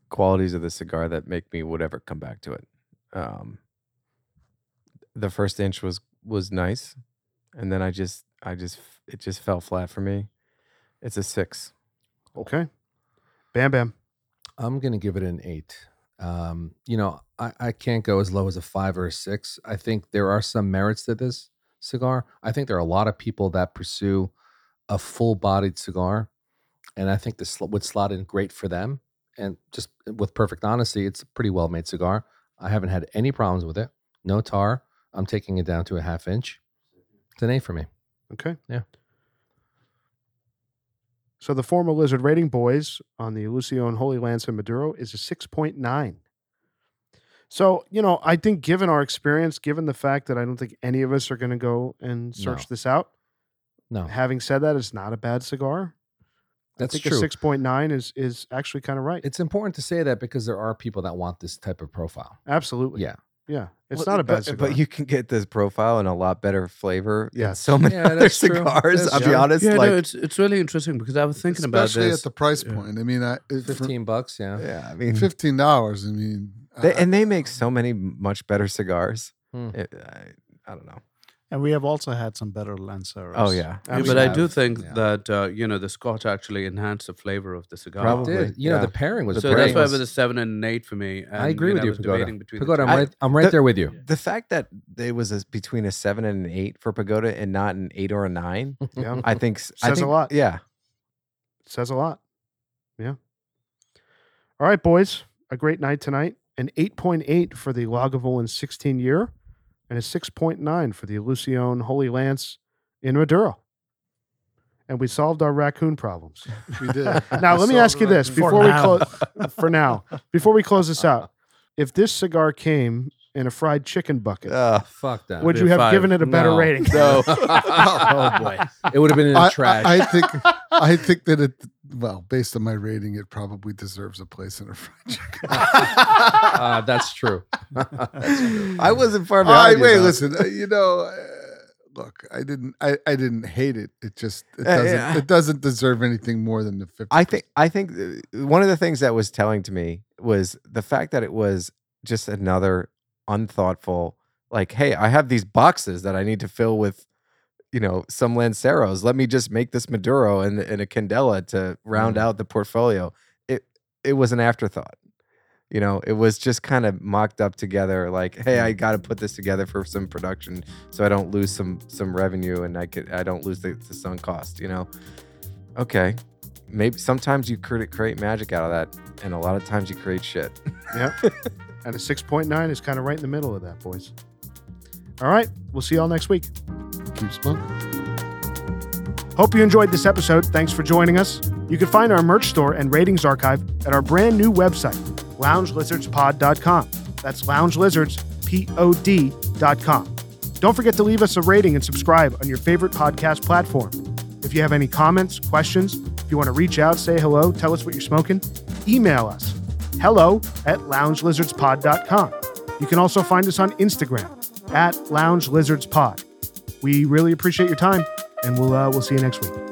Speaker 4: qualities of the cigar that make me would ever come back to it um the first inch was was nice and then i just i just f- it just fell flat for me it's a six
Speaker 2: Oh.
Speaker 1: Okay. Bam Bam.
Speaker 2: I'm gonna give it an eight. Um, you know, I, I can't go as low as a five or a six. I think there are some merits to this cigar. I think there are a lot of people that pursue a full-bodied cigar, and I think this sl- would slot in great for them. And just eh, with perfect honesty, it's a pretty well-made cigar. I haven't had any problems with it. No tar. I'm taking it down to a half inch. It's an eight for me.
Speaker 1: Okay.
Speaker 2: Yeah.
Speaker 1: So the formal lizard rating boys on the Lucion Holy Lance and Maduro is a 6.9. So, you know, I think given our experience, given the fact that I don't think any of us are going to go and search
Speaker 2: No.
Speaker 1: this out,
Speaker 2: No,
Speaker 1: having said that, it's not a bad cigar.
Speaker 2: that's
Speaker 1: I think
Speaker 2: true.
Speaker 1: a 6.9 is is actually kind of right.
Speaker 2: it's important to say that because there are people that want this type of profile.
Speaker 1: Absolutely.
Speaker 2: Yeah.
Speaker 1: Yeah. It's
Speaker 4: Well,
Speaker 1: not a
Speaker 8: uh,
Speaker 1: bad
Speaker 4: but,
Speaker 1: cigar.
Speaker 4: But you can get this profile and a lot better flavor. Yeah,
Speaker 1: Yes.
Speaker 4: so many
Speaker 2: Yeah,
Speaker 4: other
Speaker 2: that's true.
Speaker 4: cigars.
Speaker 2: That's
Speaker 4: I'll be
Speaker 2: true.
Speaker 4: honest,
Speaker 3: yeah,
Speaker 4: like
Speaker 3: no, it's it's really interesting because I was thinking about
Speaker 6: Especially
Speaker 3: this.
Speaker 6: at the price
Speaker 3: yeah.
Speaker 6: point. I mean, I, it, for-
Speaker 2: Fifteen bucks, yeah.
Speaker 4: yeah, I mean,
Speaker 6: fifteen dollars. I mean,
Speaker 4: they,
Speaker 6: I-
Speaker 4: and they make so many much better cigars.
Speaker 2: Hmm.
Speaker 4: It- I, I don't know.
Speaker 8: And we have also had some better Lanceros.
Speaker 4: Oh yeah,
Speaker 3: Yeah, but I do
Speaker 2: Absolutely.
Speaker 3: think
Speaker 2: Yeah.
Speaker 3: that uh, you know the Scotch actually enhanced the flavor of the cigar.
Speaker 2: Probably. Did. You know,
Speaker 4: yeah.
Speaker 2: the pairing was
Speaker 3: so
Speaker 2: great.
Speaker 3: that's why it was a seven and an eight for me. And,
Speaker 2: I agree
Speaker 3: you
Speaker 2: with
Speaker 3: know, I
Speaker 2: you,
Speaker 3: was
Speaker 2: Pagoda.
Speaker 3: debating between the
Speaker 2: Pagoda,
Speaker 3: two.
Speaker 2: I'm right, I'm right
Speaker 4: the-
Speaker 2: there with you.
Speaker 4: the fact that it was a, between a seven and an eight for Pagoda and not an eight or a nine,
Speaker 1: Yeah.
Speaker 4: I think s- I
Speaker 1: Says a
Speaker 4: think-
Speaker 1: lot.
Speaker 4: Yeah,
Speaker 1: says a lot. Yeah. All right, boys. A great night tonight. An 8.8 for the Lagavulin 16 year and a 6.9 for the Illusion Holy Lance in Maduro. And we solved our raccoon problems.
Speaker 6: We did.
Speaker 1: Now, let me
Speaker 6: Solved
Speaker 1: ask you
Speaker 6: the
Speaker 1: this
Speaker 6: raccoon.
Speaker 1: before we
Speaker 8: now.
Speaker 1: close for now, before we close this out. If this cigar came in a fried chicken bucket,
Speaker 4: Ugh.
Speaker 2: Fuck that.
Speaker 1: would
Speaker 3: be
Speaker 1: you
Speaker 3: a
Speaker 1: have
Speaker 3: five.
Speaker 1: given it a better
Speaker 2: No.
Speaker 1: rating?
Speaker 2: No.
Speaker 4: Oh, boy.
Speaker 2: It would have been in the
Speaker 6: I- I-
Speaker 2: trash.
Speaker 6: I, think I think that it well, based on my rating, it probably deserves a place in a fried chicken.
Speaker 2: uh, that's true.
Speaker 4: I wasn't far
Speaker 6: All right,
Speaker 4: behind. you,
Speaker 6: wait,
Speaker 4: though.
Speaker 6: listen, uh, you know, uh, look, I didn't I, I didn't hate it. It just it
Speaker 4: Uh,
Speaker 6: doesn't
Speaker 4: yeah.
Speaker 6: it doesn't deserve anything more than the 50.
Speaker 4: I think I think th- one of the things that was telling to me was the fact that it was just another unthoughtful like hey I have these boxes that I need to fill with you know some lanceros let me just make this maduro and and a candela to round
Speaker 2: Mm.
Speaker 4: out the portfolio it it was an afterthought you know it was just kind of mocked up together like hey I got to put this together for some production so I don't lose some some revenue and I could I don't lose the, the sunk cost you know okay maybe sometimes you cre- create magic out of that, and a lot of times you create shit.
Speaker 1: And a 6.9 is kind of right in the middle of that, boys. All right. We'll see y'all next week.
Speaker 6: keep smoking.
Speaker 1: Hope you enjoyed this episode. Thanks for joining us. You can find our merch store and ratings archive at our brand new website, loungelizardspod.com. That's loungelizardspod.com. Don't forget to leave us a rating and subscribe on your favorite podcast platform. If you have any comments, questions, if you want to reach out, say hello, tell us what you're smoking, email us hello at loungelizardspod.com. You can also find us on Instagram at loungelizardspod. We really appreciate your time, and we'll uh, we'll see you next week.